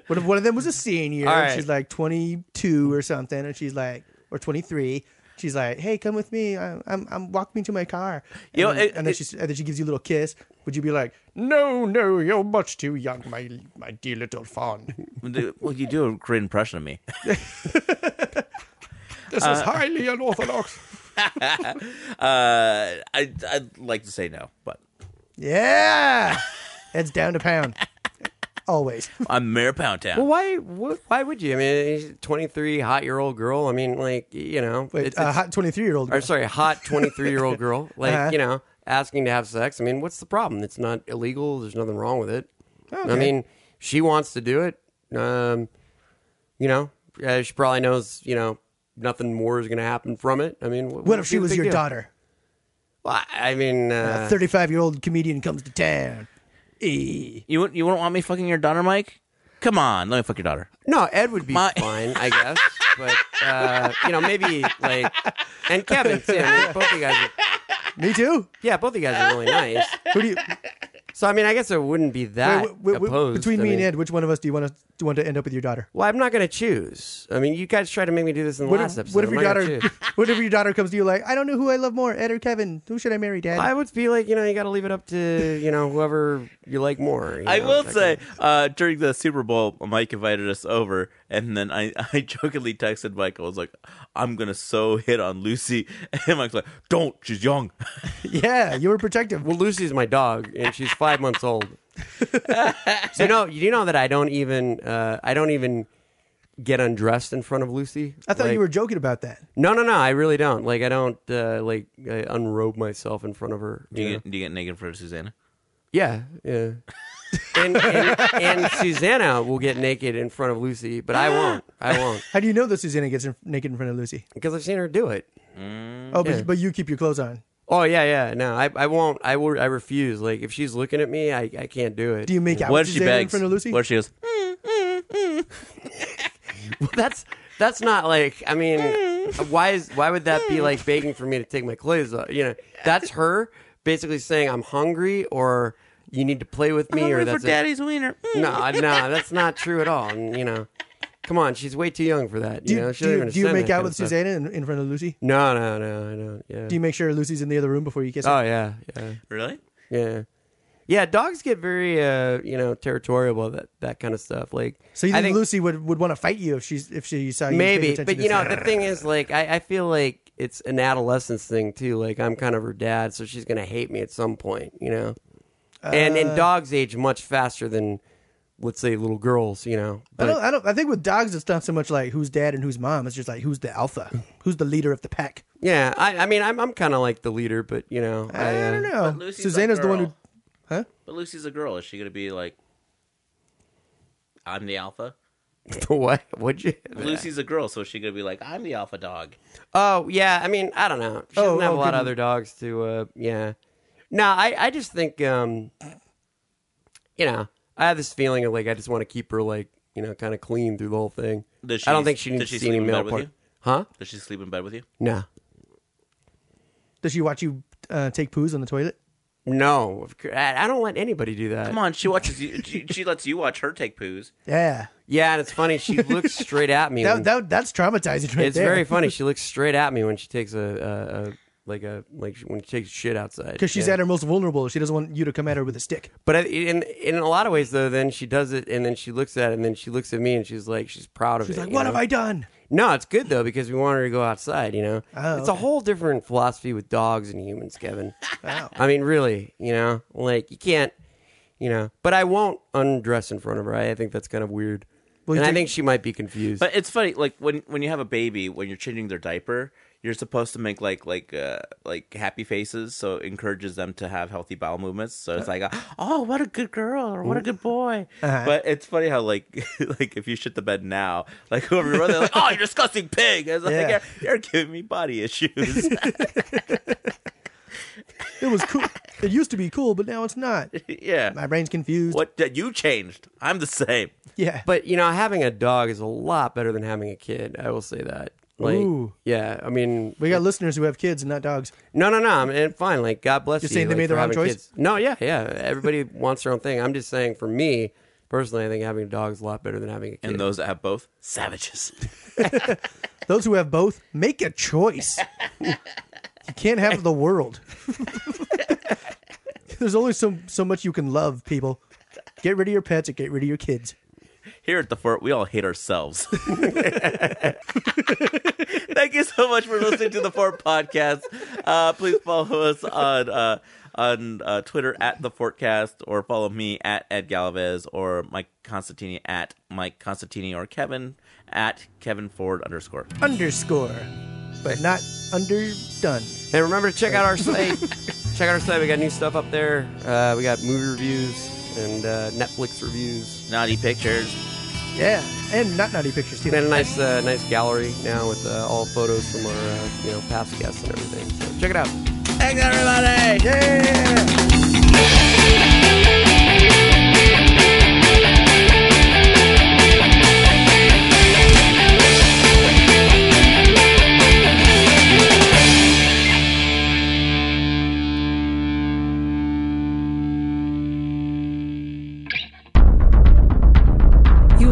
[SPEAKER 2] What if one of them was a senior?
[SPEAKER 4] All
[SPEAKER 2] and
[SPEAKER 4] right.
[SPEAKER 2] She's like 22 or something, and she's like, or 23. She's like, "Hey, come with me. I, I'm, I'm walk me to my car." And,
[SPEAKER 1] You know,
[SPEAKER 2] then,
[SPEAKER 1] it-
[SPEAKER 2] and then
[SPEAKER 1] it-
[SPEAKER 2] she, and then she gives you a little kiss. Would you be like,
[SPEAKER 5] No, no, you're much too young, my my dear little fawn.
[SPEAKER 1] well, you do a great impression of me.
[SPEAKER 5] This is highly unorthodox.
[SPEAKER 1] Uh, I, I'd like to say no, but
[SPEAKER 2] "Yeah, Ed's down to pound." Always.
[SPEAKER 1] I'm Mayor Pound Town.
[SPEAKER 4] Well, why? What, why would you? I mean, 23 hot year old girl. I mean, like you know,
[SPEAKER 2] Wait,
[SPEAKER 4] it's,
[SPEAKER 2] a
[SPEAKER 4] it's-
[SPEAKER 2] hot 23 year old.
[SPEAKER 4] or sorry, hot 23 year old girl. Like
[SPEAKER 2] Uh-huh.
[SPEAKER 4] you know, asking to have sex. I mean, what's the problem? It's not illegal. There's nothing wrong with it. I mean, she wants to do it. Um, you know, uh, she probably knows. You know, nothing more is going to happen from it. I mean,
[SPEAKER 2] What if she was your daughter?
[SPEAKER 4] Well, I- I mean, uh,
[SPEAKER 2] A 35 year old comedian comes to town. E.
[SPEAKER 1] You wouldn't, you wouldn't want me fucking your daughter, Mike? Come on, let me fuck your daughter.
[SPEAKER 4] No, Ed would be
[SPEAKER 1] My-
[SPEAKER 4] fine, I guess. But uh, you know, maybe like and Kevin too. I mean, both of you guys, are,
[SPEAKER 2] Me too.
[SPEAKER 4] yeah, both of you guys are really nice.
[SPEAKER 2] Who do you?
[SPEAKER 4] So I mean, I guess it wouldn't be that
[SPEAKER 2] wait, wait, wait,
[SPEAKER 4] opposed.
[SPEAKER 2] between
[SPEAKER 4] I
[SPEAKER 2] me
[SPEAKER 4] mean,
[SPEAKER 2] and Ed, which one of us do you want to do you want to end up with your daughter?
[SPEAKER 4] Well, I'm not going to choose. I mean, you guys tried to make me do this in the
[SPEAKER 2] What
[SPEAKER 4] last
[SPEAKER 2] if,
[SPEAKER 4] episode.
[SPEAKER 2] what if
[SPEAKER 4] I'm
[SPEAKER 2] your
[SPEAKER 4] not gonna
[SPEAKER 2] daughter?
[SPEAKER 4] choose.
[SPEAKER 2] What if your daughter comes to you like, I don't know who I love more, Ed or Kevin? Who should I marry, Dad?
[SPEAKER 4] I would be like, you know, you got to leave it up to you know whoever you like more. you
[SPEAKER 1] I
[SPEAKER 4] know,
[SPEAKER 1] will
[SPEAKER 4] that
[SPEAKER 1] say,
[SPEAKER 4] kind of-
[SPEAKER 1] uh, during the Super Bowl, Mike invited us over, and then I, I jokingly texted Mike. I was like, I'm going to so hit on Lucy. And Mike's like, don't, she's young.
[SPEAKER 2] yeah, you were protective.
[SPEAKER 4] well, Lucy's my dog, and she's five months old. so you know, you know that I don't even, uh, I don't even get undressed in front of Lucy.
[SPEAKER 2] I thought
[SPEAKER 4] Like-
[SPEAKER 2] you were joking about that.
[SPEAKER 4] No, no, no. I really don't. Like, I don't uh, like I unrobe myself in front of her.
[SPEAKER 1] Do
[SPEAKER 4] you
[SPEAKER 1] you,
[SPEAKER 4] know?
[SPEAKER 1] get, do you get naked for Susanna?
[SPEAKER 4] Yeah, yeah. and, and, and Susanna will get naked in front of Lucy, but I won't. I won't
[SPEAKER 2] How do you know that Susanna gets in, naked in front of Lucy?
[SPEAKER 4] because I've seen her do it.
[SPEAKER 2] Oh, but, but you keep your clothes on.
[SPEAKER 4] Oh yeah, yeah. No, I, I won't. I will. I refuse. Like, if she's looking at me, I, I can't do it.
[SPEAKER 2] Do you make out
[SPEAKER 1] What
[SPEAKER 2] with
[SPEAKER 1] if she
[SPEAKER 2] Susanna in
[SPEAKER 1] begs?
[SPEAKER 2] front of Lucy?
[SPEAKER 1] What if she goes,
[SPEAKER 4] that's that's not like. I mean, why is why would that be like begging for me to take my clothes off? You know, that's her basically saying I'm hungry or you need to play with me or
[SPEAKER 1] hungry for
[SPEAKER 4] that's it.
[SPEAKER 1] daddy's wiener. Mm.
[SPEAKER 4] No, I- no, that's not true at all. And, you know, come on, she's way too young for that.
[SPEAKER 2] do
[SPEAKER 4] you
[SPEAKER 2] you,
[SPEAKER 4] know, she
[SPEAKER 2] do
[SPEAKER 4] doesn't
[SPEAKER 2] you-
[SPEAKER 4] even
[SPEAKER 2] do you make
[SPEAKER 4] understand that
[SPEAKER 2] out
[SPEAKER 4] kind
[SPEAKER 2] with
[SPEAKER 4] of stuff.
[SPEAKER 2] Susanna in, in front of Lucy?
[SPEAKER 4] No, no, no, I don't. Yeah.
[SPEAKER 2] Do you make sure Lucy's in the other room before you kiss her?
[SPEAKER 4] oh yeah, yeah,
[SPEAKER 1] Really?
[SPEAKER 4] yeah, yeah. Dogs get very, uh, you know, territorial about that that kind of stuff. Like,
[SPEAKER 2] so you
[SPEAKER 4] I
[SPEAKER 2] think, Lucy would, would want to fight you if she's if she saw you? paying
[SPEAKER 4] maybe,
[SPEAKER 2] attention
[SPEAKER 4] but
[SPEAKER 2] to
[SPEAKER 4] you know,
[SPEAKER 2] Susanna?
[SPEAKER 4] the thing is, like, I, I feel like it's an adolescence thing too. Like, I'm kind of her dad, so she's gonna hate me at some point. You know, and
[SPEAKER 2] Uh.
[SPEAKER 4] and dogs age much faster than, let's say, little girls. You know,
[SPEAKER 2] I
[SPEAKER 4] But-
[SPEAKER 2] don't, I don't. I think with dogs, it's not so much like who's dad and who's mom. It's just like who's the alpha, who's the leader of the pack.
[SPEAKER 4] Yeah, I, I mean, I'm, I'm kind of like the leader, but you know, I,
[SPEAKER 2] I
[SPEAKER 4] uh,
[SPEAKER 2] don't know.
[SPEAKER 1] Lucy's a
[SPEAKER 2] Oh, Susanna's the one who.
[SPEAKER 1] girl. But Lucy's a girl. Is she going to be like, I'm the alpha?
[SPEAKER 4] what would you?
[SPEAKER 1] Lucy's a girl, so is she going to be like, I'm the alpha dog?
[SPEAKER 4] Oh yeah, I mean, I don't know. She
[SPEAKER 2] Oh,
[SPEAKER 4] doesn't have
[SPEAKER 2] oh,
[SPEAKER 4] a lot
[SPEAKER 2] good.
[SPEAKER 4] of other dogs to. Uh, yeah, no, I, I just think, um, you know, I have this feeling of like I just want to keep her like you know kind of clean through the whole thing.
[SPEAKER 1] Does she-
[SPEAKER 4] I don't think she
[SPEAKER 1] does
[SPEAKER 4] needs
[SPEAKER 1] she
[SPEAKER 4] to see any
[SPEAKER 1] sleep in
[SPEAKER 4] male
[SPEAKER 1] bed with
[SPEAKER 4] part.
[SPEAKER 1] you?
[SPEAKER 4] Huh?
[SPEAKER 1] Does she sleep in bed with you?
[SPEAKER 4] No,
[SPEAKER 2] Does she watch you uh, take poos on the toilet?
[SPEAKER 4] no, I I don't let anybody do that.
[SPEAKER 1] Come on, she watches you. She, she lets you watch her take poos.
[SPEAKER 2] Yeah,
[SPEAKER 4] Yeah, and it's funny. She looks straight at me.
[SPEAKER 2] that,
[SPEAKER 4] when-
[SPEAKER 2] that that's traumatizing. Right
[SPEAKER 4] it's very funny. She looks straight at me when she takes a, a, a like a like when she takes shit outside
[SPEAKER 2] because she's
[SPEAKER 4] Yeah.
[SPEAKER 2] at her most vulnerable. She doesn't want you to come at her with a stick.
[SPEAKER 4] But I- in in a lot of ways, though, then she does it, and then she looks at it, and then she looks at me, and she's like, she's proud of
[SPEAKER 2] She's
[SPEAKER 4] it.
[SPEAKER 2] like,
[SPEAKER 4] you
[SPEAKER 2] "What
[SPEAKER 4] know?
[SPEAKER 2] have I done?"
[SPEAKER 4] No, it's good though because we want her to go outside. You know,
[SPEAKER 2] Oh,
[SPEAKER 4] it's a
[SPEAKER 2] okay.
[SPEAKER 4] whole different philosophy with dogs and humans, Kevin. I mean, really, you know, like you can't, you know. But I won't undress in front of her. I, I think that's kind of weird.
[SPEAKER 2] Well, you
[SPEAKER 4] and I
[SPEAKER 2] think-
[SPEAKER 4] think she might be confused.
[SPEAKER 1] But it's funny, like when when you have a baby, when you're changing their diaper, you're supposed to make like like uh like happy faces, so it encourages them to have healthy bowel movements. So
[SPEAKER 2] Uh-huh.
[SPEAKER 1] it's like, oh, what a good girl or what a good boy. But it's funny how like like if you shit the bed now, like whoever you're with, they're like, oh, you're disgusting pig. It's like
[SPEAKER 2] Yeah.
[SPEAKER 1] you're, you're giving me body issues.
[SPEAKER 2] It was cool. it used to be cool, but now it's not.
[SPEAKER 1] yeah.
[SPEAKER 2] My brain's confused.
[SPEAKER 1] What did you changed? I'm the same.
[SPEAKER 2] Yeah.
[SPEAKER 4] But you know, having a dog is a lot better than having a kid. I will say that. Like,
[SPEAKER 2] Ooh.
[SPEAKER 4] yeah. I mean,
[SPEAKER 2] we got listeners who have kids and not dogs.
[SPEAKER 4] no, no, no. I mean, fine. Like, God bless
[SPEAKER 2] You're
[SPEAKER 4] you.
[SPEAKER 2] saying they
[SPEAKER 4] like,
[SPEAKER 2] made the
[SPEAKER 4] for
[SPEAKER 2] wrong
[SPEAKER 4] having
[SPEAKER 2] choice?
[SPEAKER 4] kids. No, yeah, yeah. Everybody wants their own thing. I'm just saying, for me personally, I think having a dog is a lot better than having a kid.
[SPEAKER 1] And those that have both, savages.
[SPEAKER 2] Those who have both, make a choice. you can't have the world. There's only so so much you can love, people. Get rid of your pets and get rid of your kids.
[SPEAKER 1] Here at the fort, we all hate ourselves. Thank you so much for listening to the Fort Podcast. Uh, please follow us on uh, on uh, Twitter at the Fortcast, or follow me at Ed Galvez, or Mike Constantini at Mike Constantini, or Kevin at Kevin Ford underscore.
[SPEAKER 2] Underscore, but not underdone.
[SPEAKER 4] Hey, remember to check out our site. check out our site. We got new stuff up there. Uh, we got movie reviews and uh, Netflix reviews.
[SPEAKER 1] Naughty pictures.
[SPEAKER 2] Yeah, and not naughty pictures too.
[SPEAKER 4] We got a nice, uh, nice gallery now with uh, all photos from our, uh, you know, past guests and everything. So check it out.
[SPEAKER 1] Thanks, everybody.
[SPEAKER 2] Yeah.
[SPEAKER 6] You